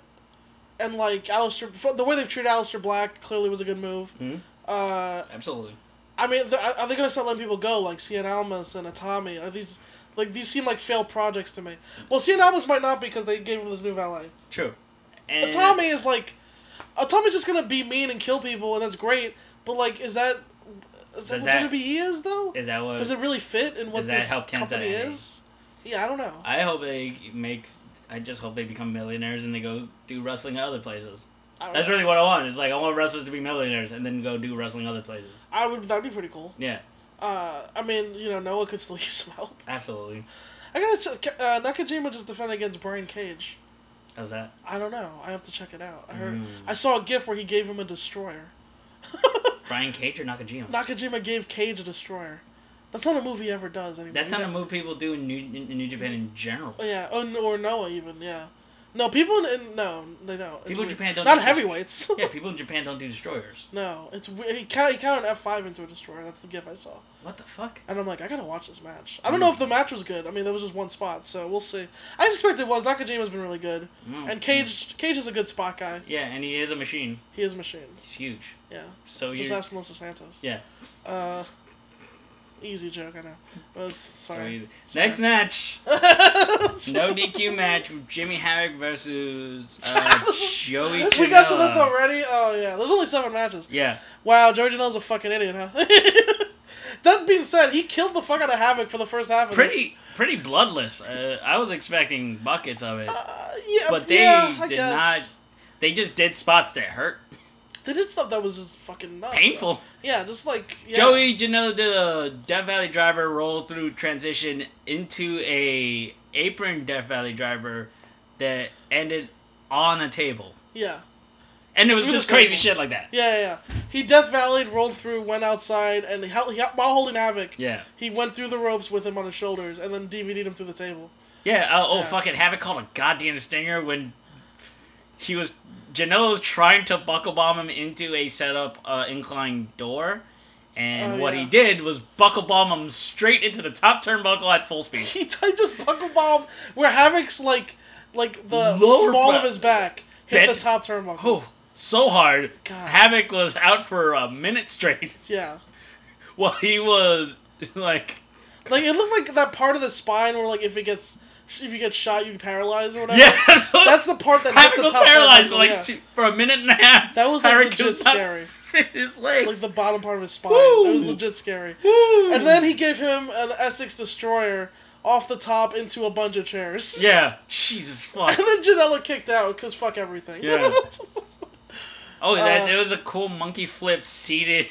[SPEAKER 1] and like Alistair, the way they've treated Alistair Black clearly was a good move.
[SPEAKER 2] Mhm.
[SPEAKER 1] Uh,
[SPEAKER 2] absolutely.
[SPEAKER 1] I mean, th- are they gonna start letting people go like Cian Almas and Atami? Are these like these seem like failed projects to me? Well, Cian Almas might not because they gave him this new valet.
[SPEAKER 2] True. And
[SPEAKER 1] Atami is like, Atami's just gonna be mean and kill people, and that's great. But like, is that is that what
[SPEAKER 2] Does that-
[SPEAKER 1] WWE is though?
[SPEAKER 2] is that what?
[SPEAKER 1] Does it really fit in what
[SPEAKER 2] Does that
[SPEAKER 1] this
[SPEAKER 2] help Kenta
[SPEAKER 1] company
[SPEAKER 2] any?
[SPEAKER 1] is? Yeah, I don't know.
[SPEAKER 2] I hope they make. I just hope they become millionaires and they go do wrestling at other places.
[SPEAKER 1] I, don't
[SPEAKER 2] That's
[SPEAKER 1] know.
[SPEAKER 2] really what I want. It's like I want wrestlers to be millionaires and then go do wrestling other places.
[SPEAKER 1] I would. That'd be pretty cool.
[SPEAKER 2] Yeah,
[SPEAKER 1] Uh, I mean, you know, Noah could still use some help.
[SPEAKER 2] absolutely.
[SPEAKER 1] I gotta check. Uh, Nakajima just defended against Brian Cage.
[SPEAKER 2] How's that?
[SPEAKER 1] I don't know. I have to check it out. I heard.
[SPEAKER 2] Mm.
[SPEAKER 1] I saw a GIF where he gave him a destroyer.
[SPEAKER 2] Brian Cage or Nakajima?
[SPEAKER 1] Nakajima gave Cage a destroyer. That's not a move he ever does anymore.
[SPEAKER 2] That's
[SPEAKER 1] He's
[SPEAKER 2] not a move people do in New, in New Japan in general.
[SPEAKER 1] Oh, yeah. Oh, no- or Noah even. Yeah. No, people in, in no, they don't. It's
[SPEAKER 2] People in
[SPEAKER 1] weird.
[SPEAKER 2] Japan don't
[SPEAKER 1] Not
[SPEAKER 2] do this.
[SPEAKER 1] heavyweights.
[SPEAKER 2] Yeah, people in Japan don't do destroyers.
[SPEAKER 1] no, it's weird. He count he counted F five into a destroyer. That's the GIF I saw.
[SPEAKER 2] What the fuck?
[SPEAKER 1] And I'm like, I gotta watch this match. I don't know if
[SPEAKER 2] Mm.
[SPEAKER 1] the match was good. I mean, there was just one spot, so we'll see. I suspect it was. Nakajima's been really good,
[SPEAKER 2] Mm.
[SPEAKER 1] and Cage Cage is a good spot guy.
[SPEAKER 2] Yeah, and he is a machine.
[SPEAKER 1] He is a machine.
[SPEAKER 2] He's huge.
[SPEAKER 1] Yeah.
[SPEAKER 2] So
[SPEAKER 1] Just
[SPEAKER 2] you.
[SPEAKER 1] ask Melissa Santos.
[SPEAKER 2] Oh, Yeah.
[SPEAKER 1] Uh, easy joke, I know. But it's,
[SPEAKER 2] So
[SPEAKER 1] sorry.
[SPEAKER 2] easy. Next match, no
[SPEAKER 1] no
[SPEAKER 2] DQ match with Jimmy Havoc versus uh, Joey.
[SPEAKER 1] We got to
[SPEAKER 2] Janela.
[SPEAKER 1] this already. Oh yeah, there's only seven matches.
[SPEAKER 2] Yeah,
[SPEAKER 1] Wow, Joey Janela's a fucking idiot, huh? That being said, he killed the fuck out of Havoc for the first half of this.
[SPEAKER 2] Pretty pretty bloodless. Uh, I was expecting buckets of it.
[SPEAKER 1] Uh, yeah,
[SPEAKER 2] But they
[SPEAKER 1] yeah, I
[SPEAKER 2] did
[SPEAKER 1] guess.
[SPEAKER 2] not- They just did spots that hurt.
[SPEAKER 1] They did stuff that was just fucking nuts.
[SPEAKER 2] Painful.
[SPEAKER 1] though. Yeah, just like Oh, yeah.
[SPEAKER 2] Joey Janela did a Death Valley driver roll through transition into a apron Death Valley driver that ended on a table.
[SPEAKER 1] Yeah.
[SPEAKER 2] And it was
[SPEAKER 1] Through the
[SPEAKER 2] just crazy
[SPEAKER 1] table.
[SPEAKER 2] shit like that.
[SPEAKER 1] Yeah, yeah, yeah. He Death Valleyed, rolled through, went outside, and hel- he, while holding Havoc,
[SPEAKER 2] Yeah.
[SPEAKER 1] he went through the ropes with him on his shoulders, and then DVD'd him through the table.
[SPEAKER 2] Yeah, uh, oh
[SPEAKER 1] Yeah.
[SPEAKER 2] fucking Havoc called a goddamn stinger when he was Janela was trying to buckle bomb him into a setup uh, incline door, and
[SPEAKER 1] Oh,
[SPEAKER 2] what he
[SPEAKER 1] yeah.
[SPEAKER 2] did was buckle bomb him straight into the top turnbuckle at full speed.
[SPEAKER 1] He t- just buckle bomb where Havoc's like, like the
[SPEAKER 2] Lower
[SPEAKER 1] small
[SPEAKER 2] back.
[SPEAKER 1] of his back hit
[SPEAKER 2] Bent.
[SPEAKER 1] the top turnbuckle.
[SPEAKER 2] Oh, so hard.
[SPEAKER 1] God.
[SPEAKER 2] Havoc was out for a minute straight
[SPEAKER 1] Yeah.
[SPEAKER 2] while he was like,
[SPEAKER 1] Like it looked like that part of the spine where like if it gets if you get shot you paralyze or whatever.
[SPEAKER 2] yeah,
[SPEAKER 1] That's the part that
[SPEAKER 2] Havoc
[SPEAKER 1] hit the
[SPEAKER 2] was
[SPEAKER 1] top
[SPEAKER 2] paralyzed for
[SPEAKER 1] turnbuckle,
[SPEAKER 2] like
[SPEAKER 1] yeah.
[SPEAKER 2] two, for a minute and a half.
[SPEAKER 1] That was like
[SPEAKER 2] Havoc
[SPEAKER 1] legit
[SPEAKER 2] could not
[SPEAKER 1] scary.
[SPEAKER 2] fit his legs.
[SPEAKER 1] Like the bottom part of his spine. That was
[SPEAKER 2] Woo.
[SPEAKER 1] legit scary.
[SPEAKER 2] Woo.
[SPEAKER 1] And then he gave him an Essex destroyer off the top into a bunch of chairs.
[SPEAKER 2] yeah, Jesus
[SPEAKER 1] And
[SPEAKER 2] fuck.
[SPEAKER 1] then Janela kicked out because fuck everything.
[SPEAKER 2] Yeah. Oh, that
[SPEAKER 1] Uh,
[SPEAKER 2] it was a cool monkey flip seated,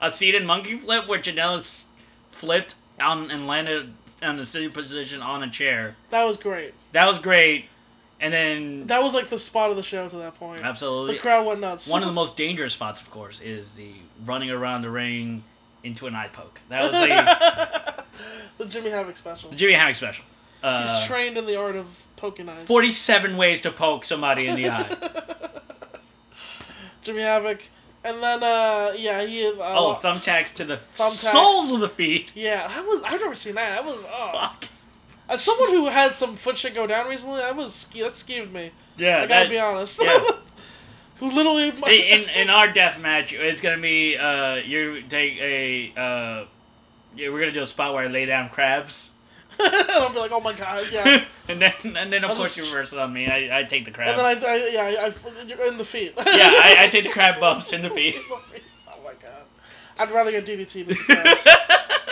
[SPEAKER 2] a seated monkey flip where Janela s- flipped on and landed on the sitting position on a chair.
[SPEAKER 1] that was great.
[SPEAKER 2] That was great. And then
[SPEAKER 1] That was like the spot of the show to that point. The
[SPEAKER 2] absolutely
[SPEAKER 1] crowd went nuts.
[SPEAKER 2] one of the most dangerous spots, of course, is the running around the ring into an eye poke. That was the,
[SPEAKER 1] the Jimmy Havoc special.
[SPEAKER 2] the Jimmy Havoc special.
[SPEAKER 1] He's
[SPEAKER 2] Uh,
[SPEAKER 1] trained in the art of poking eyes.
[SPEAKER 2] Forty-seven ways to poke somebody in the eye.
[SPEAKER 1] Jimmy Havoc, and then uh, yeah, he. Uh,
[SPEAKER 2] Oh, thumbtacks to the
[SPEAKER 1] Thumbtacks.
[SPEAKER 2] soles of the feet.
[SPEAKER 1] yeah, I was. I've never seen that. I was. Oh.
[SPEAKER 2] Fuck.
[SPEAKER 1] As someone who had some foot shit go down recently, that was that skeeved me.
[SPEAKER 2] Yeah,
[SPEAKER 1] I gotta
[SPEAKER 2] that-
[SPEAKER 1] be honest.
[SPEAKER 2] yeah.
[SPEAKER 1] who literally?
[SPEAKER 2] in in our death match, it's gonna be uh, you take a uh, yeah, we're gonna do a spot where I lay down crabs,
[SPEAKER 1] and I'll be like, oh my god, yeah.
[SPEAKER 2] and then and then of
[SPEAKER 1] I'll
[SPEAKER 2] course
[SPEAKER 1] just-
[SPEAKER 2] you reverse it on me. I, I take the crab.
[SPEAKER 1] And then I, I yeah, I, I, you're in the feet.
[SPEAKER 2] Yeah, I- I take the crab bumps in the feet.
[SPEAKER 1] oh my god, I'd rather get DDT than crabs.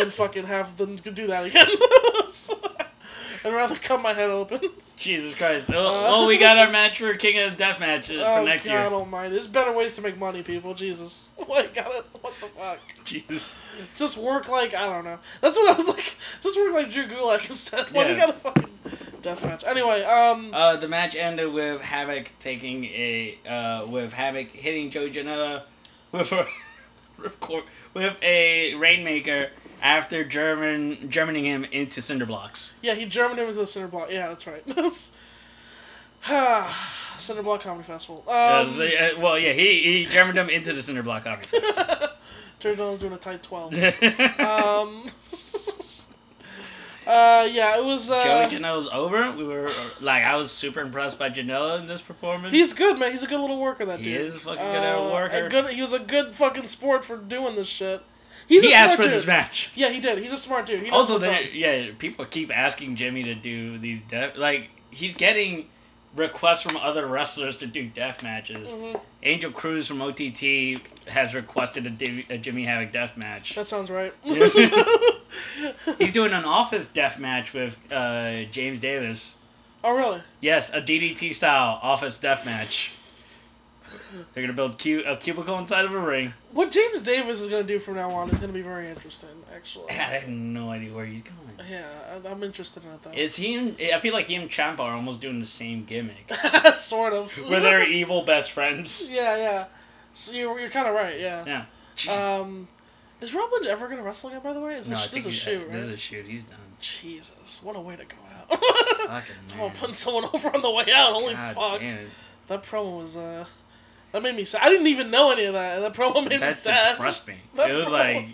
[SPEAKER 1] and fucking have them do that again. I'd rather cut my head open.
[SPEAKER 2] Jesus Christ! Oh,
[SPEAKER 1] Uh.
[SPEAKER 2] well, we got our match for King of the Death matches
[SPEAKER 1] oh
[SPEAKER 2] for next
[SPEAKER 1] God
[SPEAKER 2] year.
[SPEAKER 1] Almighty! There's better ways to make money, people. Jesus, I got it. What the fuck?
[SPEAKER 2] Jesus.
[SPEAKER 1] Just work like I don't know. That's what I was like. Just work like Drew Gulak instead. Why do you
[SPEAKER 2] Yeah.
[SPEAKER 1] gotta fucking deathmatch? Anyway, um,
[SPEAKER 2] Uh, the match ended with Havoc taking a uh, with Havoc hitting Joey Janela with a with cor- with a rainmaker after German Germaning him into cinder blocks.
[SPEAKER 1] yeah, he German him as a center block. Yeah, that's right. center block comedy festival.
[SPEAKER 2] Yeah,
[SPEAKER 1] Um,
[SPEAKER 2] they- uh, well, yeah, he he jammed him into the cinder block obviously.
[SPEAKER 1] Jerry Dillon's doing a tight twelve. um. uh, yeah, it was.
[SPEAKER 2] Joey
[SPEAKER 1] Uh,
[SPEAKER 2] Janela's over. We were uh, like, I was super impressed by Janela in this performance.
[SPEAKER 1] he's good, man. He's a good little worker. That
[SPEAKER 2] He
[SPEAKER 1] dude.
[SPEAKER 2] is a fucking good at
[SPEAKER 1] Uh,
[SPEAKER 2] worker.
[SPEAKER 1] a good. He was a good fucking sport for doing this shit. He's
[SPEAKER 2] he
[SPEAKER 1] a smart
[SPEAKER 2] asked for
[SPEAKER 1] dude.
[SPEAKER 2] this match.
[SPEAKER 1] Yeah, he did. He's a smart dude. He knows
[SPEAKER 2] Also,
[SPEAKER 1] what's
[SPEAKER 2] they,
[SPEAKER 1] up.
[SPEAKER 2] yeah, people keep asking Jimmy to do these death. Like, he's getting requests from other wrestlers to do death matches.
[SPEAKER 1] Mhm.
[SPEAKER 2] Angel Cruz from OTT has requested a, Div- a Jimmy Havoc death match.
[SPEAKER 1] That sounds right.
[SPEAKER 2] He's doing an office death match with uh, James Davis.
[SPEAKER 1] oh really?
[SPEAKER 2] Yes, a DDT style office deathmatch. They're gonna build cu- a cubicle inside of a ring.
[SPEAKER 1] What James Davis is gonna do from now on is gonna be very interesting, actually.
[SPEAKER 2] I have no idea where he's going.
[SPEAKER 1] Yeah, I- I'm interested in it though.
[SPEAKER 2] Is he? And, I feel like he and Champa are almost doing the same gimmick,
[SPEAKER 1] sort of.
[SPEAKER 2] where they're evil best friends.
[SPEAKER 1] Yeah, yeah. So you're, you're kind of right. Yeah.
[SPEAKER 2] Yeah.
[SPEAKER 1] Um, is Roblin ever gonna wrestle again? By the way, is
[SPEAKER 2] No, I
[SPEAKER 1] this,
[SPEAKER 2] think
[SPEAKER 1] this is a
[SPEAKER 2] he- uh,
[SPEAKER 1] shoot, right?
[SPEAKER 2] This is a shoot. He's done.
[SPEAKER 1] Jesus, what a way to go out!
[SPEAKER 2] Fucking
[SPEAKER 1] Talking
[SPEAKER 2] man.
[SPEAKER 1] about putting someone over on the way out. Oh, Holy
[SPEAKER 2] God
[SPEAKER 1] fuck!
[SPEAKER 2] damn it.
[SPEAKER 1] That promo was uh, that made me sad. I didn't even know any of that, and that promo made
[SPEAKER 2] That
[SPEAKER 1] me sad.
[SPEAKER 2] depressed me.
[SPEAKER 1] That
[SPEAKER 2] it was
[SPEAKER 1] promo
[SPEAKER 2] like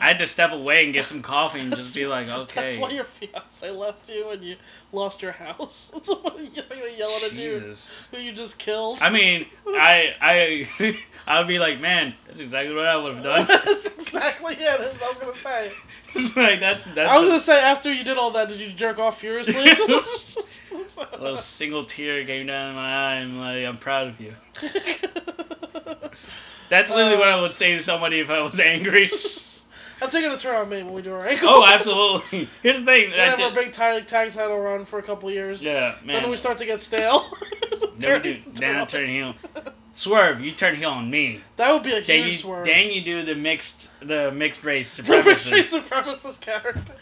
[SPEAKER 2] I had to step away and get some coffee and
[SPEAKER 1] That's-
[SPEAKER 2] just be like, okay.
[SPEAKER 1] That's why your fiance left you and you lost your house. That's what you're gonna yell at a dude
[SPEAKER 2] Jesus.
[SPEAKER 1] who you just killed.
[SPEAKER 2] I mean, I I I'd be like, man, that's exactly what I would have done.
[SPEAKER 1] that's exactly it. That's what I was gonna say.
[SPEAKER 2] like that's that's
[SPEAKER 1] I was gonna say after you did all that, did you jerk off furiously?
[SPEAKER 2] a little single tear came down my eye. I'm like, I'm proud of you. That's literally what I would say to somebody if I was angry.
[SPEAKER 1] That's not gonna turn on me when we do our ankle.
[SPEAKER 2] Oh, absolutely. Here's the thing.
[SPEAKER 1] We have
[SPEAKER 2] that
[SPEAKER 1] our
[SPEAKER 2] I did-
[SPEAKER 1] big tag, tag title run for a couple years.
[SPEAKER 2] yeah, man.
[SPEAKER 1] Then we start to get stale. Turn-
[SPEAKER 2] Then we do.
[SPEAKER 1] turn
[SPEAKER 2] Then I
[SPEAKER 1] on.
[SPEAKER 2] turn heel. Swerve, you turn heel on me.
[SPEAKER 1] That would be a
[SPEAKER 2] Then
[SPEAKER 1] huge
[SPEAKER 2] you,
[SPEAKER 1] swerve.
[SPEAKER 2] then you do the mixed, the mixed race
[SPEAKER 1] The
[SPEAKER 2] supremacist.
[SPEAKER 1] Ricochet supremacist character.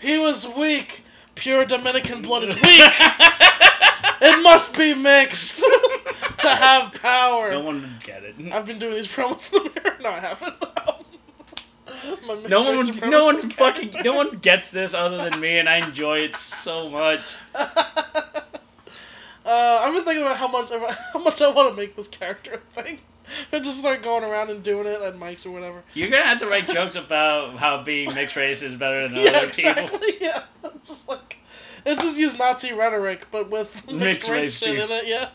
[SPEAKER 1] He was weak. Pure Dominican blood is weak. it must be mixed to have power.
[SPEAKER 2] no one would get it.
[SPEAKER 1] I've been doing these promos in the mirror. No, I haven't. My
[SPEAKER 2] No
[SPEAKER 1] mixed
[SPEAKER 2] one,
[SPEAKER 1] race
[SPEAKER 2] would- no one
[SPEAKER 1] supremacist
[SPEAKER 2] fucking,
[SPEAKER 1] character.
[SPEAKER 2] no one gets this other than me, and I enjoy it so much.
[SPEAKER 1] uh, I've been thinking about how much how much I want to make this character a thing, and just start going around and doing it at mics or whatever.
[SPEAKER 2] You're gonna have to write jokes about how being mixed race is better than
[SPEAKER 1] yeah,
[SPEAKER 2] other
[SPEAKER 1] exactly.
[SPEAKER 2] people.
[SPEAKER 1] Yeah, it's just like it just use Nazi rhetoric, but with mixed,
[SPEAKER 2] Mixed
[SPEAKER 1] race,
[SPEAKER 2] race
[SPEAKER 1] shit
[SPEAKER 2] people.
[SPEAKER 1] in it. Yeah.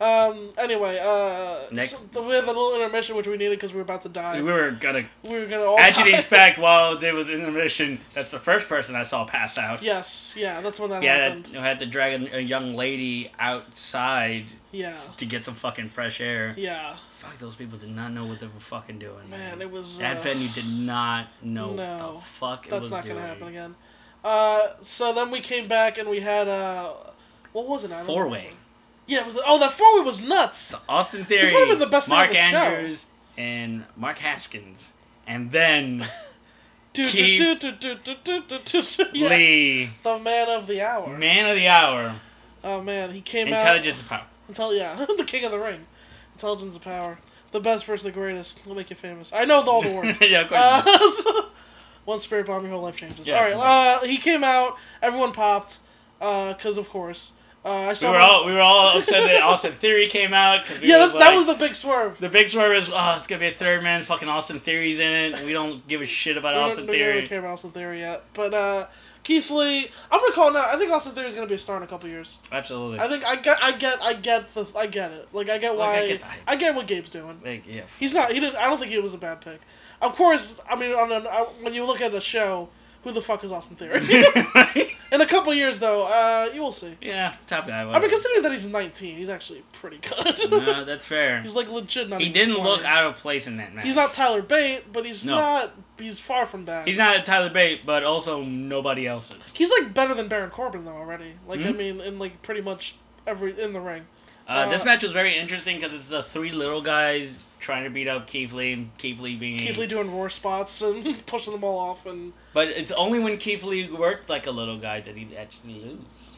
[SPEAKER 1] Um. Anyway, uh,
[SPEAKER 2] Next.
[SPEAKER 1] so we had the little intermission which we needed because we were about to die.
[SPEAKER 2] We were gonna.
[SPEAKER 1] We were gonna all
[SPEAKER 2] Actually,
[SPEAKER 1] die.
[SPEAKER 2] in fact, while there was intermission, that's the first person I saw pass out.
[SPEAKER 1] Yes. Yeah. That's when that
[SPEAKER 2] Yeah,
[SPEAKER 1] happened.
[SPEAKER 2] I had to drag a, a young lady outside
[SPEAKER 1] Yeah.
[SPEAKER 2] to get some fucking fresh air.
[SPEAKER 1] Yeah.
[SPEAKER 2] Fuck, those people did not know what they were fucking doing.
[SPEAKER 1] Man, it was.
[SPEAKER 2] that
[SPEAKER 1] uh,
[SPEAKER 2] venue did not know
[SPEAKER 1] no,
[SPEAKER 2] what the fuck it
[SPEAKER 1] That's
[SPEAKER 2] was
[SPEAKER 1] not
[SPEAKER 2] doing.
[SPEAKER 1] gonna happen again. Uh, so then we came back and we had uh, what was it? I don't
[SPEAKER 2] Four
[SPEAKER 1] remember.
[SPEAKER 2] way.
[SPEAKER 1] Yeah, it was the, oh that four way was nuts.
[SPEAKER 2] So Austin Theory,
[SPEAKER 1] would've been the best night
[SPEAKER 2] Mark
[SPEAKER 1] of the show.
[SPEAKER 2] Andrews, and Mark Haskins, and then
[SPEAKER 1] Do, do,
[SPEAKER 2] Keith
[SPEAKER 1] do, do, do, do, do, do, do, do. Yeah.
[SPEAKER 2] Lee,
[SPEAKER 1] the man of the hour.
[SPEAKER 2] man of the hour,
[SPEAKER 1] Oh man, he came
[SPEAKER 2] intelligence of power.
[SPEAKER 1] out. Intelligence. yeah, the king of the ring. Intelligence of power. The best person, the greatest. We'll make you famous. I know all the words.
[SPEAKER 2] yeah, of course.
[SPEAKER 1] Uh, so- one spirit bomb, your whole life changes.
[SPEAKER 2] Yeah,
[SPEAKER 1] all right,
[SPEAKER 2] come
[SPEAKER 1] uh, he came out. Everyone popped, because of course. Uh, I
[SPEAKER 2] we
[SPEAKER 1] saw.
[SPEAKER 2] were
[SPEAKER 1] him-
[SPEAKER 2] all we were all upset that Austin Theory came out. 'cause we
[SPEAKER 1] yeah,
[SPEAKER 2] were
[SPEAKER 1] that, that was
[SPEAKER 2] like-
[SPEAKER 1] the big swerve.
[SPEAKER 2] The big swerve is, oh, it's gonna be a third man. Fucking Austin Theory's in it. We don't give a shit about
[SPEAKER 1] we don't-
[SPEAKER 2] Austin
[SPEAKER 1] we don't
[SPEAKER 2] Theory.
[SPEAKER 1] really care about Austin Theory yet. But uh, Keith Lee, I'm gonna call it now. I think Austin Theory's gonna be a star in a couple years.
[SPEAKER 2] Absolutely.
[SPEAKER 1] I think I get, I get, I get the, I get it. Like I get
[SPEAKER 2] Like,
[SPEAKER 1] why,
[SPEAKER 2] I get that.
[SPEAKER 1] what Gabe's doing.
[SPEAKER 2] Like, yeah. f-
[SPEAKER 1] He's not. He didn't. I don't think he was a bad pick. Of course, I mean, on an, I, when you look at a show, who the fuck is Austin Theory? in a couple years, though, uh, you will see.
[SPEAKER 2] yeah, top guy.
[SPEAKER 1] I mean,
[SPEAKER 2] whatever.
[SPEAKER 1] considering that he's 19, he's actually pretty good.
[SPEAKER 2] no, that's fair.
[SPEAKER 1] he's like legit. Not
[SPEAKER 2] He
[SPEAKER 1] even
[SPEAKER 2] didn't
[SPEAKER 1] 20.
[SPEAKER 2] look out of place in that match.
[SPEAKER 1] He's not Tyler Bate, but he's
[SPEAKER 2] No.
[SPEAKER 1] not. He's far from bad.
[SPEAKER 2] He's not Tyler Bate, but also nobody else is.
[SPEAKER 1] He's like better than Baron Corbin though already. Like I
[SPEAKER 2] Mhm.
[SPEAKER 1] mean, in like pretty much every in the ring.
[SPEAKER 2] Uh,
[SPEAKER 1] Uh,
[SPEAKER 2] this match was very interesting because it's the three little guys trying to beat up Keith Lee, and Keith Lee being.
[SPEAKER 1] Keith Lee doing roar spots and pushing them all off, and
[SPEAKER 2] But it's only when Keith Lee worked like a little guy that he actually lose.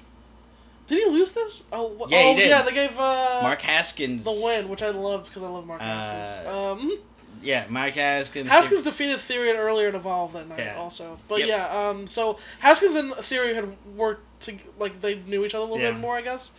[SPEAKER 1] did he lose this? Oh, wh-
[SPEAKER 2] Yeah, he
[SPEAKER 1] oh
[SPEAKER 2] did.
[SPEAKER 1] yeah, they gave uh,
[SPEAKER 2] Mark Haskins.
[SPEAKER 1] the win, which I loved because I love Mark
[SPEAKER 2] Uh,
[SPEAKER 1] Haskins. Um,
[SPEAKER 2] Yeah, Mark Haskins.
[SPEAKER 1] Haskins defeated Theory and earlier in Evolve that night
[SPEAKER 2] Yeah.
[SPEAKER 1] also, but
[SPEAKER 2] Yep.
[SPEAKER 1] yeah, um, so Haskins and Theory had worked to like they knew each other a little
[SPEAKER 2] Yeah.
[SPEAKER 1] bit more, I guess,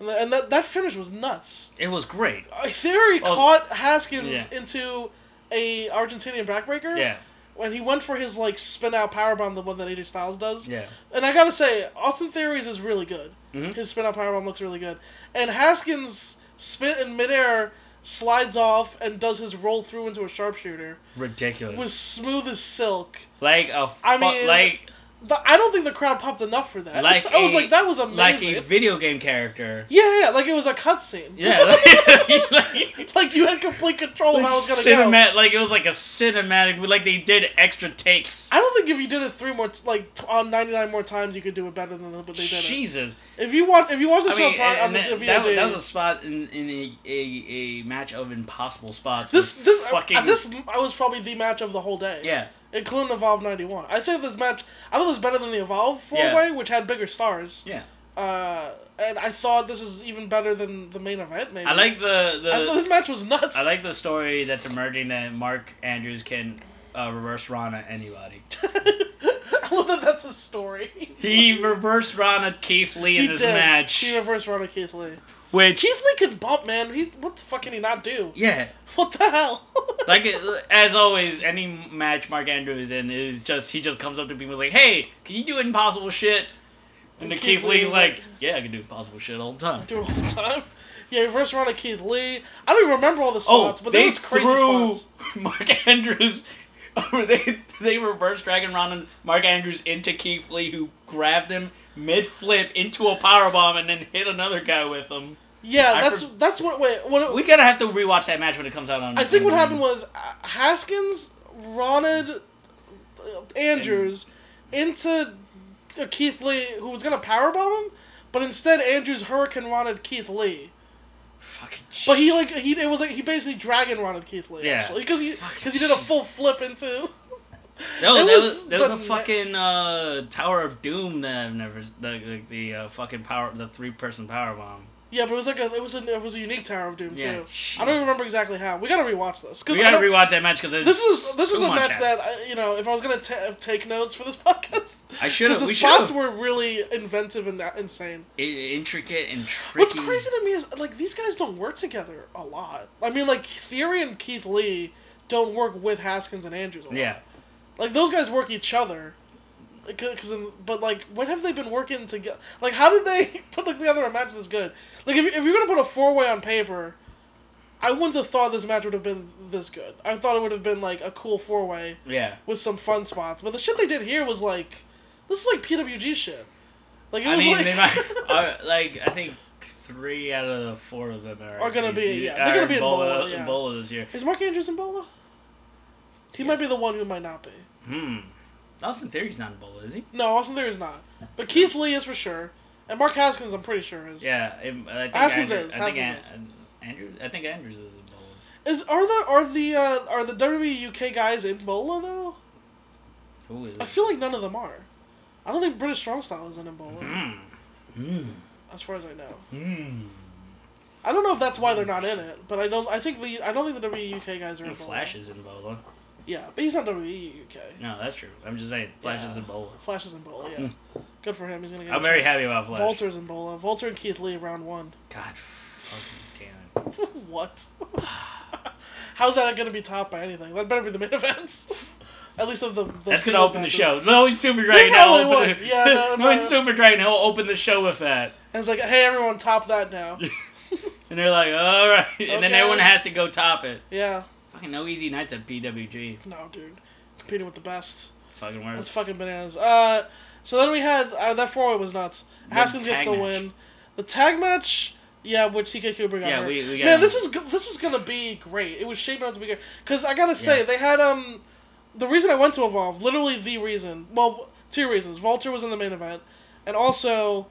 [SPEAKER 1] and, the, and that that finish was nuts.
[SPEAKER 2] It was great.
[SPEAKER 1] Uh, Theory
[SPEAKER 2] Oh.
[SPEAKER 1] caught Haskins
[SPEAKER 2] Yeah.
[SPEAKER 1] into a Argentinian backbreaker.
[SPEAKER 2] Yeah,
[SPEAKER 1] when he went for his like spin out powerbomb, the one that AJ Styles does.
[SPEAKER 2] yeah.
[SPEAKER 1] And I gotta say, Austin Theories is really good.
[SPEAKER 2] Mhm.
[SPEAKER 1] His spin out powerbomb looks really good. And Haskins spit in midair, slides off, and does his roll through into a sharpshooter.
[SPEAKER 2] Ridiculous.
[SPEAKER 1] Was smooth as silk.
[SPEAKER 2] like a fu-
[SPEAKER 1] I mean,
[SPEAKER 2] like
[SPEAKER 1] The, I don't think the crowd popped enough for that.
[SPEAKER 2] Like
[SPEAKER 1] I was
[SPEAKER 2] a-
[SPEAKER 1] like, that was amazing.
[SPEAKER 2] like a video game character.
[SPEAKER 1] yeah, yeah, like it was a cutscene.
[SPEAKER 2] Yeah, like, like,
[SPEAKER 1] like you had complete control of how it was gonna go.
[SPEAKER 2] cinematic. Like it was like a cinematic. Like they did extra takes.
[SPEAKER 1] I don't think if you did it three more, t- like t- on ninety nine more times, you could do it better than what they did. it.
[SPEAKER 2] Jesus.
[SPEAKER 1] If you watch, if you watch the
[SPEAKER 2] I
[SPEAKER 1] show
[SPEAKER 2] mean,
[SPEAKER 1] on
[SPEAKER 2] and
[SPEAKER 1] the
[SPEAKER 2] that,
[SPEAKER 1] video
[SPEAKER 2] that, was,
[SPEAKER 1] day,
[SPEAKER 2] that was a spot in, in a, a, a match of impossible spots.
[SPEAKER 1] this
[SPEAKER 2] with
[SPEAKER 1] this
[SPEAKER 2] fucking
[SPEAKER 1] uh, this I was probably the match of the whole day.
[SPEAKER 2] yeah
[SPEAKER 1] including Evolve '91. I think this match, I thought it was better than the Evolve four
[SPEAKER 2] Yeah.
[SPEAKER 1] way, which had bigger stars.
[SPEAKER 2] yeah.
[SPEAKER 1] Uh, and I thought this was even better than the main event. Maybe
[SPEAKER 2] I like the the.
[SPEAKER 1] I thought this match was nuts.
[SPEAKER 2] I like the story that's emerging that Mark Andrews can uh, reverse Rana anybody.
[SPEAKER 1] I love that. That's his story.
[SPEAKER 2] He reversed Rana Keith Lee in this match,
[SPEAKER 1] He reversed Ronda Keith Lee.
[SPEAKER 2] which
[SPEAKER 1] Keith Lee can bump, man. He's what the fuck can he not do?
[SPEAKER 2] yeah,
[SPEAKER 1] What the hell?
[SPEAKER 2] like it- as always, any match Mark Andrews is in is just he just comes up to people like, "Hey, can you do impossible shit?" And the Keith Lee's like, "Yeah, I can do impossible shit all the time."
[SPEAKER 1] do it all the time. Yeah, reverse Ronda Keith Lee. I don't even remember all the
[SPEAKER 2] Oh,
[SPEAKER 1] spots, but there
[SPEAKER 2] they
[SPEAKER 1] was crazy
[SPEAKER 2] threw
[SPEAKER 1] spots.
[SPEAKER 2] Mark Andrews. they they reverse Dragon Ron and Mark Andrews into Keith Lee, who grabbed him mid flip into a power bomb and then hit another guy with him.
[SPEAKER 1] Yeah,
[SPEAKER 2] I
[SPEAKER 1] that's that's what. Wait, what?
[SPEAKER 2] We gotta have to rewatch that match when it comes out on.
[SPEAKER 1] I think what happened was uh, Haskins, Ronald, Andrews into Keith Lee, who was gonna powerbomb him, but instead Andrews hurricane rotted Keith Lee.
[SPEAKER 2] Fucking
[SPEAKER 1] But he
[SPEAKER 2] shit.
[SPEAKER 1] like he it was like he basically dragon rotted Keith Lee
[SPEAKER 2] Yeah.
[SPEAKER 1] actually because he
[SPEAKER 2] Fucking
[SPEAKER 1] because he did a
[SPEAKER 2] shit.
[SPEAKER 1] full flip into.
[SPEAKER 2] No,
[SPEAKER 1] It
[SPEAKER 2] there
[SPEAKER 1] was
[SPEAKER 2] was, there was
[SPEAKER 1] the
[SPEAKER 2] a
[SPEAKER 1] ne-
[SPEAKER 2] fucking uh, Tower of Doom that I've never the the, the uh, fucking power the three person power bomb.
[SPEAKER 1] Yeah, but it was like a it was a it was a unique Tower of Doom
[SPEAKER 2] Yeah,
[SPEAKER 1] too. I don't
[SPEAKER 2] Jesus.
[SPEAKER 1] remember exactly how. We gotta rewatch this because
[SPEAKER 2] We gotta rewatch that match because
[SPEAKER 1] This is this is a match that I, you know if I was gonna ta take notes for this podcast
[SPEAKER 2] I should
[SPEAKER 1] because
[SPEAKER 2] have.
[SPEAKER 1] the
[SPEAKER 2] We should
[SPEAKER 1] spots
[SPEAKER 2] have.
[SPEAKER 1] were really inventive and that insane.
[SPEAKER 2] Intricate and tricky.
[SPEAKER 1] What's crazy to me is like these guys don't work together a lot. I mean, like Theory and Keith Lee don't work with Haskins and Andrews. A lot.
[SPEAKER 2] Yeah,
[SPEAKER 1] Like those guys work each other. Like, Cause, in- but like, when have they been working together? Like, how did they put like, together a match this good? Like, if, you- if you're gonna put a four way on paper, I wouldn't have thought this match would have been this good. I thought it would have been like a cool four way
[SPEAKER 2] yeah.
[SPEAKER 1] with some fun spots. But the shit they did here was like, this is like PWG shit. Like it
[SPEAKER 2] I
[SPEAKER 1] was
[SPEAKER 2] mean,
[SPEAKER 1] like
[SPEAKER 2] they might. Are, like I think three out of the four of them are,
[SPEAKER 1] Are gonna be- yeah, they're
[SPEAKER 2] are
[SPEAKER 1] gonna be in
[SPEAKER 2] Bola,
[SPEAKER 1] Bola, yeah.
[SPEAKER 2] in Bola this year.
[SPEAKER 1] is Mark Andrews in Bola? He might
[SPEAKER 2] Yes.
[SPEAKER 1] be the one who might not be.
[SPEAKER 2] Hmm. Austin Theory's not in Bola, is he?
[SPEAKER 1] No, Austin Theory is not. But Keith Lee is for sure, and Mark Haskins I'm pretty sure is.
[SPEAKER 2] Yeah, um, I think
[SPEAKER 1] Haskins
[SPEAKER 2] Andrew-
[SPEAKER 1] is,
[SPEAKER 2] I think
[SPEAKER 1] Haskins
[SPEAKER 2] An- Andrews. I think Andrews is in Bola.
[SPEAKER 1] Is are the are the uh, are the WWE UK guys in Bola though?
[SPEAKER 2] Who is?
[SPEAKER 1] I feel like none of them are. I don't think British Strong Style is in Bola,
[SPEAKER 2] Hmm. Hmm.
[SPEAKER 1] as far as I know.
[SPEAKER 2] Hmm.
[SPEAKER 1] I don't know if that's why they're not in it, but I don't. I think the I don't think the WWE UK guys are in Bola.
[SPEAKER 2] Flash is in Bola.
[SPEAKER 1] Yeah, but he's not WWE UK.
[SPEAKER 2] No, that's true. I'm just saying, Flash is
[SPEAKER 1] Yeah.
[SPEAKER 2] in Bola. Hmm.
[SPEAKER 1] Flash is in Bola. Yeah, good for him. He's gonna get.
[SPEAKER 2] I'm
[SPEAKER 1] a
[SPEAKER 2] very
[SPEAKER 1] chance.
[SPEAKER 2] happy about Flash.
[SPEAKER 1] Volter's in Bola. Volter and Keith Lee round one.
[SPEAKER 2] God, fucking damn it.
[SPEAKER 1] what? How's that gonna be topped by anything? That better be the main events. At least of the. the
[SPEAKER 2] That's gonna
[SPEAKER 1] singles
[SPEAKER 2] open
[SPEAKER 1] matches.
[SPEAKER 2] the show. No, it's Super Dragon. He'll
[SPEAKER 1] probably
[SPEAKER 2] open
[SPEAKER 1] would.
[SPEAKER 2] it.
[SPEAKER 1] Yeah, no,
[SPEAKER 2] no,
[SPEAKER 1] probably-
[SPEAKER 2] it's Super Dragon. He'll open the show with that.
[SPEAKER 1] And it's like, hey everyone, top that now.
[SPEAKER 2] And they're like, all right. And then
[SPEAKER 1] Okay.
[SPEAKER 2] everyone has to go top it.
[SPEAKER 1] yeah.
[SPEAKER 2] Fucking no easy nights at PWG.
[SPEAKER 1] No, dude. Competing with the best.
[SPEAKER 2] Fucking worse.
[SPEAKER 1] That's fucking bananas. Uh, so then we had uh, that four way was nuts.
[SPEAKER 2] The
[SPEAKER 1] Haskins gets
[SPEAKER 2] tag
[SPEAKER 1] the
[SPEAKER 2] match.
[SPEAKER 1] win. The tag match, yeah, which TK Cooper got.
[SPEAKER 2] Yeah,
[SPEAKER 1] hurt.
[SPEAKER 2] we- we got
[SPEAKER 1] Man,
[SPEAKER 2] him.
[SPEAKER 1] this was go- this was gonna be great. It was shaping up to be good. Cause I gotta say,
[SPEAKER 2] Yeah.
[SPEAKER 1] they had um, the reason I went to Evolve, literally the reason. Well, two reasons. Vulture was in the main event, and also,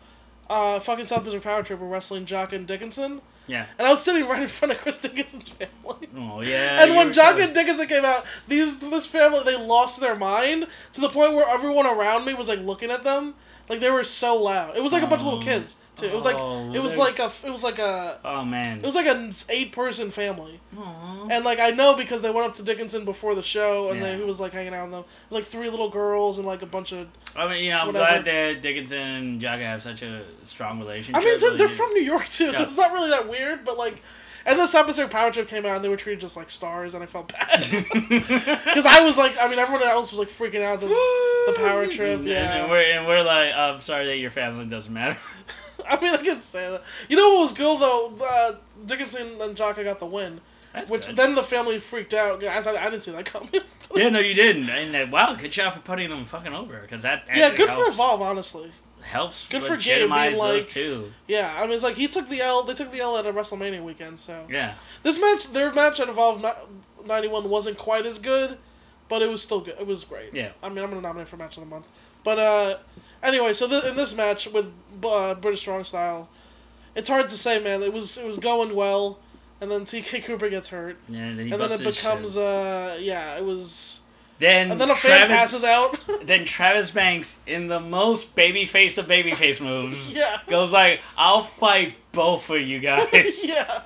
[SPEAKER 1] uh, fucking South Pacific Power Trip were wrestling Jock and Dickinson,
[SPEAKER 2] Yeah.
[SPEAKER 1] and I was sitting right in front of Chris Dickinson's family.
[SPEAKER 2] Oh yeah.
[SPEAKER 1] And
[SPEAKER 2] you
[SPEAKER 1] when
[SPEAKER 2] were
[SPEAKER 1] John
[SPEAKER 2] telling-
[SPEAKER 1] and Dickinson came out, these this family they lost their mind to the point where everyone around me was like looking at them, like they were so loud. It was like a bunch of little
[SPEAKER 2] Oh.
[SPEAKER 1] kids too. It was like
[SPEAKER 2] Oh,
[SPEAKER 1] it was like
[SPEAKER 2] there's-
[SPEAKER 1] a it was like a
[SPEAKER 2] Oh man.
[SPEAKER 1] it was like an eight person family.
[SPEAKER 2] Aw.
[SPEAKER 1] And like I know because they went up to Dickinson before the show and they,
[SPEAKER 2] Yeah.
[SPEAKER 1] he was like hanging out with them. It was like three little girls and like a bunch of.
[SPEAKER 2] I mean, you know, I'm
[SPEAKER 1] whatever.
[SPEAKER 2] glad that Dickinson and Jaka have such a strong relationship.
[SPEAKER 1] I mean, they're,
[SPEAKER 2] Like,
[SPEAKER 1] they're from New York too, so
[SPEAKER 2] Yeah.
[SPEAKER 1] it's not really that weird. But like, and then South Pacific Power Trip came out and they were treated just like stars, and I felt bad. Because I was like, I mean, everyone else was like freaking out. That,
[SPEAKER 2] the
[SPEAKER 1] power trip,
[SPEAKER 2] and,
[SPEAKER 1] yeah.
[SPEAKER 2] And we're, and we're like, I'm sorry that your family doesn't matter.
[SPEAKER 1] I mean, I can say that. You know what was cool though? Uh, Dickinson and Jocka got the win,
[SPEAKER 2] That's
[SPEAKER 1] which
[SPEAKER 2] good.
[SPEAKER 1] then the family freaked out. I, I, I didn't see that coming.
[SPEAKER 2] yeah, no, you didn't. And uh, wow, good job for putting them fucking over, because that
[SPEAKER 1] yeah,
[SPEAKER 2] actually
[SPEAKER 1] good for
[SPEAKER 2] helps,
[SPEAKER 1] Evolve, honestly.
[SPEAKER 2] Helps
[SPEAKER 1] Good for Gabe being
[SPEAKER 2] legitimize those
[SPEAKER 1] like-
[SPEAKER 2] two.
[SPEAKER 1] Yeah, I mean, it's like he took the L. They took the L at a WrestleMania weekend. So
[SPEAKER 2] Yeah,
[SPEAKER 1] this match, their match at Evolve ni- '91 wasn't quite as good, but it was still good. It was great.
[SPEAKER 2] yeah.
[SPEAKER 1] I mean, I'm gonna nominate for match of the month. But uh, anyway, so th- in this match with uh, British Strong Style, it's hard to say, man. It was it was going well, and then TK Cooper gets hurt.
[SPEAKER 2] Yeah, and then, he
[SPEAKER 1] and then
[SPEAKER 2] busts
[SPEAKER 1] it
[SPEAKER 2] his
[SPEAKER 1] becomes
[SPEAKER 2] shit.
[SPEAKER 1] uh yeah it was
[SPEAKER 2] Then,
[SPEAKER 1] and then a fan
[SPEAKER 2] Travis,
[SPEAKER 1] passes out
[SPEAKER 2] Then Travis Banks, in the most babyface of babyface moves,
[SPEAKER 1] yeah
[SPEAKER 2] goes like, "I'll fight both of you guys."
[SPEAKER 1] yeah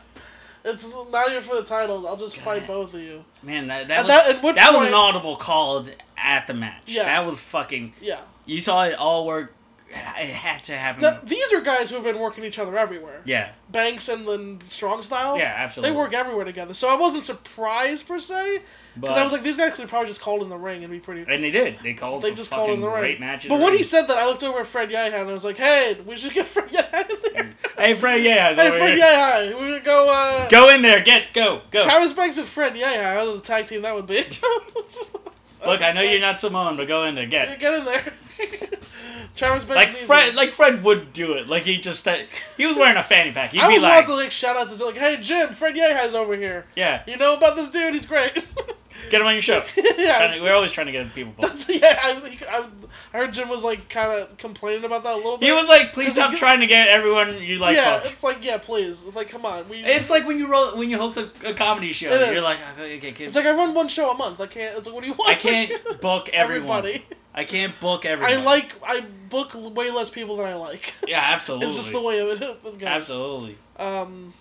[SPEAKER 1] it's not even for the titles I'll just fight
[SPEAKER 2] God.
[SPEAKER 1] both of you
[SPEAKER 2] Man, that that
[SPEAKER 1] and
[SPEAKER 2] was
[SPEAKER 1] that at which
[SPEAKER 2] that
[SPEAKER 1] point
[SPEAKER 2] was an audible call at the match.
[SPEAKER 1] Yeah.
[SPEAKER 2] That was fucking.
[SPEAKER 1] yeah
[SPEAKER 2] You saw it all work. It had to happen.
[SPEAKER 1] now, these are guys who have been working each other everywhere
[SPEAKER 2] yeah.
[SPEAKER 1] Banks and then Strong Style
[SPEAKER 2] Yeah,
[SPEAKER 1] they
[SPEAKER 2] absolutely.
[SPEAKER 1] work everywhere together so I wasn't surprised per se because
[SPEAKER 2] But,
[SPEAKER 1] I was like these guys could probably just call in the ring and be pretty
[SPEAKER 2] and they did. They called.
[SPEAKER 1] they
[SPEAKER 2] for
[SPEAKER 1] just
[SPEAKER 2] fucking
[SPEAKER 1] called in the
[SPEAKER 2] great
[SPEAKER 1] ring
[SPEAKER 2] matches.
[SPEAKER 1] but when he said that I looked over at Fred Yai and I was like hey we should get Fred Yai in there
[SPEAKER 2] "Hey, Fred, yeah,
[SPEAKER 1] hey Fred Yai we're gonna go uh
[SPEAKER 2] go in there, get go, go."
[SPEAKER 1] Travis Banks and Fred, yeah, yeah, what a tag team that would be.
[SPEAKER 2] Look, I know you're not Samoan, but go in there, get.
[SPEAKER 1] Get in there. Travis Banks
[SPEAKER 2] Like
[SPEAKER 1] needs
[SPEAKER 2] Fred,
[SPEAKER 1] it.
[SPEAKER 2] like Fred would do it. Like he just that he was wearing a fanny pack. He'd
[SPEAKER 1] I
[SPEAKER 2] be
[SPEAKER 1] was
[SPEAKER 2] like,
[SPEAKER 1] about to like shout out to like, hey Jim, Fred Yehi's over here.
[SPEAKER 2] yeah,
[SPEAKER 1] You know about this dude? He's great.
[SPEAKER 2] Get him on your show.
[SPEAKER 1] yeah,
[SPEAKER 2] Kinda- we're always trying to get people. Pulled.
[SPEAKER 1] that's, yeah. I, think- I, I heard Jim was like kind of complaining about that a little bit.
[SPEAKER 2] He was like, "Please
[SPEAKER 1] Cause
[SPEAKER 2] stop
[SPEAKER 1] you-
[SPEAKER 2] trying to get everyone you like."
[SPEAKER 1] yeah,
[SPEAKER 2] fucked.
[SPEAKER 1] it's like yeah, please. It's like come on, we.
[SPEAKER 2] It's like when you roll when you host a, a comedy show.
[SPEAKER 1] It
[SPEAKER 2] You're
[SPEAKER 1] is.
[SPEAKER 2] like, okay, okay, kids,
[SPEAKER 1] it's like I run one show a month. I can't. It's like what do you want?
[SPEAKER 2] I can't book everyone.
[SPEAKER 1] Everybody.
[SPEAKER 2] I can't book everyone.
[SPEAKER 1] I like. I book way less people than I like.
[SPEAKER 2] Yeah, absolutely.
[SPEAKER 1] it's just the way of it goes.
[SPEAKER 2] Absolutely.
[SPEAKER 1] Um.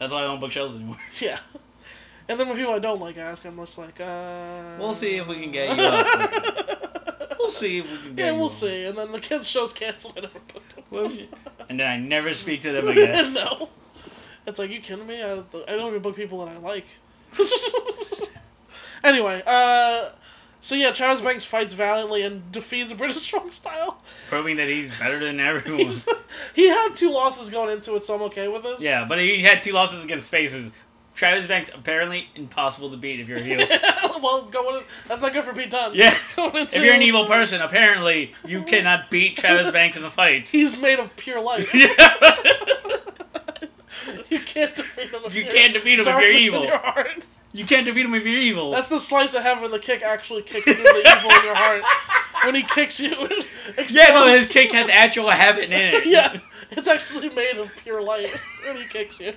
[SPEAKER 2] That's why I don't book shows anymore.
[SPEAKER 1] Yeah. And then when people I don't like, I ask. I'm just like, uh.
[SPEAKER 2] We'll see if we can get you up. We'll see if we can. get
[SPEAKER 1] Yeah,
[SPEAKER 2] you
[SPEAKER 1] we'll
[SPEAKER 2] on.
[SPEAKER 1] see. And then the kids' show's canceled. I never booked them.
[SPEAKER 2] We'll see. And then I never speak to them again.
[SPEAKER 1] no. It's like, you kidding me? I, I don't even book people that I like. anyway, uh, so yeah, Travis Banks fights valiantly and defeats British Strong Style.
[SPEAKER 2] Proving that he's better than everyone.
[SPEAKER 1] He's, he had two losses going into it, so I'm okay with this.
[SPEAKER 2] yeah, but he had two losses against faces. Travis Banks apparently impossible to beat if you're a heel.
[SPEAKER 1] well, going in, that's not good for Pete Dunne.
[SPEAKER 2] Yeah.
[SPEAKER 1] Going
[SPEAKER 2] If
[SPEAKER 1] into-
[SPEAKER 2] you're an evil person, apparently you cannot beat Travis Banks in a fight.
[SPEAKER 1] He's made of pure light. you can't defeat him. If
[SPEAKER 2] You
[SPEAKER 1] you're-
[SPEAKER 2] can't defeat him if you're
[SPEAKER 1] darkness in
[SPEAKER 2] evil.
[SPEAKER 1] your heart.
[SPEAKER 2] you can't defeat him if you're evil.
[SPEAKER 1] That's the slice of heaven. The kick actually kicks through the evil in your heart. when he kicks you. It
[SPEAKER 2] Yeah, no,
[SPEAKER 1] expels-
[SPEAKER 2] his kick has actual habit in it.
[SPEAKER 1] yeah, it's actually made of pure light when he kicks you.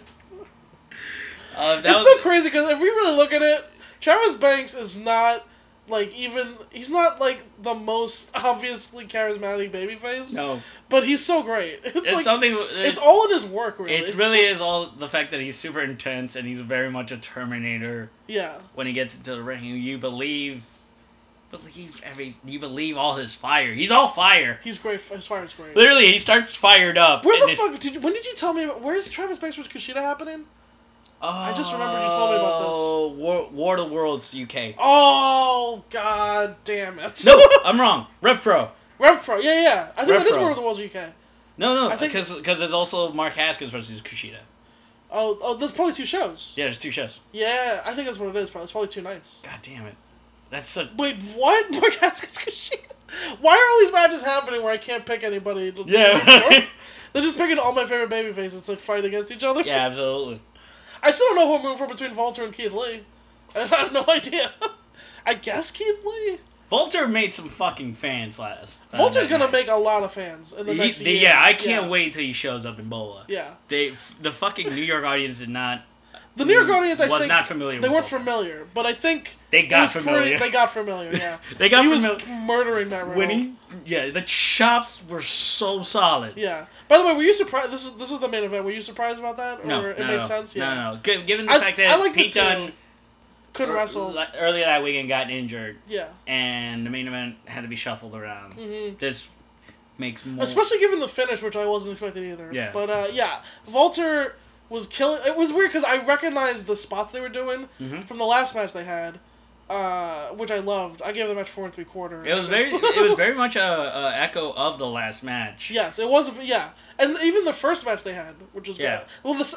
[SPEAKER 2] Uh, that
[SPEAKER 1] It's
[SPEAKER 2] was,
[SPEAKER 1] so crazy because if we really look at it, Travis Banks is not like even he's not like the most obviously charismatic babyface,
[SPEAKER 2] no,
[SPEAKER 1] but he's so great. It's,
[SPEAKER 2] it's
[SPEAKER 1] like
[SPEAKER 2] something.
[SPEAKER 1] it's
[SPEAKER 2] It's,
[SPEAKER 1] all in his work, really.
[SPEAKER 2] it's really is all the fact that he's super intense and he's very much a Terminator
[SPEAKER 1] yeah,
[SPEAKER 2] when he gets into the ring. You believe, believe every, you believe all his fire. He's all fire.
[SPEAKER 1] he's great. His fire is great.
[SPEAKER 2] Literally, he starts fired up.
[SPEAKER 1] Where
[SPEAKER 2] and
[SPEAKER 1] the
[SPEAKER 2] it-
[SPEAKER 1] fuck did you, when did you tell me? About, where's Travis Banks with Kushida happening?
[SPEAKER 2] I
[SPEAKER 1] just remembered you told me about this.
[SPEAKER 2] Oh, War, War of the Worlds UK.
[SPEAKER 1] Oh god damn it!
[SPEAKER 2] No, uh, I'm wrong. Rep Pro.
[SPEAKER 1] Renfro. Yeah, yeah. I think that is
[SPEAKER 2] Renfro.
[SPEAKER 1] War of the Worlds UK.
[SPEAKER 2] No,
[SPEAKER 1] I
[SPEAKER 2] no,
[SPEAKER 1] think-
[SPEAKER 2] because because there's also Mark Haskins versus Kushida.
[SPEAKER 1] Oh, oh, there's probably two shows.
[SPEAKER 2] Yeah, there's two shows.
[SPEAKER 1] Yeah, I think that's what it is. Probably it's probably two nights.
[SPEAKER 2] God damn it, that's such.
[SPEAKER 1] Wait, what? Mark Haskins Kushida? Why are all these matches happening where I can't pick anybody? To
[SPEAKER 2] Yeah,
[SPEAKER 1] cheer
[SPEAKER 2] right.
[SPEAKER 1] for? They're just picking all my favorite baby faces to fight against each other.
[SPEAKER 2] yeah, absolutely.
[SPEAKER 1] I still don't know who I'm rooting for between Walter and Keith Lee. I have no idea. I guess Keith Lee.
[SPEAKER 2] Volter made some fucking fans last. uh,
[SPEAKER 1] Volter's
[SPEAKER 2] that
[SPEAKER 1] gonna
[SPEAKER 2] night.
[SPEAKER 1] make a lot of fans in the
[SPEAKER 2] He-
[SPEAKER 1] next
[SPEAKER 2] the-
[SPEAKER 1] year.
[SPEAKER 2] yeah, I can't
[SPEAKER 1] Yeah.
[SPEAKER 2] wait till he shows up in Bola.
[SPEAKER 1] Yeah,
[SPEAKER 2] They, the fucking New York audience did not.
[SPEAKER 1] the New York audience, I
[SPEAKER 2] Mm, was
[SPEAKER 1] think,
[SPEAKER 2] not familiar.
[SPEAKER 1] they
[SPEAKER 2] with
[SPEAKER 1] weren't
[SPEAKER 2] Volter.
[SPEAKER 1] familiar, but I think
[SPEAKER 2] They
[SPEAKER 1] it
[SPEAKER 2] got
[SPEAKER 1] was
[SPEAKER 2] familiar.
[SPEAKER 1] Pretty, they got familiar. Yeah,
[SPEAKER 2] They got
[SPEAKER 1] he was
[SPEAKER 2] familiar.
[SPEAKER 1] murdering that riddle.
[SPEAKER 2] When he, yeah, the chops were so solid.
[SPEAKER 1] Yeah. By the way, were you surprised? This was this was the main event. Were you surprised about that, or
[SPEAKER 2] No,
[SPEAKER 1] it
[SPEAKER 2] no,
[SPEAKER 1] made
[SPEAKER 2] no.
[SPEAKER 1] sense?
[SPEAKER 2] No,
[SPEAKER 1] Yeah.
[SPEAKER 2] no, no. Gi- Given the
[SPEAKER 1] I-
[SPEAKER 2] fact
[SPEAKER 1] I
[SPEAKER 2] that
[SPEAKER 1] liked it
[SPEAKER 2] Pete
[SPEAKER 1] too.
[SPEAKER 2] Dunne
[SPEAKER 1] Couldn't
[SPEAKER 2] ear-
[SPEAKER 1] wrestle.
[SPEAKER 2] li- earlier that weekend got injured,
[SPEAKER 1] yeah.
[SPEAKER 2] and the main event had to be shuffled around.
[SPEAKER 1] hmm
[SPEAKER 2] This makes more.
[SPEAKER 1] Especially given the finish, which I wasn't expecting either.
[SPEAKER 2] Yeah.
[SPEAKER 1] But uh, yeah, Volter was killing. It was weird because I recognized the spots they were doing
[SPEAKER 2] Mhm.
[SPEAKER 1] from the last match they had, uh, which I loved. I gave the match four and three quarter.
[SPEAKER 2] It was very, it was very much a, a echo of the last match.
[SPEAKER 1] Yes, it was. Yeah, and even the first match they had, which was
[SPEAKER 2] Yeah.
[SPEAKER 1] bad. Well, this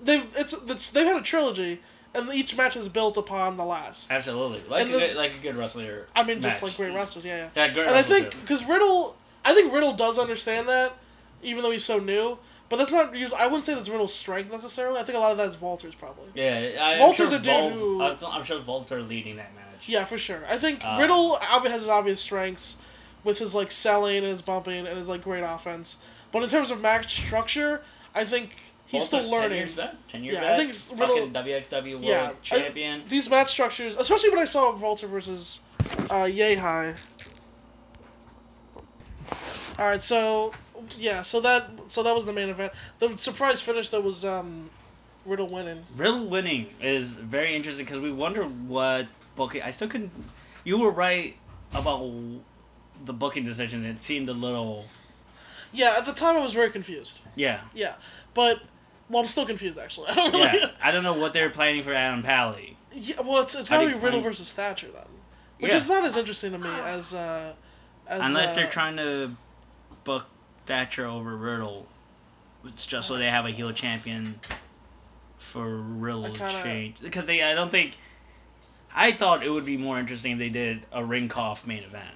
[SPEAKER 1] they've it's the, they've had a trilogy, and each match is built upon the last.
[SPEAKER 2] Absolutely, like
[SPEAKER 1] And
[SPEAKER 2] a
[SPEAKER 1] the-
[SPEAKER 2] good, like a good wrestler.
[SPEAKER 1] I mean, just
[SPEAKER 2] match.
[SPEAKER 1] like great wrestlers, yeah, yeah.
[SPEAKER 2] Yeah, great
[SPEAKER 1] and I
[SPEAKER 2] wrestler
[SPEAKER 1] think
[SPEAKER 2] too.
[SPEAKER 1] because Riddle, I think Riddle does understand that, even though he's so new. But that's not. usually- I wouldn't say that's Riddle's strength necessarily. I think a lot of that's Walter's probably.
[SPEAKER 2] Yeah, I,
[SPEAKER 1] Volter's
[SPEAKER 2] I'm sure
[SPEAKER 1] a dude
[SPEAKER 2] Volt-
[SPEAKER 1] who-
[SPEAKER 2] I'm, I'm sure Volter leading that match.
[SPEAKER 1] Yeah, for sure. I think
[SPEAKER 2] Uh,
[SPEAKER 1] Riddle obvi- has his obvious strengths with his like selling and his bumping and his like great offense. But in terms of match structure, I think he's
[SPEAKER 2] Volter's
[SPEAKER 1] still
[SPEAKER 2] Ten
[SPEAKER 1] learning.
[SPEAKER 2] years back. Ten year
[SPEAKER 1] Yeah, I
[SPEAKER 2] vet,
[SPEAKER 1] think it's
[SPEAKER 2] fucking
[SPEAKER 1] Riddle-
[SPEAKER 2] WXW World
[SPEAKER 1] Yeah, I-
[SPEAKER 2] Champion.
[SPEAKER 1] These match structures, especially when I saw Volter versus uh, Yehai. All right, so yeah, so that so that was the main event. The surprise finish that was um, Riddle winning.
[SPEAKER 2] Riddle winning is very interesting because we wonder what booking. I still couldn't. You were right about w- the booking decision. It seemed a little.
[SPEAKER 1] Yeah, at the time I was very confused.
[SPEAKER 2] Yeah.
[SPEAKER 1] Yeah, but well, I'm still confused actually. I don't really.
[SPEAKER 2] Yeah. I don't know what they were planning for Adam Pally.
[SPEAKER 1] Yeah, well, it's it's
[SPEAKER 2] How do
[SPEAKER 1] gotta be
[SPEAKER 2] you
[SPEAKER 1] Riddle
[SPEAKER 2] find-
[SPEAKER 1] versus Thatcher then, which
[SPEAKER 2] Yeah.
[SPEAKER 1] is not as interesting to me as uh, as
[SPEAKER 2] Unless
[SPEAKER 1] uh,
[SPEAKER 2] they're trying to book Thatcher over Riddle. It's just so they have a heel champion for Riddle
[SPEAKER 1] I
[SPEAKER 2] to
[SPEAKER 1] kinda-
[SPEAKER 2] change. Because they, I don't think. I thought it would be more interesting if they did a Rinkoff main event.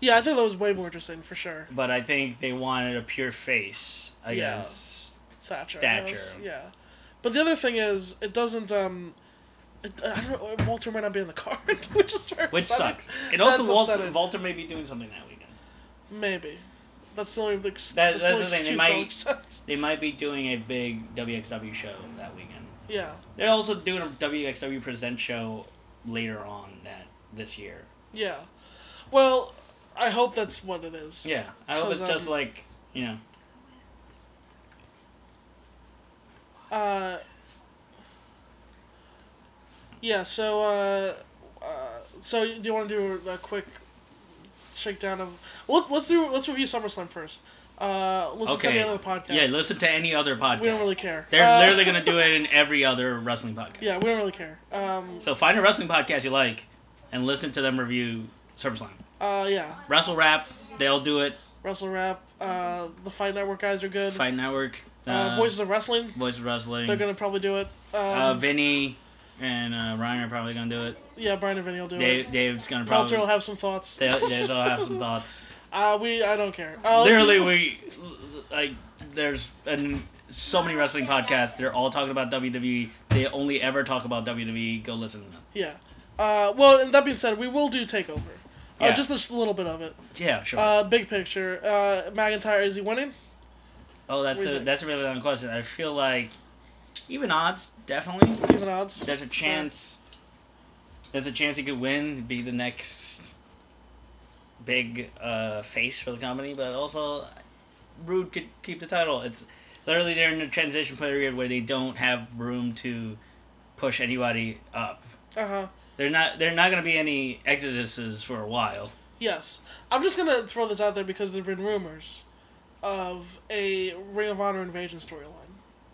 [SPEAKER 1] Yeah, I think that was way more interesting for sure.
[SPEAKER 2] But I think they wanted a pure face
[SPEAKER 1] Yeah.
[SPEAKER 2] against.
[SPEAKER 1] Thatcher. I
[SPEAKER 2] Thatcher.
[SPEAKER 1] guess, Yeah, but the other thing is, it doesn't. Um, I don't know. Walter might not be in the card, which is very
[SPEAKER 2] which
[SPEAKER 1] upsetting.
[SPEAKER 2] sucks. And also,
[SPEAKER 1] That's
[SPEAKER 2] Walter,
[SPEAKER 1] upsetting.
[SPEAKER 2] Walter may be doing something that weekend.
[SPEAKER 1] Maybe. That's the only ex-
[SPEAKER 2] That-
[SPEAKER 1] that's, the only
[SPEAKER 2] that's the thing,
[SPEAKER 1] excuse
[SPEAKER 2] they
[SPEAKER 1] that
[SPEAKER 2] might-
[SPEAKER 1] makes sense.
[SPEAKER 2] They might be doing a big WXW show that weekend.
[SPEAKER 1] Yeah.
[SPEAKER 2] They're also doing a WXW present show later on that this year.
[SPEAKER 1] Yeah. Well, I hope that's what it is.
[SPEAKER 2] Yeah, I hope it's
[SPEAKER 1] 'Cause,
[SPEAKER 2] just
[SPEAKER 1] um,
[SPEAKER 2] like you know.
[SPEAKER 1] Uh, yeah, so, uh, uh, so do you want to do a quick shakedown of, well, let's, let's do, let's review SummerSlam first. Uh, listen to
[SPEAKER 2] Okay.
[SPEAKER 1] any other podcast.
[SPEAKER 2] Yeah, listen to any other podcast.
[SPEAKER 1] We don't really care.
[SPEAKER 2] They're
[SPEAKER 1] Uh,
[SPEAKER 2] literally gonna do it in every other wrestling podcast.
[SPEAKER 1] Yeah, we don't really care. Um,
[SPEAKER 2] So find a wrestling podcast you like, and listen to them review SummerSlam.
[SPEAKER 1] uh, yeah,
[SPEAKER 2] Wrestle Rap, they'll do it.
[SPEAKER 1] Wrestle Rap, uh, the Fight Network guys are good.
[SPEAKER 2] Fight Network,
[SPEAKER 1] uh, Voices of Wrestling,
[SPEAKER 2] Voice of Wrestling.
[SPEAKER 1] they're gonna probably do it. Um,
[SPEAKER 2] uh, Vinny and uh, Ryan are probably gonna do it.
[SPEAKER 1] yeah, Brian and Vinny will do
[SPEAKER 2] Dave,
[SPEAKER 1] it.
[SPEAKER 2] Dave's gonna
[SPEAKER 1] Meltzer
[SPEAKER 2] probably.
[SPEAKER 1] will have some thoughts.
[SPEAKER 2] They'll, they'll have some thoughts.
[SPEAKER 1] Uh, we, I don't care. Uh, let's
[SPEAKER 2] Literally,
[SPEAKER 1] do-
[SPEAKER 2] we like there's an, so many wrestling podcasts. They're all talking about WWE. They only ever talk about WWE. Go listen to them.
[SPEAKER 1] Yeah. Uh, well, and that being said, we will do Takeover.
[SPEAKER 2] Yeah.
[SPEAKER 1] Uh, just a s- little bit of it.
[SPEAKER 2] Yeah, sure.
[SPEAKER 1] Uh, big picture. Uh, McIntyre is he winning?
[SPEAKER 2] oh, that's
[SPEAKER 1] what do you
[SPEAKER 2] a
[SPEAKER 1] think?
[SPEAKER 2] that's a really long question. I feel like even odds definitely. There's,
[SPEAKER 1] Even odds.
[SPEAKER 2] there's a chance. There's a chance he could win, be the next big uh, face for the company, but also Rude could keep the title. It's literally they're in a transition period where they don't have room to push anybody up.
[SPEAKER 1] Uh huh.
[SPEAKER 2] They're not. They're not going to be any exoduses for a while.
[SPEAKER 1] Yes. I'm just gonna throw this out there because there've been rumors of a Ring of Honor invasion storyline.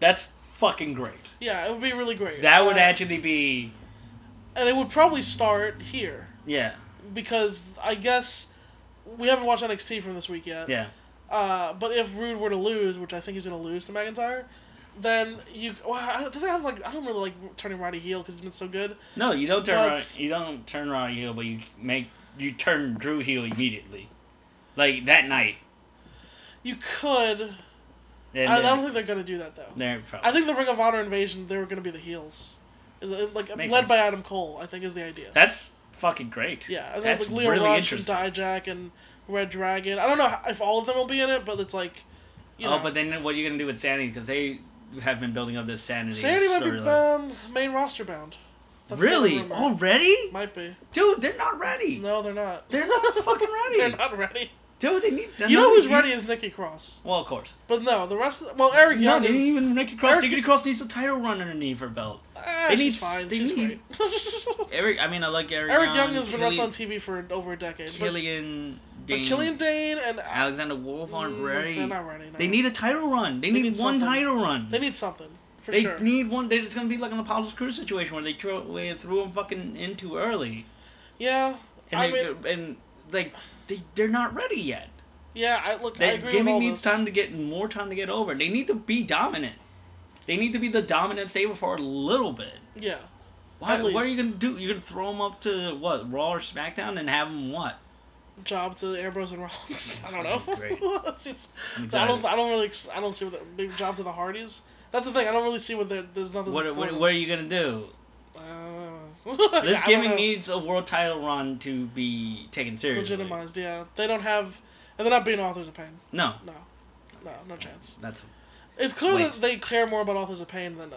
[SPEAKER 2] That's fucking great.
[SPEAKER 1] Yeah, it would be really great.
[SPEAKER 2] That would
[SPEAKER 1] Uh,
[SPEAKER 2] actually be.
[SPEAKER 1] and it would probably start here
[SPEAKER 2] Yeah.
[SPEAKER 1] because I guess we haven't watched NXT from this week yet.
[SPEAKER 2] Yeah.
[SPEAKER 1] Uh, but if Rude were to lose, which I think he's gonna lose to McIntyre, then you well, I don't think I have like I don't really like turning Roddy heel because he's been so good.
[SPEAKER 2] No, you don't turn.
[SPEAKER 1] That's-
[SPEAKER 2] Roddy- you don't turn Roddy heel, but you make you turn Drew heel immediately, like that night.
[SPEAKER 1] You could.
[SPEAKER 2] And
[SPEAKER 1] I, I
[SPEAKER 2] then-
[SPEAKER 1] don't think they're gonna do that though.
[SPEAKER 2] they're probably.
[SPEAKER 1] I think the Ring of Honor invasion they were gonna be the heels, is it, like
[SPEAKER 2] Makes
[SPEAKER 1] led
[SPEAKER 2] sense.
[SPEAKER 1] by Adam Cole. I think is the idea.
[SPEAKER 2] that's fucking great.
[SPEAKER 1] yeah, and then
[SPEAKER 2] that's
[SPEAKER 1] like Leo
[SPEAKER 2] really
[SPEAKER 1] Rush and
[SPEAKER 2] interesting.
[SPEAKER 1] Dijak and Red Dragon. I don't know how- if all of them will be in it, but it's like, you know,
[SPEAKER 2] Oh, but then what are you gonna do with Sanity? Because they have been building up this Sanity.
[SPEAKER 1] Sanity might be
[SPEAKER 2] storyline.
[SPEAKER 1] um, main roster bound. the other
[SPEAKER 2] really Oh,
[SPEAKER 1] rumor.
[SPEAKER 2] already,
[SPEAKER 1] Might be.
[SPEAKER 2] dude. They're not ready.
[SPEAKER 1] No, they're not.
[SPEAKER 2] They're not fucking ready.
[SPEAKER 1] they're not ready.
[SPEAKER 2] Dude, they need.
[SPEAKER 1] You know
[SPEAKER 2] another-
[SPEAKER 1] who's ready is Nikki Cross.
[SPEAKER 2] Well, of course.
[SPEAKER 1] But no, the rest of well, Eric
[SPEAKER 2] No,
[SPEAKER 1] Young
[SPEAKER 2] they
[SPEAKER 1] is.
[SPEAKER 2] didn't even Nikki Cross.
[SPEAKER 1] Eric-
[SPEAKER 2] Nikki Cross needs a title run underneath her belt.
[SPEAKER 1] Ah,
[SPEAKER 2] they
[SPEAKER 1] she's
[SPEAKER 2] need-
[SPEAKER 1] fine.
[SPEAKER 2] they
[SPEAKER 1] she's
[SPEAKER 2] need-
[SPEAKER 1] great.
[SPEAKER 2] Eric, I mean, I like Eric.
[SPEAKER 1] Eric Young has been
[SPEAKER 2] Killian-
[SPEAKER 1] wrestling on TV for over a decade. But,
[SPEAKER 2] Killian,
[SPEAKER 1] but
[SPEAKER 2] Dane,
[SPEAKER 1] Killian Dane and
[SPEAKER 2] Alexander Wolf aren't
[SPEAKER 1] Mm,
[SPEAKER 2] ready.
[SPEAKER 1] They're not ready. No.
[SPEAKER 2] They need a title run. They,
[SPEAKER 1] They
[SPEAKER 2] need,
[SPEAKER 1] need
[SPEAKER 2] one
[SPEAKER 1] something.
[SPEAKER 2] title run.
[SPEAKER 1] They need something for
[SPEAKER 2] They
[SPEAKER 1] sure.
[SPEAKER 2] need one. They, it's gonna be like an Apollo Crew situation where they throw, where they threw him fucking in too early,
[SPEAKER 1] Yeah.
[SPEAKER 2] and
[SPEAKER 1] I
[SPEAKER 2] they, uh,
[SPEAKER 1] mean,
[SPEAKER 2] and like they they're not ready yet.
[SPEAKER 1] yeah. I look. I
[SPEAKER 2] They
[SPEAKER 1] agree with all
[SPEAKER 2] giving needs
[SPEAKER 1] this.
[SPEAKER 2] time to get more time to get over. They need to be dominant. They need to be the dominant stable for a little bit.
[SPEAKER 1] Yeah.
[SPEAKER 2] Why,
[SPEAKER 1] At
[SPEAKER 2] what are
[SPEAKER 1] least.
[SPEAKER 2] you gonna do? You're gonna throw him up to what Raw or SmackDown and have him what?
[SPEAKER 1] Job to Ambrose and Rollins. I don't know.
[SPEAKER 2] Great.
[SPEAKER 1] That seems-
[SPEAKER 2] I'm
[SPEAKER 1] I
[SPEAKER 2] excited.
[SPEAKER 1] don't. I don't really. ex- I don't see what. the- Maybe job to the Hardys. That's the thing. I don't really see what the, there's nothing.
[SPEAKER 2] What,
[SPEAKER 1] for
[SPEAKER 2] what,
[SPEAKER 1] them.
[SPEAKER 2] what are you gonna do?
[SPEAKER 1] I don't know. Yeah, I
[SPEAKER 2] This
[SPEAKER 1] don't
[SPEAKER 2] gimmick
[SPEAKER 1] know.
[SPEAKER 2] needs a world title run to be taken seriously.
[SPEAKER 1] legitimized. Yeah, they don't have, and they're not being authors of pain.
[SPEAKER 2] No,
[SPEAKER 1] No, no, no chance.
[SPEAKER 2] that's
[SPEAKER 1] It's clear
[SPEAKER 2] Wait.
[SPEAKER 1] that they care more about authors of pain than uh.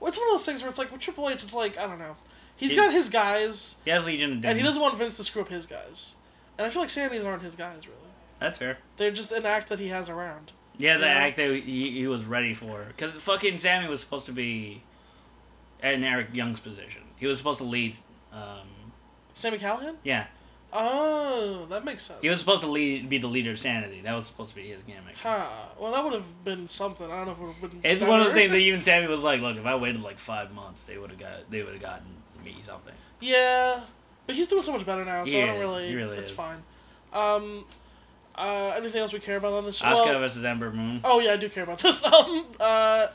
[SPEAKER 1] Well, it's one of those things where it's like with Triple H, it's like I don't know. He's
[SPEAKER 2] He-
[SPEAKER 1] got his guys,
[SPEAKER 2] he has Legion of Doom.
[SPEAKER 1] and he doesn't want Vince to screw up his guys. And I feel like Sandy's aren't his guys really.
[SPEAKER 2] That's fair.
[SPEAKER 1] They're just an act that he has around.
[SPEAKER 2] He has
[SPEAKER 1] You
[SPEAKER 2] an
[SPEAKER 1] know?
[SPEAKER 2] act that he, he was ready for. Because fucking Sammy was supposed to be in Eric Young's position. He was supposed to lead. Um,
[SPEAKER 1] Sammy Callahan.
[SPEAKER 2] yeah,
[SPEAKER 1] Oh, that makes sense.
[SPEAKER 2] he was supposed to lead, be the leader of Sanity. That was supposed to be his gimmick.
[SPEAKER 1] Huh. Well, that would have been something. I don't know if it would have been.
[SPEAKER 2] It's one of those
[SPEAKER 1] better.
[SPEAKER 2] things that even Sammy was like, "Look, if I waited like five months, they would have got they would have gotten me something."
[SPEAKER 1] Yeah, but he's doing so much better now, so
[SPEAKER 2] He
[SPEAKER 1] I don't
[SPEAKER 2] is,
[SPEAKER 1] really.
[SPEAKER 2] he really
[SPEAKER 1] it's
[SPEAKER 2] is.
[SPEAKER 1] fine. Um, uh, anything else we care about on this show?
[SPEAKER 2] Asuka
[SPEAKER 1] Well,
[SPEAKER 2] versus Ember Moon.
[SPEAKER 1] oh yeah, I do care about this. Um, uh, uh,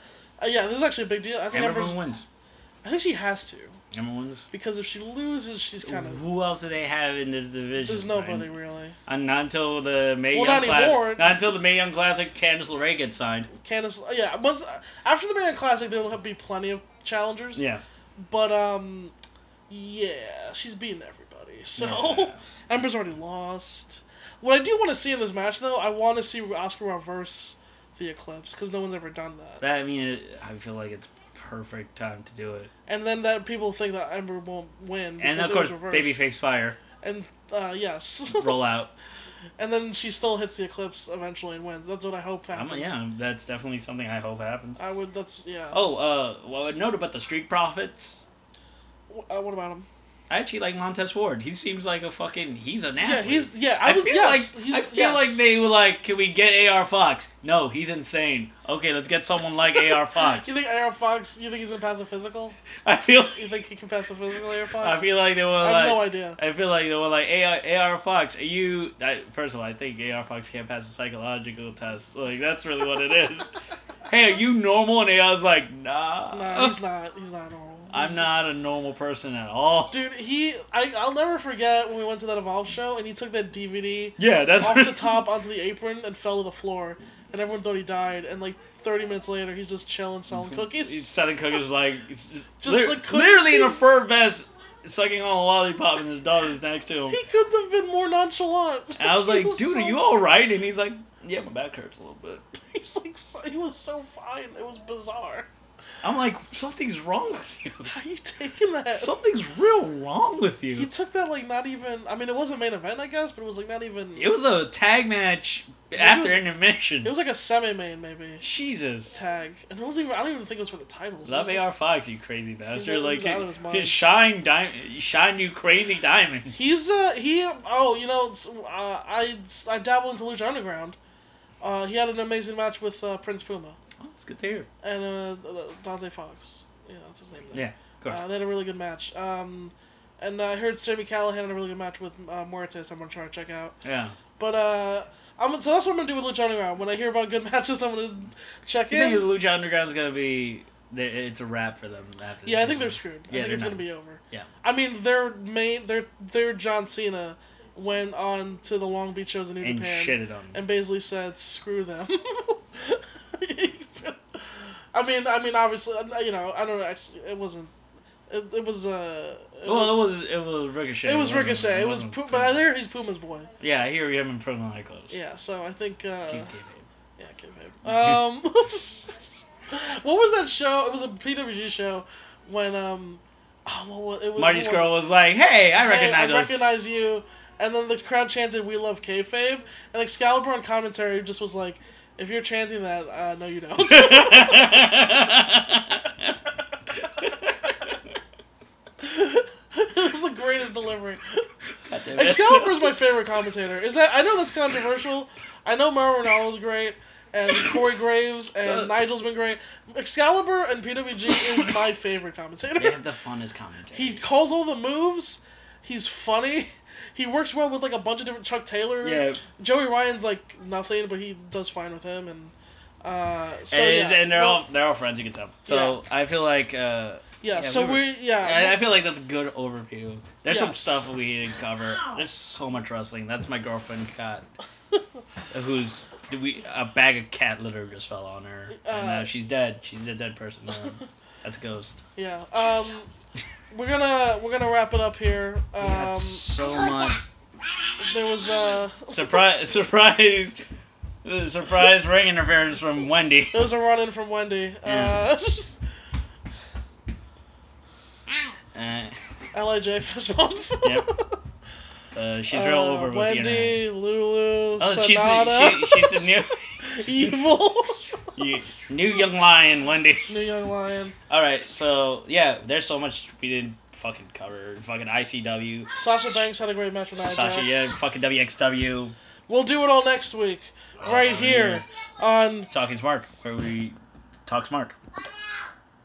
[SPEAKER 1] yeah, this is actually a big deal. I think
[SPEAKER 2] Ember
[SPEAKER 1] Ember's,
[SPEAKER 2] Moon wins.
[SPEAKER 1] I think she has to
[SPEAKER 2] Ember wins.
[SPEAKER 1] because if she loses, she's kind of.
[SPEAKER 2] Who else do they have in this division?
[SPEAKER 1] There's nobody really.
[SPEAKER 2] And not until the May
[SPEAKER 1] Well,
[SPEAKER 2] Young
[SPEAKER 1] not
[SPEAKER 2] Classic.
[SPEAKER 1] anymore.
[SPEAKER 2] Not until the May Young Classic, Candice LeRae gets signed.
[SPEAKER 1] Candice, yeah. Once after the Man Classic, there'll be plenty of challengers.
[SPEAKER 2] Yeah.
[SPEAKER 1] But um, yeah, she's beating everybody. So
[SPEAKER 2] Yeah.
[SPEAKER 1] Ember's already lost. What I do want to see in this match, though, I want to see Oscar reverse the Eclipse because no one's ever done that.
[SPEAKER 2] That I mean, it, I feel like it's perfect time to do it.
[SPEAKER 1] And then that people think that Ember won't win. because
[SPEAKER 2] And of
[SPEAKER 1] it
[SPEAKER 2] course,
[SPEAKER 1] was reversed.
[SPEAKER 2] babyface fire
[SPEAKER 1] And uh, yes,
[SPEAKER 2] roll out.
[SPEAKER 1] and then she still hits the Eclipse eventually and wins. That's what I hope
[SPEAKER 2] I'm,
[SPEAKER 1] happens.
[SPEAKER 2] yeah, that's definitely something I hope happens.
[SPEAKER 1] I would. That's yeah.
[SPEAKER 2] Oh, uh, well, a note about the street profits.
[SPEAKER 1] Wh- Uh, what about him?
[SPEAKER 2] I actually like Montez Ford. He seems like a fucking. He's an
[SPEAKER 1] Yeah,
[SPEAKER 2] athlete.
[SPEAKER 1] he's yeah. I was
[SPEAKER 2] feel
[SPEAKER 1] yes.
[SPEAKER 2] like
[SPEAKER 1] he's,
[SPEAKER 2] I feel
[SPEAKER 1] yes.
[SPEAKER 2] like they were like, can we get AR Fox? No, he's insane. Okay, let's get someone like AR Fox.
[SPEAKER 1] You think AR Fox? You think he's gonna pass a physical?
[SPEAKER 2] I feel
[SPEAKER 1] You think he can pass a physical, AR Fox?
[SPEAKER 2] I feel like they were
[SPEAKER 1] I have
[SPEAKER 2] like
[SPEAKER 1] no idea.
[SPEAKER 2] I feel like they were like AR, AR Fox. Are you? I, first of all, I think AR Fox can't pass a psychological test. Like that's really what it is. hey, are you normal? And AR's like, nah,
[SPEAKER 1] Nah, he's not. He's not normal.
[SPEAKER 2] I'm
[SPEAKER 1] He's-
[SPEAKER 2] not a normal person at all.
[SPEAKER 1] Dude, he. I, I'll never forget when we went to that Evolve show and he took that DVD
[SPEAKER 2] Yeah, that's
[SPEAKER 1] off the top onto the apron and fell to the floor, and everyone thought he died. And like 30 minutes later, he's just chilling, selling cookies.
[SPEAKER 2] He's selling cookies like just
[SPEAKER 1] Just like cookies.
[SPEAKER 2] literally in a fur vest, sucking on a lollipop, and his daughter's next to him.
[SPEAKER 1] He couldn't have been more nonchalant.
[SPEAKER 2] And I was
[SPEAKER 1] He
[SPEAKER 2] like, dude,
[SPEAKER 1] so-
[SPEAKER 2] are you all right? And he's like, yeah, my back hurts a little bit.
[SPEAKER 1] He's like, so, he was so fine. It was bizarre.
[SPEAKER 2] I'm like, something's wrong with you.
[SPEAKER 1] How are you taking that?
[SPEAKER 2] Something's real wrong with
[SPEAKER 1] he
[SPEAKER 2] you.
[SPEAKER 1] took that like not even. I mean, it was a main event, I guess, but it was like not even.
[SPEAKER 2] It was a tag match
[SPEAKER 1] It
[SPEAKER 2] after
[SPEAKER 1] was-
[SPEAKER 2] intermission.
[SPEAKER 1] It was like a semi-main maybe
[SPEAKER 2] Jesus.
[SPEAKER 1] tag, and it wasn't even. I don't even think it was for the titles.
[SPEAKER 2] Love
[SPEAKER 1] it was
[SPEAKER 2] AR
[SPEAKER 1] just-
[SPEAKER 2] Fox, you crazy bastard.
[SPEAKER 1] he's
[SPEAKER 2] Like,
[SPEAKER 1] out of his
[SPEAKER 2] his,
[SPEAKER 1] mind.
[SPEAKER 2] shine, diamond, shine, you crazy diamond.
[SPEAKER 1] He's uh he oh you know it's, uh, I I dabble into Lucha Underground. Uh, he had an amazing match with uh, Prince Puma
[SPEAKER 2] Oh, it's good to hear. Of
[SPEAKER 1] and uh, Dante Fox. Yeah, that's his name. There.
[SPEAKER 2] Yeah. course.
[SPEAKER 1] Uh, they had a really good match. Um, and I heard Sammy Callahan had a really good match with uh, Muertes. I'm gonna try to check out.
[SPEAKER 2] yeah.
[SPEAKER 1] But uh, I'm so that's what I'm gonna do with Lucha Underground. When I hear about good matches, I'm gonna check
[SPEAKER 2] You think the
[SPEAKER 1] in.
[SPEAKER 2] Lucha Underground's gonna be? they- It's a wrap for them after. this
[SPEAKER 1] Yeah, I think
[SPEAKER 2] season.
[SPEAKER 1] they're screwed. I
[SPEAKER 2] Yeah,
[SPEAKER 1] think
[SPEAKER 2] they're
[SPEAKER 1] it's
[SPEAKER 2] not.
[SPEAKER 1] gonna be over.
[SPEAKER 2] Yeah.
[SPEAKER 1] I mean, their main, their their John Cena went on to the Long Beach shows in New
[SPEAKER 2] and
[SPEAKER 1] Japan,
[SPEAKER 2] shitted on. Them.
[SPEAKER 1] and basically said, "Screw them." I mean, I mean, obviously, uh, you know, I don't know. Actually, it wasn't. It, it was uh. it
[SPEAKER 2] well, it was it was Ricochet.
[SPEAKER 1] It was
[SPEAKER 2] wasn't-
[SPEAKER 1] Ricochet. It was,
[SPEAKER 2] wasn't
[SPEAKER 1] Pu-
[SPEAKER 2] Puma.
[SPEAKER 1] but I hear he's Puma's boy.
[SPEAKER 2] Yeah, I hear him in Promo High Close.
[SPEAKER 1] Yeah, so I think. Uh,
[SPEAKER 2] Keep
[SPEAKER 1] yeah, kayfabe. Um, what was that show? It was a PWG show when um, oh, what was, it was
[SPEAKER 2] Marty
[SPEAKER 1] what was
[SPEAKER 2] Scurll was like, "Hey,
[SPEAKER 1] it?
[SPEAKER 2] I
[SPEAKER 1] Hey,
[SPEAKER 2] recognize
[SPEAKER 1] I
[SPEAKER 2] us."
[SPEAKER 1] recognize you. And then the crowd chanted, "We love kayfabe," and Excalibur on commentary just was like, "If you're chanting that, uh, no, you don't." it was the greatest delivery.
[SPEAKER 2] God damn it.
[SPEAKER 1] Excalibur's my favorite commentator. Is that I know that's controversial. I know Mauro Ronaldo's great, and Corey Graves, and
[SPEAKER 2] Uh,
[SPEAKER 1] Nigel's been great. Excalibur and PWG is my favorite commentator.
[SPEAKER 2] They have the funnest commentary.
[SPEAKER 1] He calls all the moves. He's funny. He works well with like a bunch of different Chuck Taylor.
[SPEAKER 2] yeah,
[SPEAKER 1] Joey Ryan's like nothing, but he does fine with him, and uh, so
[SPEAKER 2] and,
[SPEAKER 1] yeah.
[SPEAKER 2] and they're
[SPEAKER 1] Well,
[SPEAKER 2] all they're all friends. You can tell. So I feel like uh,
[SPEAKER 1] yeah.
[SPEAKER 2] yeah,
[SPEAKER 1] so
[SPEAKER 2] we were-
[SPEAKER 1] we are
[SPEAKER 2] I, I
[SPEAKER 1] yeah.
[SPEAKER 2] feel like that's a good overview. There's some
[SPEAKER 1] Yes.
[SPEAKER 2] stuff we didn't cover. There's so much wrestling. That's my girlfriend got who's did we a bag of cat litter just fell on her and
[SPEAKER 1] Uh,
[SPEAKER 2] uh, she's dead she's a dead person now that's a ghost
[SPEAKER 1] yeah. Um, we're gonna we're gonna wrap it up here.
[SPEAKER 2] we got
[SPEAKER 1] Um,
[SPEAKER 2] so much
[SPEAKER 1] there was uh.
[SPEAKER 2] surprise surprise the surprise ring interference from wendy
[SPEAKER 1] It was a run in from Wendy.
[SPEAKER 2] Yeah. uh,
[SPEAKER 1] Uh, Lij fist bump.
[SPEAKER 2] Yep. uh, she's real
[SPEAKER 1] Uh,
[SPEAKER 2] over with the internet
[SPEAKER 1] Wendy, Lulu,
[SPEAKER 2] oh she's
[SPEAKER 1] Sonata,
[SPEAKER 2] the, she, she's the new
[SPEAKER 1] Evil,
[SPEAKER 2] you- new young lion wendy
[SPEAKER 1] New Young Lion,
[SPEAKER 2] all right so yeah there's so much we didn't fucking cover fucking icw
[SPEAKER 1] Sasha Banks had a great match with Nia
[SPEAKER 2] Sasha,
[SPEAKER 1] Jax.
[SPEAKER 2] yeah, fucking WXW,
[SPEAKER 1] We'll do it all next week, right
[SPEAKER 2] Oh,
[SPEAKER 1] here on
[SPEAKER 2] Talking Smart, where we talk smart.